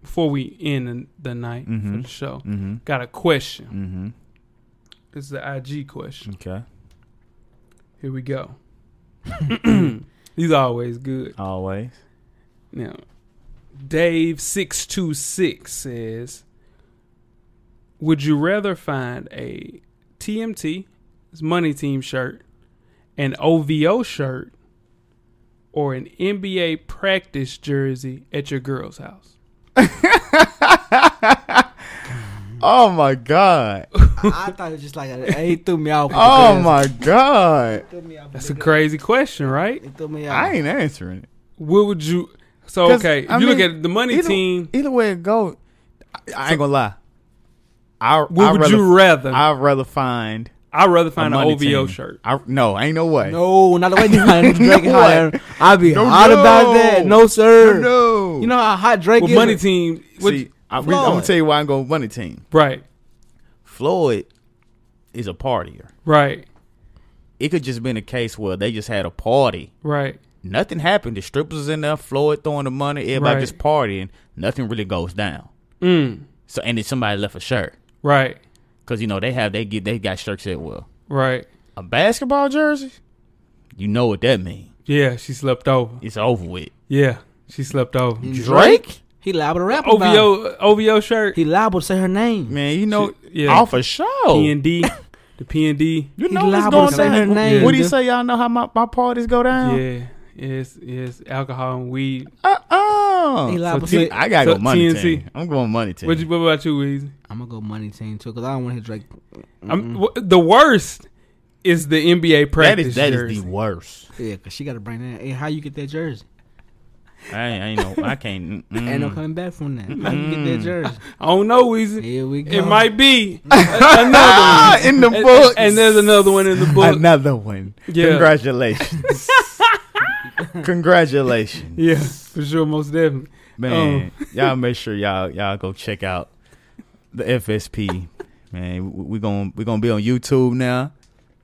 Speaker 3: before we end the- the night for
Speaker 4: Mhm.
Speaker 3: the show,
Speaker 4: Mm-hmm.
Speaker 3: got a question.
Speaker 4: Mm-hmm.
Speaker 3: This is the IG question.
Speaker 4: Okay.
Speaker 3: Here we go. He's always good.
Speaker 4: Always.
Speaker 3: Now, Dave six two six says, "Would you rather find a TMT, it's money team shirt, an OVO shirt, or an NBA practice jersey at your girl's house?"
Speaker 4: Oh my god.
Speaker 5: I thought it was just like a, it threw me off.
Speaker 4: Oh
Speaker 5: because-
Speaker 4: my god.
Speaker 5: Threw me off
Speaker 3: That's a crazy question, right?
Speaker 5: It threw me off.
Speaker 4: I ain't answering it.
Speaker 3: What would you? So
Speaker 4: 'Cause,
Speaker 3: okay, if
Speaker 4: I
Speaker 3: you look
Speaker 4: mean,
Speaker 3: at the money
Speaker 4: either,
Speaker 3: team.
Speaker 4: Either way it go, I, I ain't gonna lie. I
Speaker 3: What
Speaker 4: I
Speaker 3: would
Speaker 4: rather,
Speaker 3: you rather? I,
Speaker 4: I'd rather find
Speaker 3: would rather
Speaker 4: a
Speaker 3: find an
Speaker 4: money
Speaker 3: OVO
Speaker 4: team.
Speaker 3: shirt.
Speaker 4: I no, ain't no way.
Speaker 5: No, not the way Drake Drake
Speaker 4: No
Speaker 5: hot.
Speaker 4: way.
Speaker 5: I'd be
Speaker 4: No,
Speaker 5: hot
Speaker 4: no.
Speaker 5: about that. No, sir.
Speaker 4: No.
Speaker 5: You know how hot Drake
Speaker 3: Well,
Speaker 5: is.
Speaker 3: money team. what-
Speaker 4: See, I, am gonna
Speaker 5: Floyd.
Speaker 4: tell you why I'm going money team.
Speaker 3: right,
Speaker 4: Floyd is a partier.
Speaker 3: right,
Speaker 4: It could just been a case where they just had a party.
Speaker 3: right.
Speaker 4: Nothing happened. The strippers was in there, Floyd throwing the money, everybody
Speaker 3: Right.
Speaker 4: just partying. Nothing really goes down.
Speaker 3: Mm,
Speaker 4: So and then somebody left a shirt
Speaker 3: right,
Speaker 4: because you know they have they get they got shirts that well
Speaker 3: right.
Speaker 4: a basketball jersey. You know what that means?
Speaker 3: Yeah, she slept over.
Speaker 4: It's over with.
Speaker 3: Yeah, she slept over.
Speaker 4: Drake,
Speaker 5: He liable to rap about it.
Speaker 3: OVO OVO shirt.
Speaker 5: He liable to say her name.
Speaker 4: man, you know
Speaker 3: Shit, yeah.
Speaker 4: off a show.
Speaker 3: P and D. The P and D.
Speaker 4: you
Speaker 5: He
Speaker 4: know what's
Speaker 5: liable to
Speaker 4: going
Speaker 5: say her
Speaker 4: down.
Speaker 5: name,
Speaker 4: What do you
Speaker 5: dude.
Speaker 4: say? Y'all know how my, my parties go down?
Speaker 3: Yeah. Yes, yes, alcohol and weed.
Speaker 4: Uh uh
Speaker 5: He liable
Speaker 4: So
Speaker 5: to say-
Speaker 4: T- I gotta
Speaker 3: so
Speaker 4: go money
Speaker 3: TNC.
Speaker 4: team. I'm going money team.
Speaker 3: What, you, what about you, Weezy?
Speaker 5: I'm gonna go money team too, cause I don't want to hear Drake.
Speaker 3: I'm, w- the worst is the NBA
Speaker 4: that
Speaker 3: practice
Speaker 4: is that
Speaker 3: jersey.
Speaker 4: is the worst.
Speaker 5: Yeah, cause she gotta bring that. Hey, how you get that jersey?
Speaker 4: I ain't, I ain't know. I can't. mm-mm.
Speaker 5: Ain't no coming back from that. How you get
Speaker 4: Mm.
Speaker 5: that jersey?
Speaker 3: I don't know, Weezy.
Speaker 5: Here we go.
Speaker 3: It might be another
Speaker 4: Ah, in the
Speaker 3: one.
Speaker 4: book.
Speaker 3: And, and there's another one in the book.
Speaker 4: Another one.
Speaker 3: Yeah.
Speaker 4: Congratulations. Congratulations.
Speaker 3: Yeah, Oh. for sure, most definitely.
Speaker 4: Man, y'all make sure y'all y'all go check out the FSP. Man, we're going we going to be on YouTube now,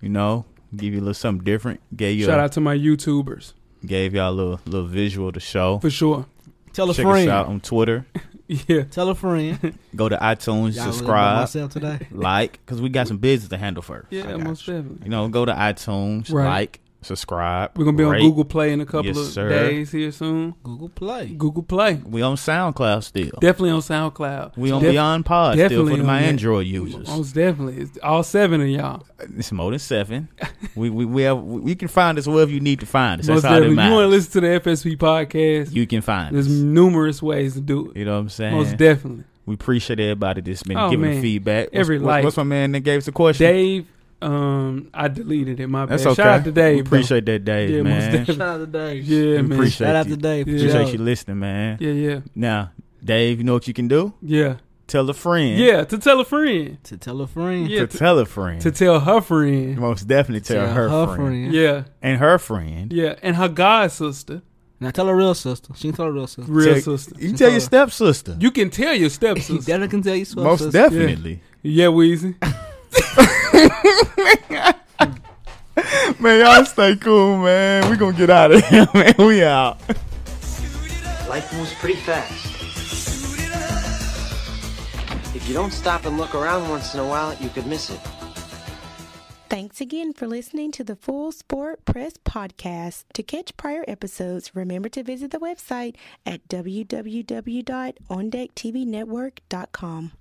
Speaker 4: you know. Give you a little something different. Gave you
Speaker 3: Shout
Speaker 4: a,
Speaker 3: out to my YouTubers
Speaker 4: gave y'all a little little visual to show.
Speaker 3: for sure.
Speaker 5: tell a
Speaker 4: Check us out
Speaker 5: friend.
Speaker 4: on Twitter.
Speaker 3: Yeah,
Speaker 5: Tell a friend.
Speaker 4: Go to iTunes,
Speaker 5: Y'all really about
Speaker 4: subscribe,
Speaker 5: myself today.
Speaker 4: like, cause we got some business to handle first.
Speaker 3: yeah,
Speaker 4: I got
Speaker 3: most
Speaker 4: you.
Speaker 3: definitely.
Speaker 4: You know, go to iTunes,
Speaker 3: Right.
Speaker 4: like, subscribe.
Speaker 3: We're gonna be on
Speaker 4: rate.
Speaker 3: Google Play in a couple
Speaker 4: Yes,
Speaker 3: of
Speaker 4: sir.
Speaker 3: days here soon.
Speaker 5: Google Play.
Speaker 3: Google Play,
Speaker 4: We on SoundCloud still.
Speaker 3: definitely on SoundCloud.
Speaker 4: We on
Speaker 3: Def-
Speaker 4: Beyond Pod still
Speaker 3: definitely
Speaker 4: for my
Speaker 3: on that.
Speaker 4: Android users.
Speaker 3: Most definitely, it's all seven of y'all.
Speaker 4: It's more than seven. we we we have we we can find us wherever you need to find us.
Speaker 3: most
Speaker 4: That's how it
Speaker 3: definitely, you want to
Speaker 4: matters.
Speaker 3: listen to the FSP podcast?
Speaker 4: You, can find
Speaker 3: There's
Speaker 4: us.
Speaker 3: numerous ways to do it.
Speaker 4: You know what I'm saying?
Speaker 3: Most definitely,
Speaker 4: we appreciate everybody that's been
Speaker 3: Oh,
Speaker 4: giving
Speaker 3: man.
Speaker 4: feedback. What's-
Speaker 3: Every
Speaker 4: what's,
Speaker 3: like.
Speaker 4: What's my man that gave us a question?
Speaker 3: Dave. Um, I deleted it. My bad.
Speaker 4: That's okay.
Speaker 3: Shout out to Dave.
Speaker 4: We
Speaker 3: bro.
Speaker 4: appreciate that, Dave,
Speaker 3: Yeah, most
Speaker 4: man.
Speaker 3: definitely.
Speaker 5: Shout out to Dave.
Speaker 3: Yeah,
Speaker 4: We
Speaker 3: man.
Speaker 4: appreciate
Speaker 5: Shout out
Speaker 4: you.
Speaker 5: to Dave. for
Speaker 3: Yeah.
Speaker 4: Appreciate
Speaker 5: sure.
Speaker 4: you listening, man.
Speaker 3: Yeah, yeah,
Speaker 4: Now, Dave, you know what you can do?
Speaker 3: yeah.
Speaker 4: tell a friend.
Speaker 3: Yeah, to tell a friend.
Speaker 5: To tell a friend.
Speaker 3: Yeah.
Speaker 4: To
Speaker 3: to-
Speaker 4: tell a friend.
Speaker 3: To tell her friend.
Speaker 4: Most definitely tell, her, friend.
Speaker 3: Yeah.
Speaker 4: And her friend.
Speaker 3: Yeah. And her god sister.
Speaker 5: Now tell her real sister. She can tell her real sister.
Speaker 3: Real
Speaker 4: Tell-
Speaker 3: sister.
Speaker 4: You tell your stepsister.
Speaker 3: You can tell your stepsister.
Speaker 5: That I can tell you. so,
Speaker 4: Most
Speaker 5: sister.
Speaker 4: definitely.
Speaker 3: yeah, Weezy.
Speaker 4: Man, y'all stay cool, man. We gonna get out of here, man. We out.
Speaker 8: Life moves pretty fast. If you don't stop and look around once in a while, you could miss it.
Speaker 6: Thanks again for listening to the Full Sport Press podcast. To catch prior episodes, remember to visit the website at www.ondecktvnetwork.com.